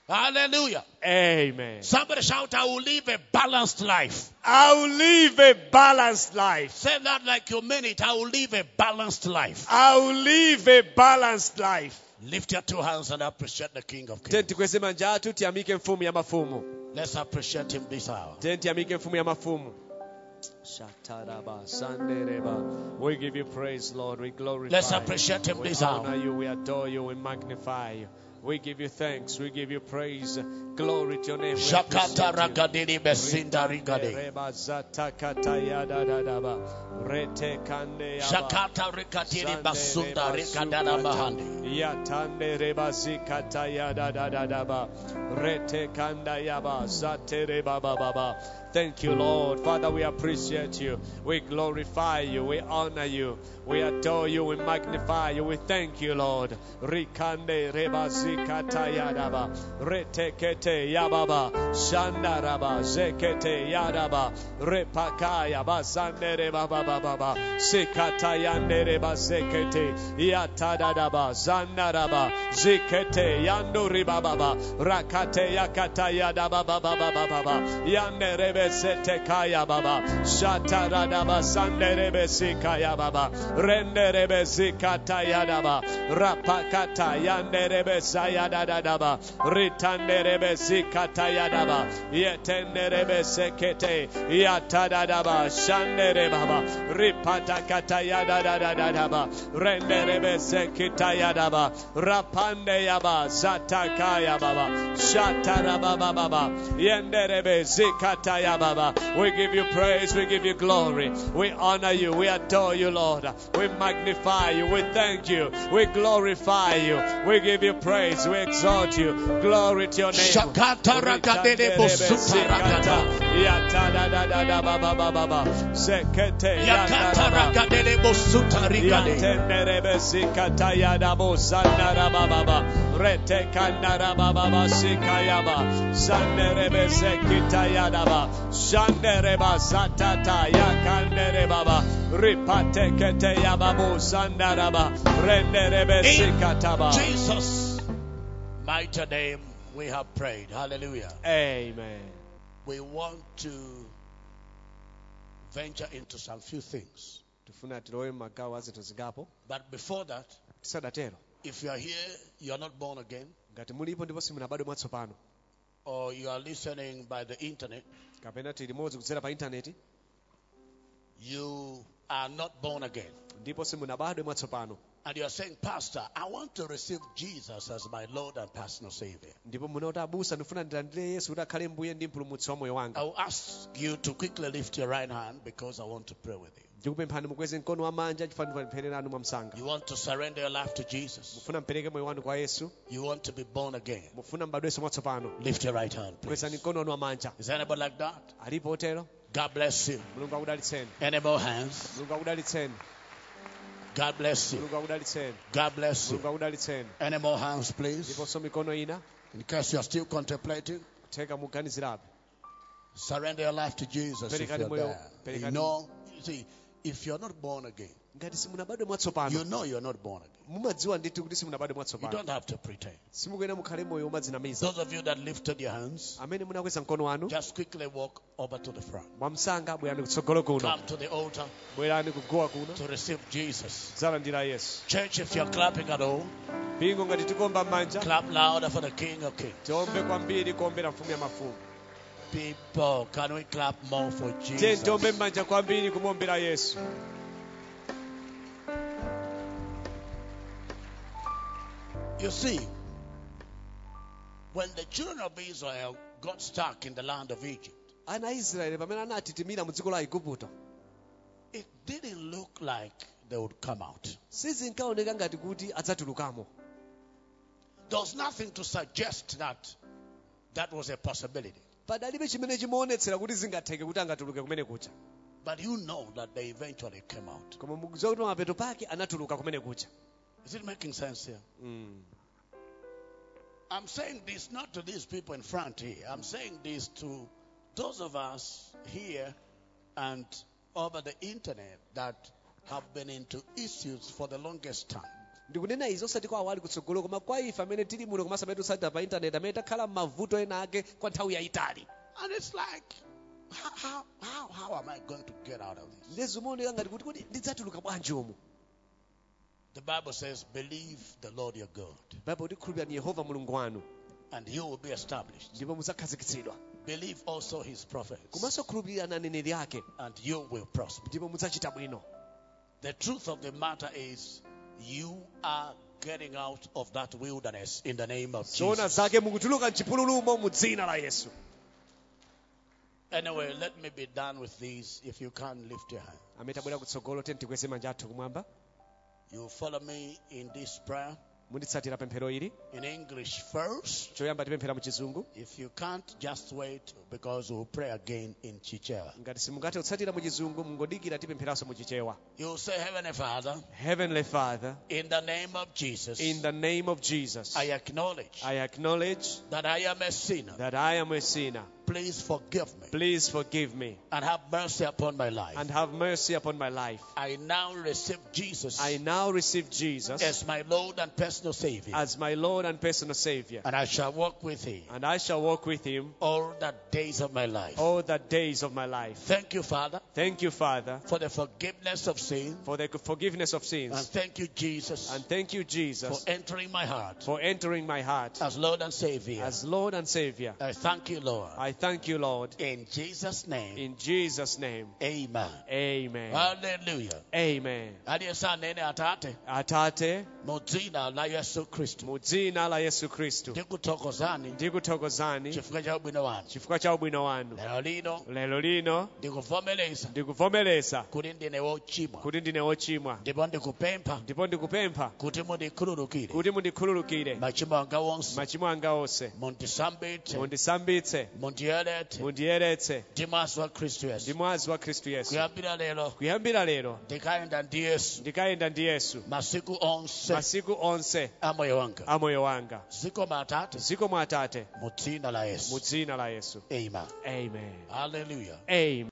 S1: Hallelujah.
S2: amen
S1: Somebody shout, I will live a balanced life.
S2: i will live a balanced life
S1: Say that like you mean it. I will live a balanced life.
S2: i will live a balanced life
S1: Lift your two hands and appreciate the King of
S2: tiyeni
S1: Kings.
S2: tikweze manja athu tiyamike mfumu ya mafumu
S1: Let's appreciate him this hour.
S2: tiyeni tiyamike mfumu ya mafumu Shataraba, sandereba. We give you praise, Lord. We glorify
S1: Let's appreciate him
S2: We
S1: this
S2: honor
S1: hour.
S2: you, we adore you, we magnify you. We give you thanks, we give you praise. Glory to your name. We
S1: Shakata
S2: appreciate you.
S1: ragadini besinda rigade.
S2: Reba zata kata ya da da da ba. Rete kande ya ba.
S1: Shakata rikatini
S2: Sande
S1: basunda
S2: reba
S1: rikadana
S2: sukata.
S1: mahandi.
S2: Ya tande reba zikata ya da da da da ba. Rete kanda ya ba. Zate reba ba ba ba. Thank you, Lord. Father, we appreciate you. We glorify you. We honor you. We adore you. We magnify you. We thank you, Lord. Rikande reba zikata ya da ba. Rete kete ya ba ba. Shanda raba zekete ya da ba. Repakaya ba zande reba ba ba ba ba. Sikata ya nere ba zekete yatadadaba zandaraba zikete yando ribababa rakate yakata yadabababababa yanderebe sete kaya baba shataradaba sanderebe sikaya baba renderebe sikata yadaba rapakata yanderebe sayadadadaba ritanderebe sikata yadaba yetenderebe sekete yatadadaba shanderebaba ripatakata yadadadadaba renderebe sekita yadaba rapande yaba zataka yababa shatarabababa yenderebe zikata yababa we give you praise we give you glory we honor you we adore you lord we magnify you we thank you we glorify you we give you praise we exalt you glory to your name
S1: Shakata rakadede bosuta rakata.
S2: Yatadadadadabababa. Zekete yadadaba.
S1: Yakataraka bosuta rigade.
S2: Amen.
S1: Jesus' mighty name we have prayed. Hallelujah. We want to venture into some few things.
S2: tifuna tilowe mumagawo azinthu
S1: But before that,
S2: tisadatero
S1: if you are here, you are not born again,
S2: ngati mulipo ndipo simunabadwe mwatsopano
S1: or you are listening by the internet,
S2: kapena tili limodzi kudzera pa intaneti
S1: you are not born again.
S2: ndipo simunabadwe mwatsopano
S1: And you are saying, Pastor, I want to receive Jesus as my Lord and personal Savior.
S2: ndipo munauti abusa ndifuna ndilandire yesu kuti akhale mbuye ndi mpulumutsi wa moyo wanga
S1: I will ask you to quickly lift your right hand because I want to pray with you.
S2: ndikupemphani mukweze mkono wa manja chifanifa mphereranu mwamsanga
S1: You want to surrender your life to Jesus.
S2: mufuna mpereke moyo wanu kwa yesu
S1: You want to be born again.
S2: mufuna mbadwenso mwatsopano
S1: Lift your right hand, please.
S2: kwezani mkono wanu wa manja
S1: Is anybody like that?
S2: alipo otero
S1: God bless you.
S2: mulungu akudalitseni
S1: Any more hands?
S2: mulungu akudalitseni
S1: God bless you.
S2: mulungu akudalitseni
S1: God bless you.
S2: mulungu akudalitseni
S1: Any more hands, please?
S2: ndiponso mikono ina
S1: In case you are still contemplating,
S2: kutheka muganizirapo
S1: surrender your life to Jesus if
S2: Perekani
S1: you're
S2: moyo-
S1: there. You
S2: perekani-
S1: know, you see, if you're not born again,
S2: ngati simunabadwe mwatsopano
S1: you know you're not born again.
S2: mumadziwa ndithu kuti simunabadwe
S1: You
S2: mwatsopano
S1: don't have to pretend.
S2: simukuyena mukhale moyo umadzinamiza
S1: Those of you that lifted your hands,
S2: amene munakweza mkono wanu
S1: just quickly walk over to the front.
S2: mwamsanga bwerani kutsogolo kuno
S1: Come to the altar
S2: bwerani kugowa kuno
S1: to receive Jesus.
S2: zalandira yesu
S1: Church, if you're clapping at all,
S2: pingo ngati tikomba mmanja
S1: clap louder for the King of Kings.
S2: tiombe kwambiri kuombera mfumu ya mafumu
S1: People, can we clap more for
S2: tiye
S1: Jesus?
S2: tiombe mmanja kwambiri kumombera yesu
S1: You see, when the children of Israel got stuck in the land of Egypt,
S2: ana aisraeli pamene anatitimira mu dziko la igupto
S1: it didn't look like they would come out.
S2: sizinkaoneka ngati kuti adzatulukamo
S1: There was nothing to suggest that that was a possibility.
S2: padalibe chimene chimaonetsera kuti zingatheke kuti angatuluke kumene kuja
S1: But you know that they eventually came out.
S2: koma mukudziwa kuti mapeto pake anatuluka kumene kuja
S1: Is it making sense here?
S2: mm.
S1: I'm saying this not to these people in front here. I'm saying this to those of us here and over the internet that have been into issues for the longest time.
S2: ndikunena izi osati kwa awali kutsogolo koma kwa ife amene tili muno komanso amene tisadda pa intaneti amene takhala m'mavuto ena ake kwa nthawi yayitali
S1: And it's like, how, how, how, how am I going to get out of this?
S2: ndiye zimaoneka ngati kuti kodi ndidzatuluka bwanji omu
S1: The Bible says, believe the Lord your God,
S2: baibulo kuti khulupirani yehova mulungu wanu
S1: and you will be established.
S2: ndipo mudzakhazikitsidwa
S1: Believe also his prophets,
S2: komanso khulupirani aneneri ake
S1: and you will prosper.
S2: ndipo mudzachita bwino
S1: The truth of the matter is, you are getting out of that wilderness in the name of
S2: zoona
S1: Jesus.
S2: zake mukutuluka mchipululumo mu dzina la yesu
S1: Anyway, let me be done with this. If you can, lift your hand.
S2: amene tabwera kutsogolo tenti tikweze manja athu kumwamba
S1: You follow me in this prayer
S2: munditsatira pemphero ili
S1: in English first.
S2: choyamba tipemphera mu chizungu
S1: If you can't, just wait because we'll pray again in Chichewa.
S2: ngati simungathe kutsatira mu chizungu mungodikira tipempheranso mu chichewa
S1: You'll say, Heavenly Father,
S2: heavenly father
S1: in the name of Jesus,
S2: in the name of jesus
S1: I acknowledge
S2: I acknowledge
S1: that I am a sinner.
S2: that I am a sinner.
S1: Please forgive me
S2: Please forgive me
S1: and have mercy upon my life.
S2: and have mercy upon my life.
S1: I now receive Jesus
S2: I now receive Jesus
S1: as my Lord and personal Savior,
S2: as my Lord and personal Savior,
S1: and I shall walk with Him
S2: and I shall walk with Him
S1: all the days of my life.
S2: all the days of my life.
S1: Thank you, Father,
S2: Thank you, Father,
S1: for the forgiveness of sin,
S2: for the forgiveness of
S1: and
S2: sins.
S1: thank you, Jesus,
S2: And thank you,
S1: for
S2: Jesus,
S1: entering my heart
S2: for entering my heart
S1: as Lord and Savior.
S2: as Lord and Savior.
S1: I thank you, Lord.
S2: I thank you, Lord,
S1: In Jesus' name,
S2: in Jesus' name.
S1: Amen.
S2: Amen.
S1: Hallelujah.
S2: Amen.
S1: Aliye sana nene atate
S2: Atate,
S1: mu dzina la yesu kristu
S2: mu dzina la yesu khristu
S1: ndikuthokozani
S2: ndikuthokozani
S1: chifukwa cha ubwino wanu
S2: chifukwa cha ubwino wanu
S1: lero lino
S2: lero lino
S1: ndikuvomereza
S2: ndikuvomereza
S1: kuti ndine wochimwa
S2: kuti ndine wochimwa
S1: ndipo ndikupempha
S2: ndipo ndikupempha
S1: kuti mundikhululukire
S2: kuti mundikhululukire
S1: machimo anga onse
S2: machimo anga onse
S1: mundisambitse
S2: mundisambitse
S1: mundiyerete
S2: mundiyeretse
S1: ndi maso wa khristu yesu
S2: ndi mwazi wa khristu yesu
S1: kuyambira lero
S2: kuyambira lero
S1: ndikayenda ndi yesu
S2: ndikayenda ndi yesu
S1: masiku onse
S2: masiku onse
S1: a moyo wanga
S2: a moyo wanga
S1: ziko matate
S2: ziko mwa atate
S1: mu dzina la
S2: mu
S1: yesu
S2: dzina la yesu
S1: amen
S2: amen
S1: haleluya
S2: amen